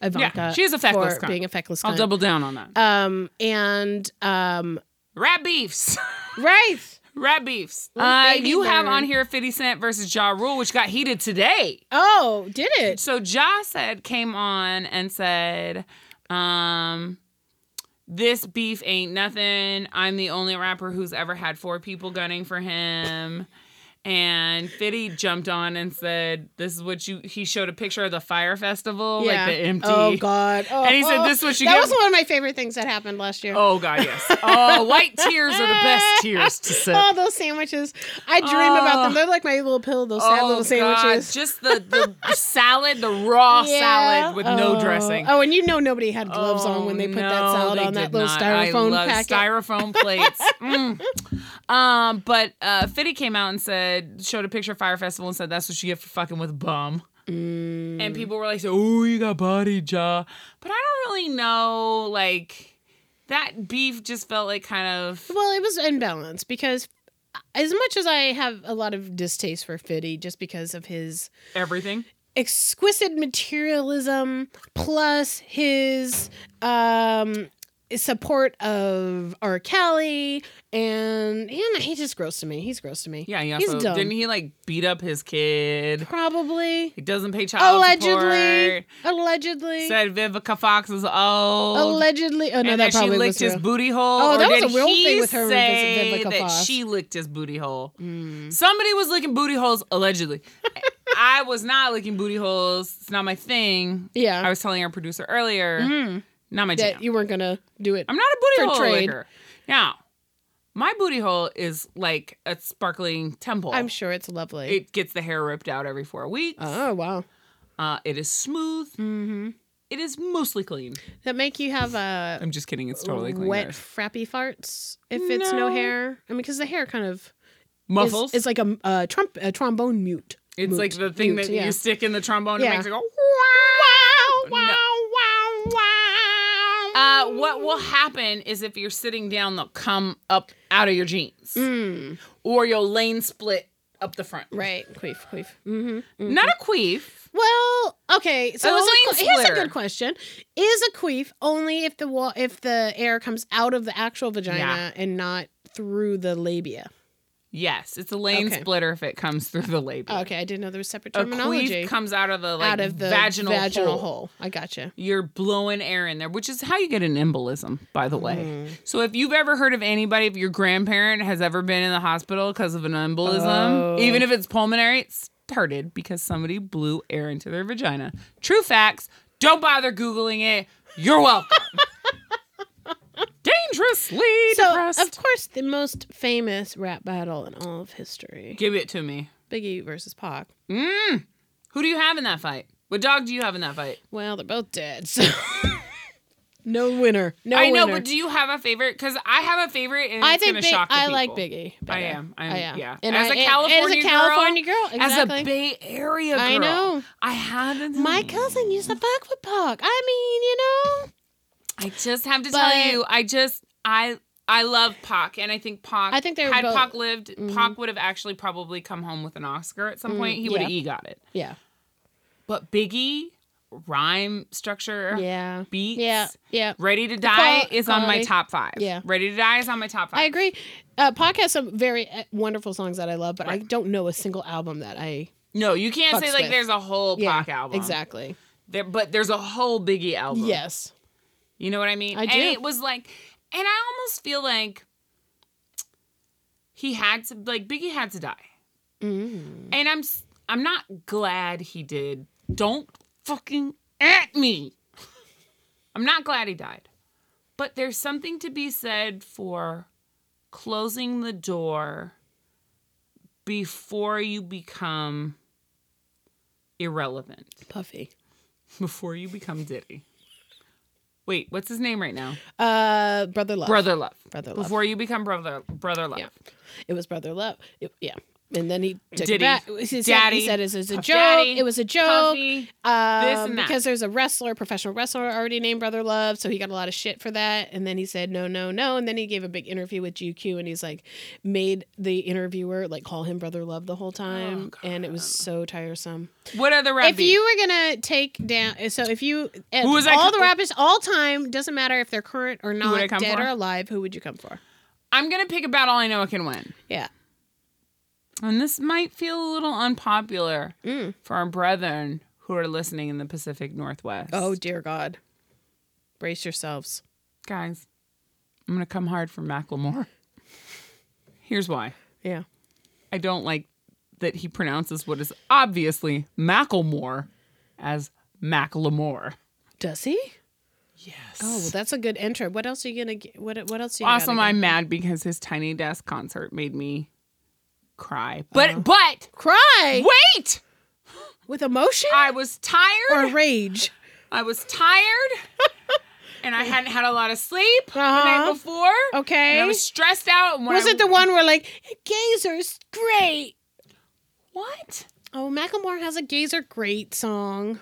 Speaker 1: Ivanka.
Speaker 2: she is a feckless
Speaker 1: for
Speaker 2: cunt.
Speaker 1: being a feckless
Speaker 2: I'll
Speaker 1: cunt.
Speaker 2: double down on that.
Speaker 1: um and um
Speaker 2: Rat beefs.
Speaker 1: right.
Speaker 2: Rat beefs.
Speaker 1: Little
Speaker 2: Uh,
Speaker 1: baby
Speaker 2: you have
Speaker 1: bird.
Speaker 2: on here 50 Cent versus Ja Rule, which got heated today.
Speaker 1: Oh, did it?
Speaker 2: So Ja said, came on and said, um, this beef ain't nothing. I'm the only rapper who's ever had four people gunning for him. And Fitty jumped on and said, This is what you he showed a picture of the fire festival,
Speaker 1: Yeah.
Speaker 2: like the empty.
Speaker 1: Oh God. Oh,
Speaker 2: And he said,
Speaker 1: oh.
Speaker 2: "This is what you
Speaker 1: That
Speaker 2: get."
Speaker 1: was one of my favorite things that happened last year.
Speaker 2: Oh god, yes. Oh, white tears are the best tears to sip.
Speaker 1: Oh, those sandwiches. I dream about
Speaker 2: Oh.
Speaker 1: them. They're like my little pillow, those sad little sandwiches.
Speaker 2: just the, the salad, the raw salad with no
Speaker 1: Oh.
Speaker 2: dressing.
Speaker 1: Oh, and you know nobody had gloves
Speaker 2: Oh,
Speaker 1: on when they put
Speaker 2: no,
Speaker 1: that salad
Speaker 2: they
Speaker 1: on that
Speaker 2: did
Speaker 1: little
Speaker 2: not.
Speaker 1: styrofoam
Speaker 2: I love
Speaker 1: packet.
Speaker 2: Styrofoam plates. Mm. Um, but uh, Fitty came out and said, showed a picture of Fire Festival and said, that's what you get for fucking with bum.
Speaker 1: Mm.
Speaker 2: And people were like, oh, you got body jaw. But I don't really know, like, that beef just felt like kind of.
Speaker 1: Well, it was imbalanced because as much as I have a lot of distaste for Fiddy just because of his
Speaker 2: Everything.
Speaker 1: exquisite materialism plus his um support of R. Kelly and you know, he just gross to me. He's gross to me.
Speaker 2: Yeah, yeah.
Speaker 1: He's
Speaker 2: so
Speaker 1: dumb.
Speaker 2: Didn't he, like, beat up his kid?
Speaker 1: Probably.
Speaker 2: He doesn't pay child
Speaker 1: Allegedly.
Speaker 2: support.
Speaker 1: Allegedly.
Speaker 2: Said Vivica Fox is old.
Speaker 1: Allegedly. Oh
Speaker 2: and
Speaker 1: no, that
Speaker 2: that, she
Speaker 1: probably
Speaker 2: licked
Speaker 1: was
Speaker 2: his
Speaker 1: real.
Speaker 2: booty hole.
Speaker 1: Oh,
Speaker 2: or
Speaker 1: that was
Speaker 2: did
Speaker 1: a real
Speaker 2: he
Speaker 1: thing with her and
Speaker 2: say
Speaker 1: Vivica
Speaker 2: that
Speaker 1: Fox.
Speaker 2: she licked his booty hole.
Speaker 1: Mm.
Speaker 2: Somebody was licking booty holes allegedly. I was not licking booty holes. It's not my thing.
Speaker 1: Yeah. Mm-hmm.
Speaker 2: I was telling our producer earlier, not my
Speaker 1: that
Speaker 2: jam.
Speaker 1: you weren't gonna do it.
Speaker 2: I'm not a booty
Speaker 1: for
Speaker 2: hole
Speaker 1: trade.
Speaker 2: licker. Now, my booty hole is like a sparkling temple.
Speaker 1: I'm sure Oh. it's lovely.
Speaker 2: it gets the hair ripped out every four weeks.
Speaker 1: oh wow.
Speaker 2: Uh, it is smooth.
Speaker 1: Mm-hmm.
Speaker 2: It is mostly clean.
Speaker 1: That make you have a
Speaker 2: I'm just kidding. It's totally clean.
Speaker 1: wet
Speaker 2: there.
Speaker 1: frappy farts if it's no,
Speaker 2: No.
Speaker 1: hair. I mean, because the hair kind of
Speaker 2: Muffles.
Speaker 1: Is, it's like a, a trump a trombone mute.
Speaker 2: It's
Speaker 1: Moot.
Speaker 2: like the thing
Speaker 1: Mute,
Speaker 2: that
Speaker 1: yeah.
Speaker 2: you stick in the trombone
Speaker 1: Yeah.
Speaker 2: to make it go.
Speaker 1: Wow!
Speaker 2: No.
Speaker 1: Wow! Wow!
Speaker 2: Uh, what will happen is if you're sitting down, they'll come up out of your jeans,
Speaker 1: Mm,
Speaker 2: or you'll lane split up the front.
Speaker 1: right. Queef. Queef. Mm-hmm.
Speaker 2: Not a queef.
Speaker 1: Well, okay. So
Speaker 2: A
Speaker 1: is a,
Speaker 2: lane
Speaker 1: que- here's a
Speaker 2: splitter.
Speaker 1: good question: Is a queef only if the wa- if the air comes out of the actual vagina
Speaker 2: Yeah.
Speaker 1: and not through the labia?
Speaker 2: Yes, it's a lane
Speaker 1: Okay.
Speaker 2: splitter if it comes through the labia.
Speaker 1: Okay, I didn't know there was separate
Speaker 2: A
Speaker 1: terminology.
Speaker 2: queef comes out of the like
Speaker 1: out of the
Speaker 2: vaginal, hole.
Speaker 1: hole. I gotcha.
Speaker 2: You're blowing air in there, which is how you get an embolism, by the way.
Speaker 1: Mm-hmm.
Speaker 2: So if you've ever heard of anybody, if your grandparent has ever been in the hospital because of an embolism,
Speaker 1: Oh.
Speaker 2: even if it's pulmonary, it started because somebody blew air into their vagina. True facts. Don't bother googling it. You're welcome. Dangerously
Speaker 1: So,
Speaker 2: depressed.
Speaker 1: of course, the most famous rap battle in all of history
Speaker 2: Give it to me.
Speaker 1: Biggie versus Pac.
Speaker 2: Who do you have in that fight? What dog do you have in that fight?
Speaker 1: Well, they're both dead, so. no winner. No
Speaker 2: I know,
Speaker 1: winner.
Speaker 2: but do you have a favorite? Because I have a favorite, and
Speaker 1: I
Speaker 2: it's
Speaker 1: think
Speaker 2: gonna
Speaker 1: Big-
Speaker 2: shock the
Speaker 1: I like
Speaker 2: people.
Speaker 1: Biggie.
Speaker 2: I
Speaker 1: better.
Speaker 2: am. I am. Yeah.
Speaker 1: And
Speaker 2: as,
Speaker 1: I-
Speaker 2: a
Speaker 1: and-
Speaker 2: California
Speaker 1: as a California girl, exactly.
Speaker 2: as a Bay Area girl,
Speaker 1: I know.
Speaker 2: I haven't.
Speaker 1: My cousin used to fuck with Pac. I mean, you know,
Speaker 2: I just have to
Speaker 1: But-
Speaker 2: tell you, I just I I love Pac, and I think Pac.
Speaker 1: I think they were
Speaker 2: had
Speaker 1: both- Mm-hmm.
Speaker 2: Pac lived, Pac would have actually probably come home with an Oscar at some point. He would have e got it.
Speaker 1: Mm, yeah,
Speaker 2: But Biggie, rhyme structure,
Speaker 1: yeah,
Speaker 2: beats,
Speaker 1: yeah, yeah.
Speaker 2: Ready to Die
Speaker 1: Qual-
Speaker 2: is on my
Speaker 1: quality.
Speaker 2: top five.
Speaker 1: Yeah.
Speaker 2: Ready to Die is on my top five.
Speaker 1: I agree. Uh, Pac has some very uh, wonderful songs that I love, but I don't know a single album that I.
Speaker 2: no, you can't
Speaker 1: Fucks
Speaker 2: say like
Speaker 1: with.
Speaker 2: there's a whole
Speaker 1: Yeah,
Speaker 2: Pac album.
Speaker 1: exactly.
Speaker 2: There, but there's a whole Biggie album.
Speaker 1: Yes.
Speaker 2: You know what I mean?
Speaker 1: I do.
Speaker 2: And it was like, and I almost feel like he had to, like Biggie had to die.
Speaker 1: Mm.
Speaker 2: And I'm, s- I'm not glad he did. Don't fucking at me. I'm not glad he died. But there's something to be said for closing the door before you become irrelevant,
Speaker 1: Puffy.
Speaker 2: before you become Diddy. Wait, what's his name right now?
Speaker 1: Uh, Brother Love.
Speaker 2: Brother Love.
Speaker 1: Brother Love.
Speaker 2: Before you become brother, brother love.
Speaker 1: Yeah. It was Brother Love. It- yeah. And then he took
Speaker 2: Diddy.
Speaker 1: it back. He said,
Speaker 2: Daddy.
Speaker 1: he said it was a
Speaker 2: Puff
Speaker 1: joke.
Speaker 2: Daddy.
Speaker 1: it was a joke.
Speaker 2: Puffy.
Speaker 1: Um,
Speaker 2: and that.
Speaker 1: Because there's a wrestler, professional wrestler already named Brother Love, so he got a lot of shit for that. And then he said no, no, no. And then he gave a big interview with GQ, and he's like, made the interviewer like call him Brother Love the whole time,
Speaker 2: Oh,
Speaker 1: and it was so tiresome.
Speaker 2: What other rap
Speaker 1: If you were gonna take down, so if you if
Speaker 2: Who was I
Speaker 1: all
Speaker 2: co-
Speaker 1: the rappers all time doesn't matter if they're current or
Speaker 2: would I
Speaker 1: not,
Speaker 2: come
Speaker 1: dead
Speaker 2: for?
Speaker 1: or alive, who would you come for?
Speaker 2: I'm gonna pick about all I know I can win,
Speaker 1: Yeah,
Speaker 2: and this might feel a little unpopular
Speaker 1: Mm.
Speaker 2: for our brethren who are listening in the Pacific Northwest.
Speaker 1: Oh dear God. Brace yourselves.
Speaker 2: guys, I'm gonna come hard for Macklemore. Here's why:
Speaker 1: Yeah.
Speaker 2: I don't like that he pronounces what is obviously Macklemore as Macklemore.
Speaker 1: Does he?
Speaker 2: Yes.
Speaker 1: Oh, well, that's a good intro. What else are you gonna get? What What else? Are you
Speaker 2: also,
Speaker 1: gotta
Speaker 2: I'm mad because his Tiny Desk concert made me cry. But
Speaker 1: Oh.
Speaker 2: but
Speaker 1: get? cry
Speaker 2: wait,
Speaker 1: with emotion
Speaker 2: I was
Speaker 1: or
Speaker 2: tired.
Speaker 1: rage.
Speaker 2: I was tired, and I hadn't had a lot of sleep the night
Speaker 1: Uh-huh.
Speaker 2: before. and
Speaker 1: Okay.
Speaker 2: I was stressed out. And when
Speaker 1: was
Speaker 2: I-
Speaker 1: it the one where like Gazer's great?
Speaker 2: what?
Speaker 1: Oh, Macklemore has a Gazer great song.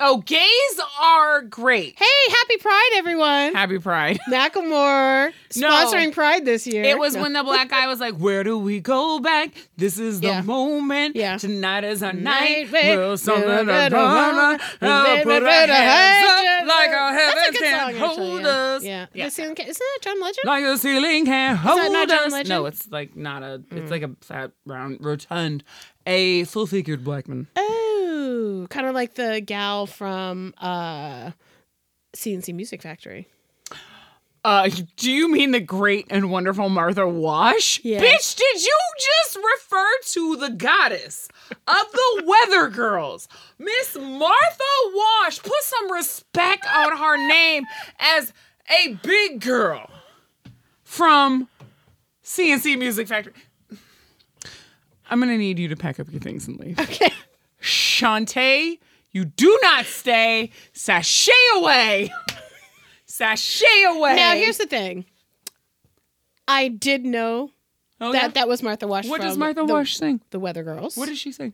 Speaker 2: Oh, gays are great.
Speaker 1: Hey, happy Pride, everyone!
Speaker 2: Happy Pride.
Speaker 1: Macklemore
Speaker 2: No.
Speaker 1: sponsoring Pride this year.
Speaker 2: It was
Speaker 1: No.
Speaker 2: when the black guy was like, "Where do we go back? This is the
Speaker 1: Yeah.
Speaker 2: moment.
Speaker 1: Yeah.
Speaker 2: Tonight is our night.
Speaker 1: Night, babe.
Speaker 2: We'll something to
Speaker 1: Little
Speaker 2: run.
Speaker 1: little
Speaker 2: Put our
Speaker 1: little
Speaker 2: hands up like our
Speaker 1: That's a
Speaker 2: heaven
Speaker 1: good
Speaker 2: can
Speaker 1: song, actually,
Speaker 2: hold
Speaker 1: yeah.
Speaker 2: us.
Speaker 1: Yeah,
Speaker 2: Yeah.
Speaker 1: The ceiling ca- isn't that John Legend?
Speaker 2: Like a ceiling can hold
Speaker 1: that not John
Speaker 2: us.
Speaker 1: Legend? Hmm.
Speaker 2: No, it's like not a. It's like a flat, round, rotund, a full-figured black man.
Speaker 1: Oh, kind of like the gal from uh, CNC Music Factory.
Speaker 2: Uh, do you mean the great and wonderful Martha Wash?
Speaker 1: Yeah.
Speaker 2: Bitch, did you just refer to the goddess of the Weather Girls, Miss Martha Wash? Put some respect on her name as a big girl from CNC Music Factory. I'm gonna need you to pack up your things and leave.
Speaker 1: Okay.
Speaker 2: Shantae, You do not stay. Sashay away. Sashay away.
Speaker 1: Now here's the thing. I did know
Speaker 2: oh,
Speaker 1: that
Speaker 2: yeah?
Speaker 1: that was Martha Wash.
Speaker 2: What does
Speaker 1: from
Speaker 2: Martha
Speaker 1: the,
Speaker 2: Wash sing?
Speaker 1: The Weather Girls.
Speaker 2: What does she sing?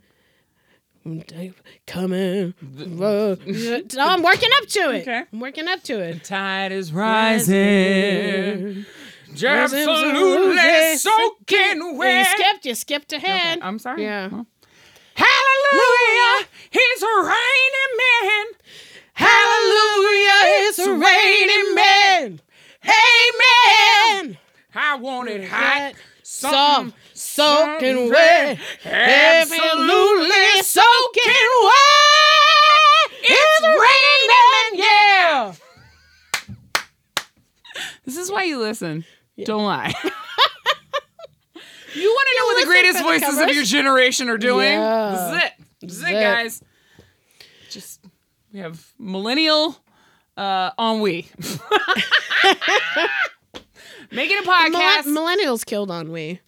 Speaker 1: coming? No, I'm working up to it.
Speaker 2: Okay.
Speaker 1: I'm working up to it.
Speaker 2: Tide is rising. Absolutely
Speaker 1: Absolutely
Speaker 2: soaking
Speaker 1: Well, you
Speaker 2: wet.
Speaker 1: skipped. You skipped ahead.
Speaker 2: I'm sorry.
Speaker 1: Yeah.
Speaker 2: Well. Hallelujah, he's a rainy man. Hallelujah, it's a rainy man. Amen.
Speaker 1: man.
Speaker 2: I want it hot,
Speaker 1: Hot,
Speaker 2: some
Speaker 1: soft, soaking
Speaker 2: red,
Speaker 1: wet.
Speaker 2: absolutely soaking wet. It's raining, yeah. This is why you listen. Don't lie. you want to know what the
Speaker 1: listen
Speaker 2: greatest
Speaker 1: for the
Speaker 2: voices of
Speaker 1: covers?
Speaker 2: your generation are doing?
Speaker 1: Yeah.
Speaker 2: This is it. This is it,
Speaker 1: This is it.
Speaker 2: guys. Just we have millennial uh, ennui. Making a
Speaker 1: Mille-
Speaker 2: podcast.
Speaker 1: millennials killed on we.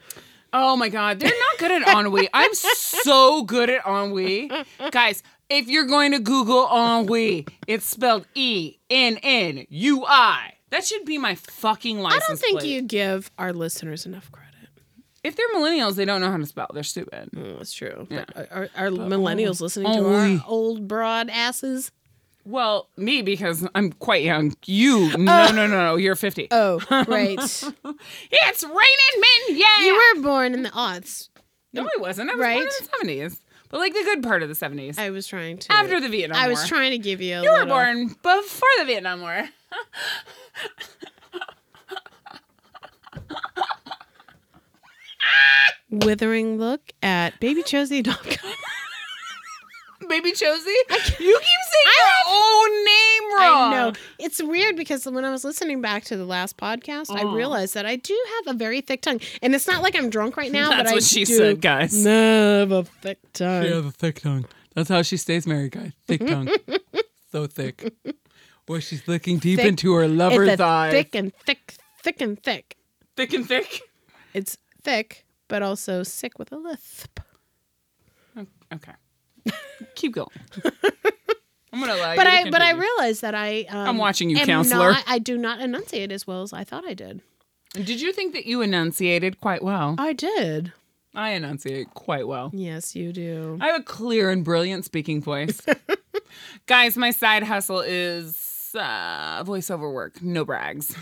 Speaker 2: Oh my god, they're not good at ennui. I'm so good at ennui. Guys, if you're going to Google ennui, it's spelled E N N U I. That should be my fucking
Speaker 1: I
Speaker 2: license.
Speaker 1: don't think
Speaker 2: plate.
Speaker 1: you give our listeners enough credit.
Speaker 2: If they're millennials, they don't know how to spell. They're stupid.
Speaker 1: Mm, that's true. But are, are millennials listening
Speaker 2: oh,
Speaker 1: to our
Speaker 2: we-
Speaker 1: old broad asses?
Speaker 2: Well, me because I'm quite young. You,
Speaker 1: Uh,
Speaker 2: no, no, no, no. You're 50.
Speaker 1: Oh, right.
Speaker 2: It's raining men. Yeah.
Speaker 1: you were born in the aughts.
Speaker 2: no, I wasn't. I was
Speaker 1: Right?
Speaker 2: born in the 70s, but like the good part of the 70s.
Speaker 1: I was trying to.
Speaker 2: After the Vietnam
Speaker 1: I
Speaker 2: War.
Speaker 1: was trying to give you. A
Speaker 2: You were
Speaker 1: little-
Speaker 2: born before the Vietnam War.
Speaker 1: Withering look at babychosie.com.
Speaker 2: Baby Josie? You keep saying your own name wrong.
Speaker 1: I know. It's weird because when I was listening back to the last podcast, I realized that I do have a very thick tongue. And it's not like I'm drunk right now, but
Speaker 2: That's
Speaker 1: I
Speaker 2: what she
Speaker 1: do
Speaker 2: said, guys.
Speaker 1: have a thick tongue.
Speaker 2: Oh, the thick tongue. That's how she stays married, guys. Thick tongue. so thick. Where she's looking deep
Speaker 1: Thick.
Speaker 2: into her lover
Speaker 1: It's a thick and thick, thick and thick.
Speaker 2: Thick and thick.
Speaker 1: It's thick, but also sick with a lisp.
Speaker 2: Okay. Keep going. I'm gonna allow
Speaker 1: But
Speaker 2: you to
Speaker 1: I, but I
Speaker 2: continue.
Speaker 1: realized that I. Um,
Speaker 2: I'm watching you,
Speaker 1: am
Speaker 2: counselor.
Speaker 1: not- I do not enunciate as well as I thought I did.
Speaker 2: Did you think that you enunciated quite well?
Speaker 1: I did.
Speaker 2: I enunciate quite well.
Speaker 1: Yes, you do.
Speaker 2: I have a clear and brilliant speaking voice. Guys, my side hustle is uh, voiceover work. No brags.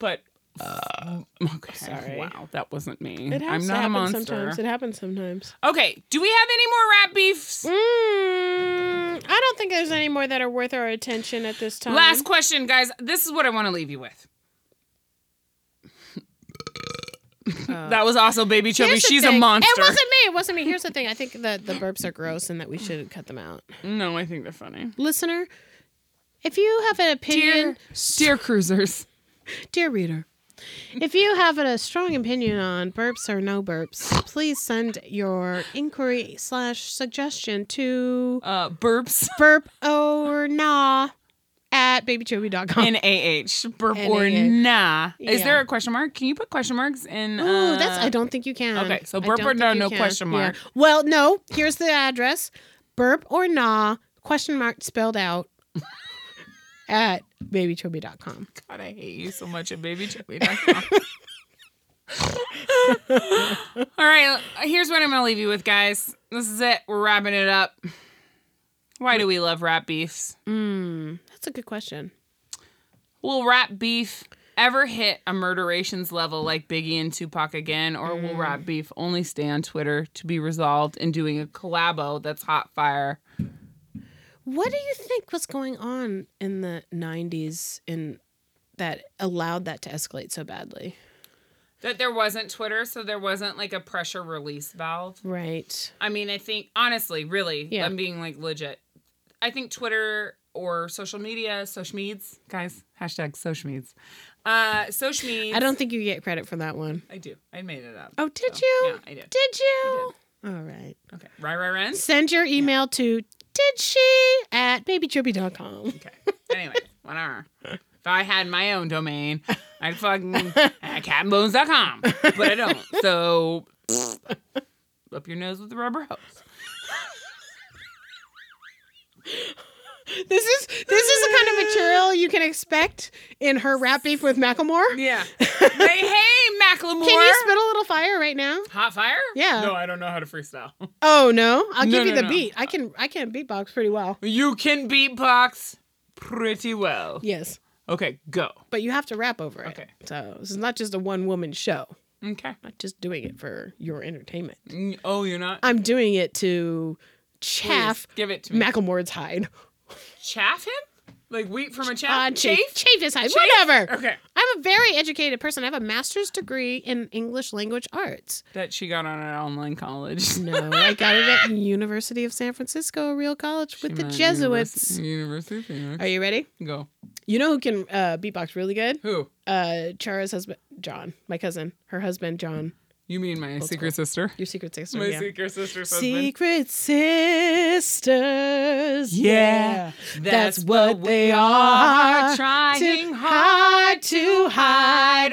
Speaker 2: But okay,
Speaker 1: Uh, sorry.
Speaker 2: wow, that wasn't me.
Speaker 1: It has
Speaker 2: I'm
Speaker 1: to
Speaker 2: not a
Speaker 1: happen
Speaker 2: monster.
Speaker 1: sometimes. It happens sometimes.
Speaker 2: Okay, do we have any more rat beefs?
Speaker 1: Mm, I don't think there's any more that are worth our attention at this time.
Speaker 2: Last question, guys. This is what I want to leave you with. that was also baby chubby.
Speaker 1: Uh, Here's the
Speaker 2: She's a
Speaker 1: thing.
Speaker 2: monster.
Speaker 1: It wasn't me. It wasn't me. Here's the thing. I think that the burps are gross and that we should cut them out.
Speaker 2: no, I think they're funny.
Speaker 1: Listener, if you have an opinion,
Speaker 2: Dear, dear cruisers.
Speaker 1: dear reader, if you have a strong opinion on burps or no burps, please send your inquiry slash suggestion to
Speaker 2: Uh, burps.
Speaker 1: burp or nah at babychoby.com.
Speaker 2: N A H burp or
Speaker 1: NAH.
Speaker 2: nah. Is
Speaker 1: Yeah.
Speaker 2: there a question mark? Can you put question marks in?
Speaker 1: Ooh,
Speaker 2: uh,
Speaker 1: that's I don't think you can.
Speaker 2: okay, so
Speaker 1: I
Speaker 2: burp
Speaker 1: don't
Speaker 2: or
Speaker 1: think
Speaker 2: no,
Speaker 1: you
Speaker 2: no question mark.
Speaker 1: Well, no. Here's the address: burp or nah question mark spelled out at babychoby.com.
Speaker 2: God, I hate you so much at babychubby.com. All right, here's what I'm gonna leave you with, guys. This is it. We're wrapping it up. Why do we love rat beefs?
Speaker 1: Mm, that's a good question.
Speaker 2: Will rat beef ever hit a murderations level like Biggie and Tupac again, or
Speaker 1: Mm.
Speaker 2: will rat beef only stay on Twitter to be resolved in doing a collabo that's hot fire?
Speaker 1: What do you think was going on in the '90s in that allowed that to escalate so badly?
Speaker 2: that there wasn't Twitter, so there wasn't like a pressure release valve.
Speaker 1: Right.
Speaker 2: I mean, I think honestly, really,
Speaker 1: Yeah.
Speaker 2: I'm being like legit. I think Twitter or social media, social meds, guys, hashtag social meds, uh, social meds.
Speaker 1: I don't think you get credit for that one.
Speaker 2: I do. I made it up.
Speaker 1: Oh, did
Speaker 2: So,
Speaker 1: you?
Speaker 2: Yeah, I did.
Speaker 1: Did you? All right.
Speaker 2: Okay. Right, right, right.
Speaker 1: Send your email to did she at babychoby.com.
Speaker 2: Okay. Anyway, whatever. If I had my own domain, I'd fucking at catandbones.com, but I don't. So up your nose with a rubber hose.
Speaker 1: This is this is the kind of material you can expect in her rap beef with Macklemore.
Speaker 2: Yeah. hey, hey, Macklemore.
Speaker 1: Can you spit a little fire right now?
Speaker 2: Hot fire?
Speaker 1: Yeah.
Speaker 2: No, I don't know how to freestyle.
Speaker 1: Oh no, I'll
Speaker 2: No,
Speaker 1: give you
Speaker 2: no,
Speaker 1: the
Speaker 2: no.
Speaker 1: beat. I can I can beatbox pretty well.
Speaker 2: You can beatbox pretty well.
Speaker 1: Yes,
Speaker 2: Okay, go.
Speaker 1: but you have to rap over it.
Speaker 2: Okay.
Speaker 1: So this is not just a one woman show.
Speaker 2: Okay.
Speaker 1: I'm not just doing it for your entertainment.
Speaker 2: Mm, Oh, you're not?
Speaker 1: I'm doing it to chaff
Speaker 2: Please, give it to me.
Speaker 1: Macklemore's hide.
Speaker 2: chaff him? Like wheat from a chaff?
Speaker 1: Uh, chafe,
Speaker 2: Chafe?
Speaker 1: chafe his hide.
Speaker 2: Chafe?
Speaker 1: Whatever.
Speaker 2: Okay.
Speaker 1: I'm a very educated person. I have a master's degree in English language arts.
Speaker 2: That she got on an online college.
Speaker 1: No, I got it at University of San Francisco, a real college with the Jesuits.
Speaker 2: University. of Phoenix.
Speaker 1: Are you ready?
Speaker 2: Go.
Speaker 1: You know who can uh, beatbox really good?
Speaker 2: Who?
Speaker 1: Uh, Chara's husband, John, my cousin, her husband, John,
Speaker 2: You mean my secret sister?
Speaker 1: your secret sister.
Speaker 2: My
Speaker 1: yeah.
Speaker 2: secret sister's husband.
Speaker 1: Secret sisters. That's what they are,
Speaker 2: Trying hard
Speaker 1: hard to hide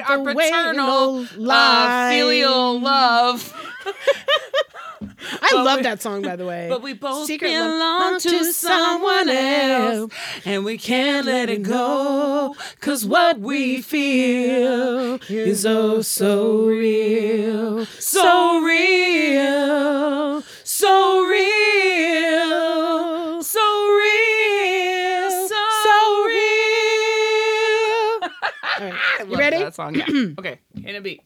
Speaker 2: hide our
Speaker 1: away
Speaker 2: paternal,
Speaker 1: no
Speaker 2: uh,
Speaker 1: lie.
Speaker 2: filial love.
Speaker 1: I love that song, by the way.
Speaker 2: But we both
Speaker 1: Secret love-
Speaker 2: belong
Speaker 1: love
Speaker 2: to someone else, and we can't let it go. Cause what we feel is oh so real, so real, so real, so real, so real.
Speaker 1: All right. You ready?
Speaker 2: song. Yeah. okay, in a beat.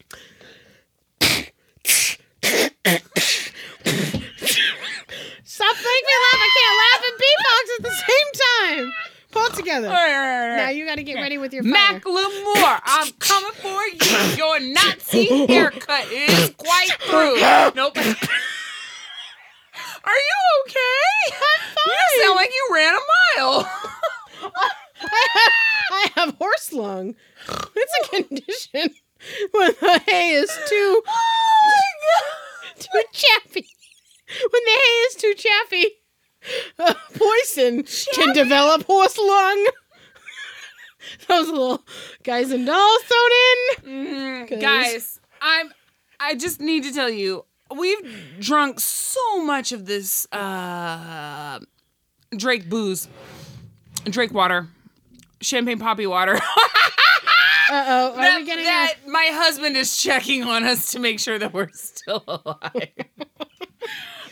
Speaker 1: Stop making me laugh. I can't laugh and beatbox at the same time. Pull it together. Now you got to get ready with your fire.
Speaker 2: Macklemore, I'm coming for you. Your Nazi haircut is quite through. Nope. Are you okay? You sound like you ran a mile.
Speaker 1: I have, I have horse lung. It's a condition when the hay is too
Speaker 2: Oh
Speaker 1: too chaffy. When the hay is too chaffy, uh, poison can develop horse lung. Those little guys and dolls thrown in.
Speaker 2: Mm,
Speaker 1: 'Cause-
Speaker 2: guys, I'm. I just need to tell you, we've drunk so much of this uh, Drake booze, Drake water, champagne poppy water.
Speaker 1: Uh oh. Are
Speaker 2: that,
Speaker 1: we getting
Speaker 2: that my husband is checking on us to make sure that we're still alive.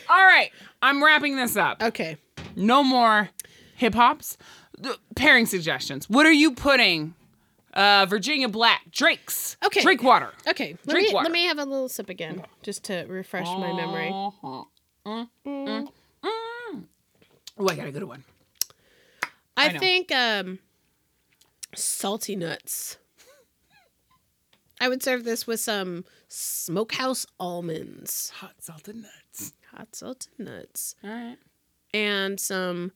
Speaker 2: All right, I'm wrapping this up.
Speaker 1: a- Okay.
Speaker 2: No more hip hops. Th- Pairing suggestions. What are you putting? Uh, Virginia Black, Drake's,
Speaker 1: Okay.
Speaker 2: Drake water.
Speaker 1: Okay. Let
Speaker 2: Drink
Speaker 1: me
Speaker 2: water.
Speaker 1: let me have a little sip again, just to refresh my memory. Mm-hmm.
Speaker 2: Oh, mm, I got a good one.
Speaker 1: I,
Speaker 2: I know.
Speaker 1: think um salty nuts. I would serve this with some smokehouse almonds,
Speaker 2: Hot salted nuts.
Speaker 1: hot salted nuts,
Speaker 2: All right.
Speaker 1: and some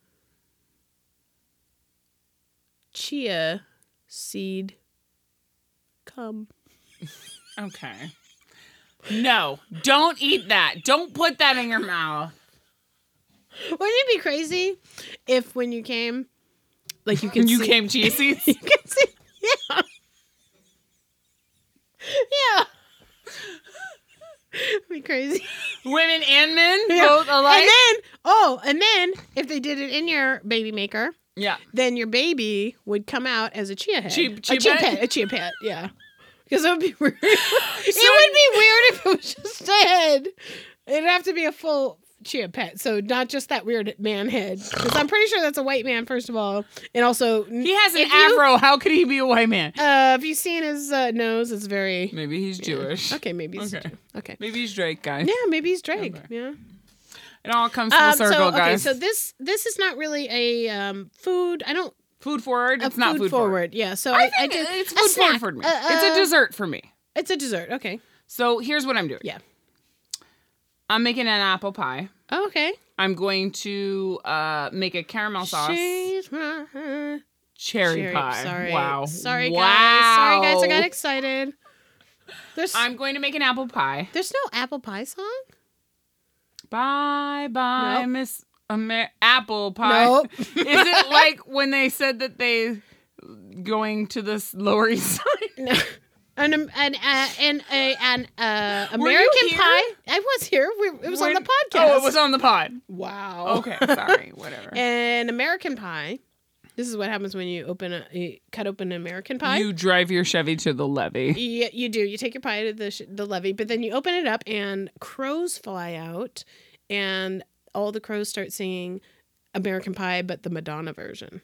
Speaker 1: chia seed cum.
Speaker 2: Okay. No, don't eat that. Don't put that in your mouth.
Speaker 1: Wouldn't it be crazy if when you came, like you could
Speaker 2: You
Speaker 1: see,
Speaker 2: came cheese seeds.
Speaker 1: you could see, yeah, yeah, It'd be crazy.
Speaker 2: Women and men,
Speaker 1: Yeah.
Speaker 2: both alike.
Speaker 1: And then, oh, and then if they did it in your baby maker,
Speaker 2: yeah.
Speaker 1: then your baby would come out as a chia head.
Speaker 2: Chia- chia
Speaker 1: a chia
Speaker 2: pet?
Speaker 1: pet. A chia pet, yeah. Because it would be weird. it would be weird if it was just a head. It'd have to be a full chia pet. So not just that weird man head. Because I'm pretty sure that's a white man, first of all. And also,
Speaker 2: He has an
Speaker 1: if you-
Speaker 2: afro. How could he be a white man?
Speaker 1: uh, have you seen his uh, nose? It's very.
Speaker 2: Maybe he's Jewish.
Speaker 1: Okay, maybe he's.
Speaker 2: Okay.
Speaker 1: okay.
Speaker 2: Maybe he's Drake, guys.
Speaker 1: Yeah, maybe he's Drake.
Speaker 2: Okay.
Speaker 1: Yeah. Um,
Speaker 2: It all comes full circle,
Speaker 1: so, Okay,
Speaker 2: guys.
Speaker 1: so this this is not really a um, food. I don't
Speaker 2: food forward.
Speaker 1: a
Speaker 2: It's not food forward.
Speaker 1: Yeah, so I,
Speaker 2: I
Speaker 1: I,
Speaker 2: think
Speaker 1: did.
Speaker 2: it's
Speaker 1: a
Speaker 2: food forward
Speaker 1: snack.
Speaker 2: for me.
Speaker 1: Uh,
Speaker 2: it's a
Speaker 1: uh,
Speaker 2: dessert for me.
Speaker 1: It's a dessert. Okay.
Speaker 2: So here's what I'm doing.
Speaker 1: Yeah.
Speaker 2: I'm making an apple pie.
Speaker 1: Oh, okay.
Speaker 2: I'm going to uh, make a caramel sauce
Speaker 1: She's my
Speaker 2: cherry,
Speaker 1: cherry-
Speaker 2: pie.
Speaker 1: Sorry.
Speaker 2: Wow.
Speaker 1: Sorry,
Speaker 2: wow.
Speaker 1: guys. Sorry, guys. I got excited. There's
Speaker 2: I'm going to make an apple pie.
Speaker 1: there's no apple pie song.
Speaker 2: Bye bye,
Speaker 1: Nope.
Speaker 2: Miss Amer- Apple Pie.
Speaker 1: Nope.
Speaker 2: Is it like when they said that they going to this Lower East Side?
Speaker 1: No. An um, an uh, an a an uh,
Speaker 2: Were you
Speaker 1: American
Speaker 2: here?
Speaker 1: Pie. I was here. We, it was on the
Speaker 2: When-
Speaker 1: podcast. Oh.
Speaker 2: Oh, it was on the pod.
Speaker 1: wow.
Speaker 2: Okay, sorry, whatever.
Speaker 1: An American Pie. This is what happens when you open a you cut open an American Pie.
Speaker 2: You drive your Chevy to the levee.
Speaker 1: Yeah, you do. You take your pie to the sh- the levee, but then you open it up and crows fly out, and all the crows start singing American Pie, but the Madonna version.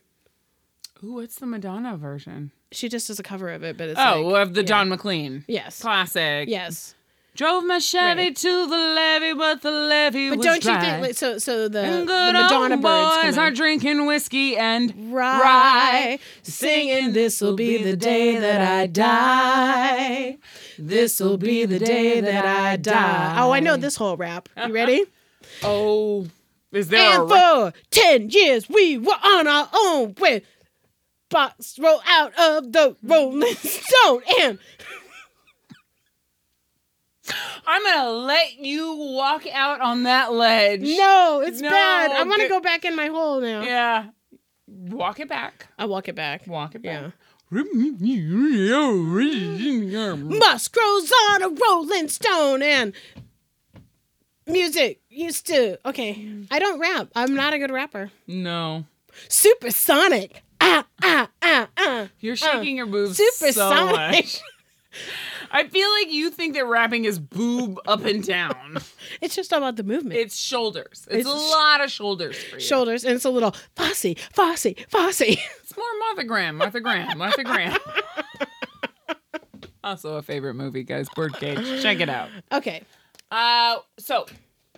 Speaker 2: Ooh, what's the Madonna version?
Speaker 1: She just does a cover of it, but it's
Speaker 2: oh,
Speaker 1: like,
Speaker 2: of the Don McLean
Speaker 1: yes,
Speaker 2: classic.
Speaker 1: yes.
Speaker 2: Drove my Chevy
Speaker 1: Right.
Speaker 2: to the levee, but the levee
Speaker 1: But
Speaker 2: was
Speaker 1: don't
Speaker 2: dry.
Speaker 1: you think like, so? So the,
Speaker 2: and
Speaker 1: the
Speaker 2: good
Speaker 1: Madonna
Speaker 2: old
Speaker 1: birds
Speaker 2: boys
Speaker 1: come
Speaker 2: are
Speaker 1: out.
Speaker 2: drinking whiskey and
Speaker 1: Rye, singing this'll be the day that I die. This'll be the day that I die. Uh-huh. Oh, I know this whole rap. You ready?
Speaker 2: Oh, is there
Speaker 1: And for 10 years, we were on our own when Box roll out of the Rolling Stone. And
Speaker 2: I'm gonna let you walk out on that ledge.
Speaker 1: no, it's
Speaker 2: No,
Speaker 1: bad. I want to
Speaker 2: but-
Speaker 1: go back in my hole now.
Speaker 2: Yeah. Walk it back.
Speaker 1: I walk it back.
Speaker 2: Walk it
Speaker 1: Yeah.
Speaker 2: back. Yeah.
Speaker 1: Musk grows on a Rolling Stone and music used to. Okay, I don't rap. I'm not a good rapper.
Speaker 2: No.
Speaker 1: Supersonic. Ah, ah, ah, ah.
Speaker 2: You're shaking your boobs so
Speaker 1: Supersonic.
Speaker 2: much. I feel like you think that rapping is boob up and down.
Speaker 1: It's just about the movement.
Speaker 2: It's shoulders. It's,
Speaker 1: It's
Speaker 2: a
Speaker 1: sh-
Speaker 2: lot of shoulders for you.
Speaker 1: Shoulders, and it's a little Fosse, Fosse, Fosse.
Speaker 2: It's more Martha Graham, Martha Graham, Martha Graham. also a favorite movie, guys. Birdcage. Check it out.
Speaker 1: Okay,
Speaker 2: Uh, so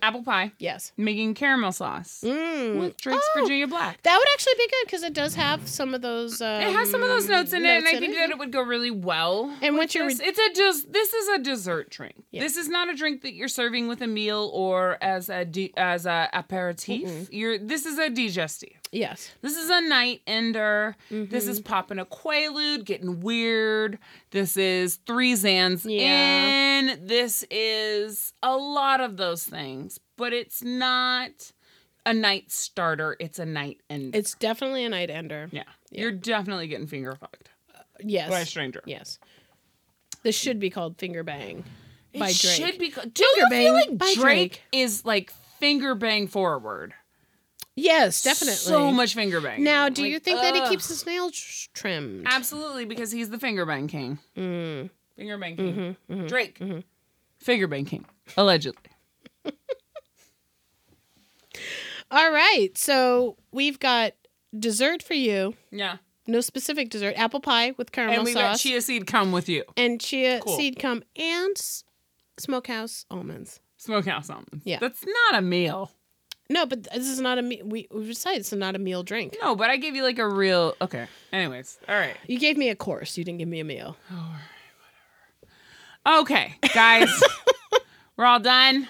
Speaker 2: apple pie,
Speaker 1: yes.
Speaker 2: making caramel sauce
Speaker 1: Mm.
Speaker 2: with Drake's
Speaker 1: Oh.
Speaker 2: Virginia Black.
Speaker 1: That would actually be good because it does have some of those. Um,
Speaker 2: It has some of those notes in it, and
Speaker 1: notes
Speaker 2: I think that it would go really well.
Speaker 1: And once you're
Speaker 2: This, it's a just. This is a dessert drink.
Speaker 1: Yeah.
Speaker 2: This is not a drink that you're serving with a meal or as a di- as a aperitif. You're. This is a digestive.
Speaker 1: yes,
Speaker 2: This is a night ender. This is
Speaker 1: Mm-hmm.
Speaker 2: popping a quaalude, getting weird. This is three Zans
Speaker 1: Yeah.
Speaker 2: in. This is a lot of those things, but it's not a night starter. It's a night ender.
Speaker 1: it's definitely a night ender.
Speaker 2: yeah. You're definitely getting finger fucked
Speaker 1: Yes,
Speaker 2: by a stranger.
Speaker 1: yes. This should be called finger bang.
Speaker 2: It
Speaker 1: by Drake.
Speaker 2: should be. Do you
Speaker 1: bang
Speaker 2: feel like
Speaker 1: by
Speaker 2: Drake,
Speaker 1: Drake.
Speaker 2: is like finger bang forward?
Speaker 1: Yes, definitely.
Speaker 2: So much finger bang.
Speaker 1: Now, do you
Speaker 2: Like,
Speaker 1: think that he
Speaker 2: ugh.
Speaker 1: keeps his nails tr- trimmed?
Speaker 2: Absolutely, because he's the finger bang king. Mm-hmm.
Speaker 1: Mm.
Speaker 2: Finger bang king.
Speaker 1: mm-hmm.
Speaker 2: Drake. Finger bang king. Allegedly.
Speaker 1: All right, so we've got dessert for you.
Speaker 2: Yeah.
Speaker 1: No specific dessert. Apple pie with caramel
Speaker 2: And we got
Speaker 1: sauce
Speaker 2: chia seed come with you.
Speaker 1: and chia
Speaker 2: Cool.
Speaker 1: seed cum and s- smokehouse almonds.
Speaker 2: Smokehouse almonds.
Speaker 1: Yeah.
Speaker 2: That's not a meal.
Speaker 1: No, but this is not a me- we we decided it's not a meal drink.
Speaker 2: No, but I gave you like a real okay. Anyways. All right.
Speaker 1: You gave me a course. You didn't give me a meal.
Speaker 2: Okay, guys. we're all done.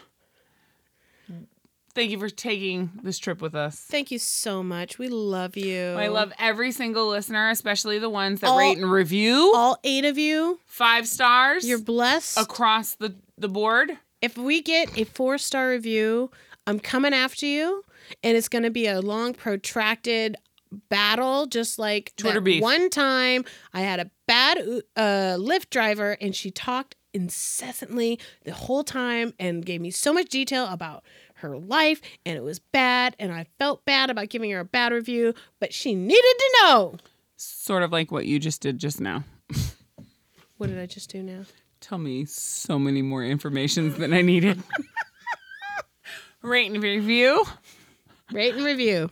Speaker 2: Thank you for taking this trip with us.
Speaker 1: Thank you so much. We love you.
Speaker 2: I love every single listener, especially the ones that
Speaker 1: All-
Speaker 2: rate and review.
Speaker 1: all eight of you.
Speaker 2: Five stars
Speaker 1: You're blessed.
Speaker 2: across the, the board.
Speaker 1: if we get a four star review, I'm coming after you, and it's going to be a long, protracted battle. Just like
Speaker 2: Twitter
Speaker 1: that
Speaker 2: beef.
Speaker 1: One time, I had a bad uh, Lyft driver, and she talked incessantly the whole time and gave me so much detail about her life, and it was bad, and I felt bad about giving her a bad review, but she needed to know.
Speaker 2: Sort of like what you just did just now.
Speaker 1: What did I just do now?
Speaker 2: Tell me so many more informations than I needed. Rate and review.
Speaker 1: Rate and review.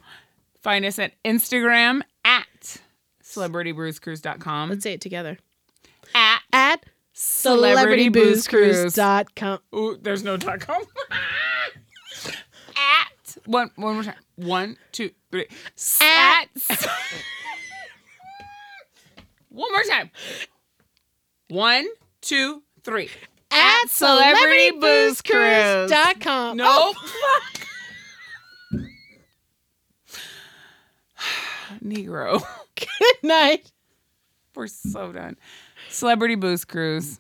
Speaker 2: Find us at Instagram at celebritybruisecruise.com.
Speaker 1: Let's say it together.
Speaker 2: At
Speaker 1: At celebrityboozecruise.com.
Speaker 2: Ooh, there's no dot com. at one one more time. One, two, three. S-
Speaker 1: At-
Speaker 2: s- one more time. One, two, three.
Speaker 1: at celebrityboozecruise.com.
Speaker 2: No. Oh, fuck. Negro.
Speaker 1: Good night.
Speaker 2: We're so done. Celebrity Boost Cruise.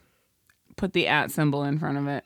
Speaker 2: Put the at symbol in front of it.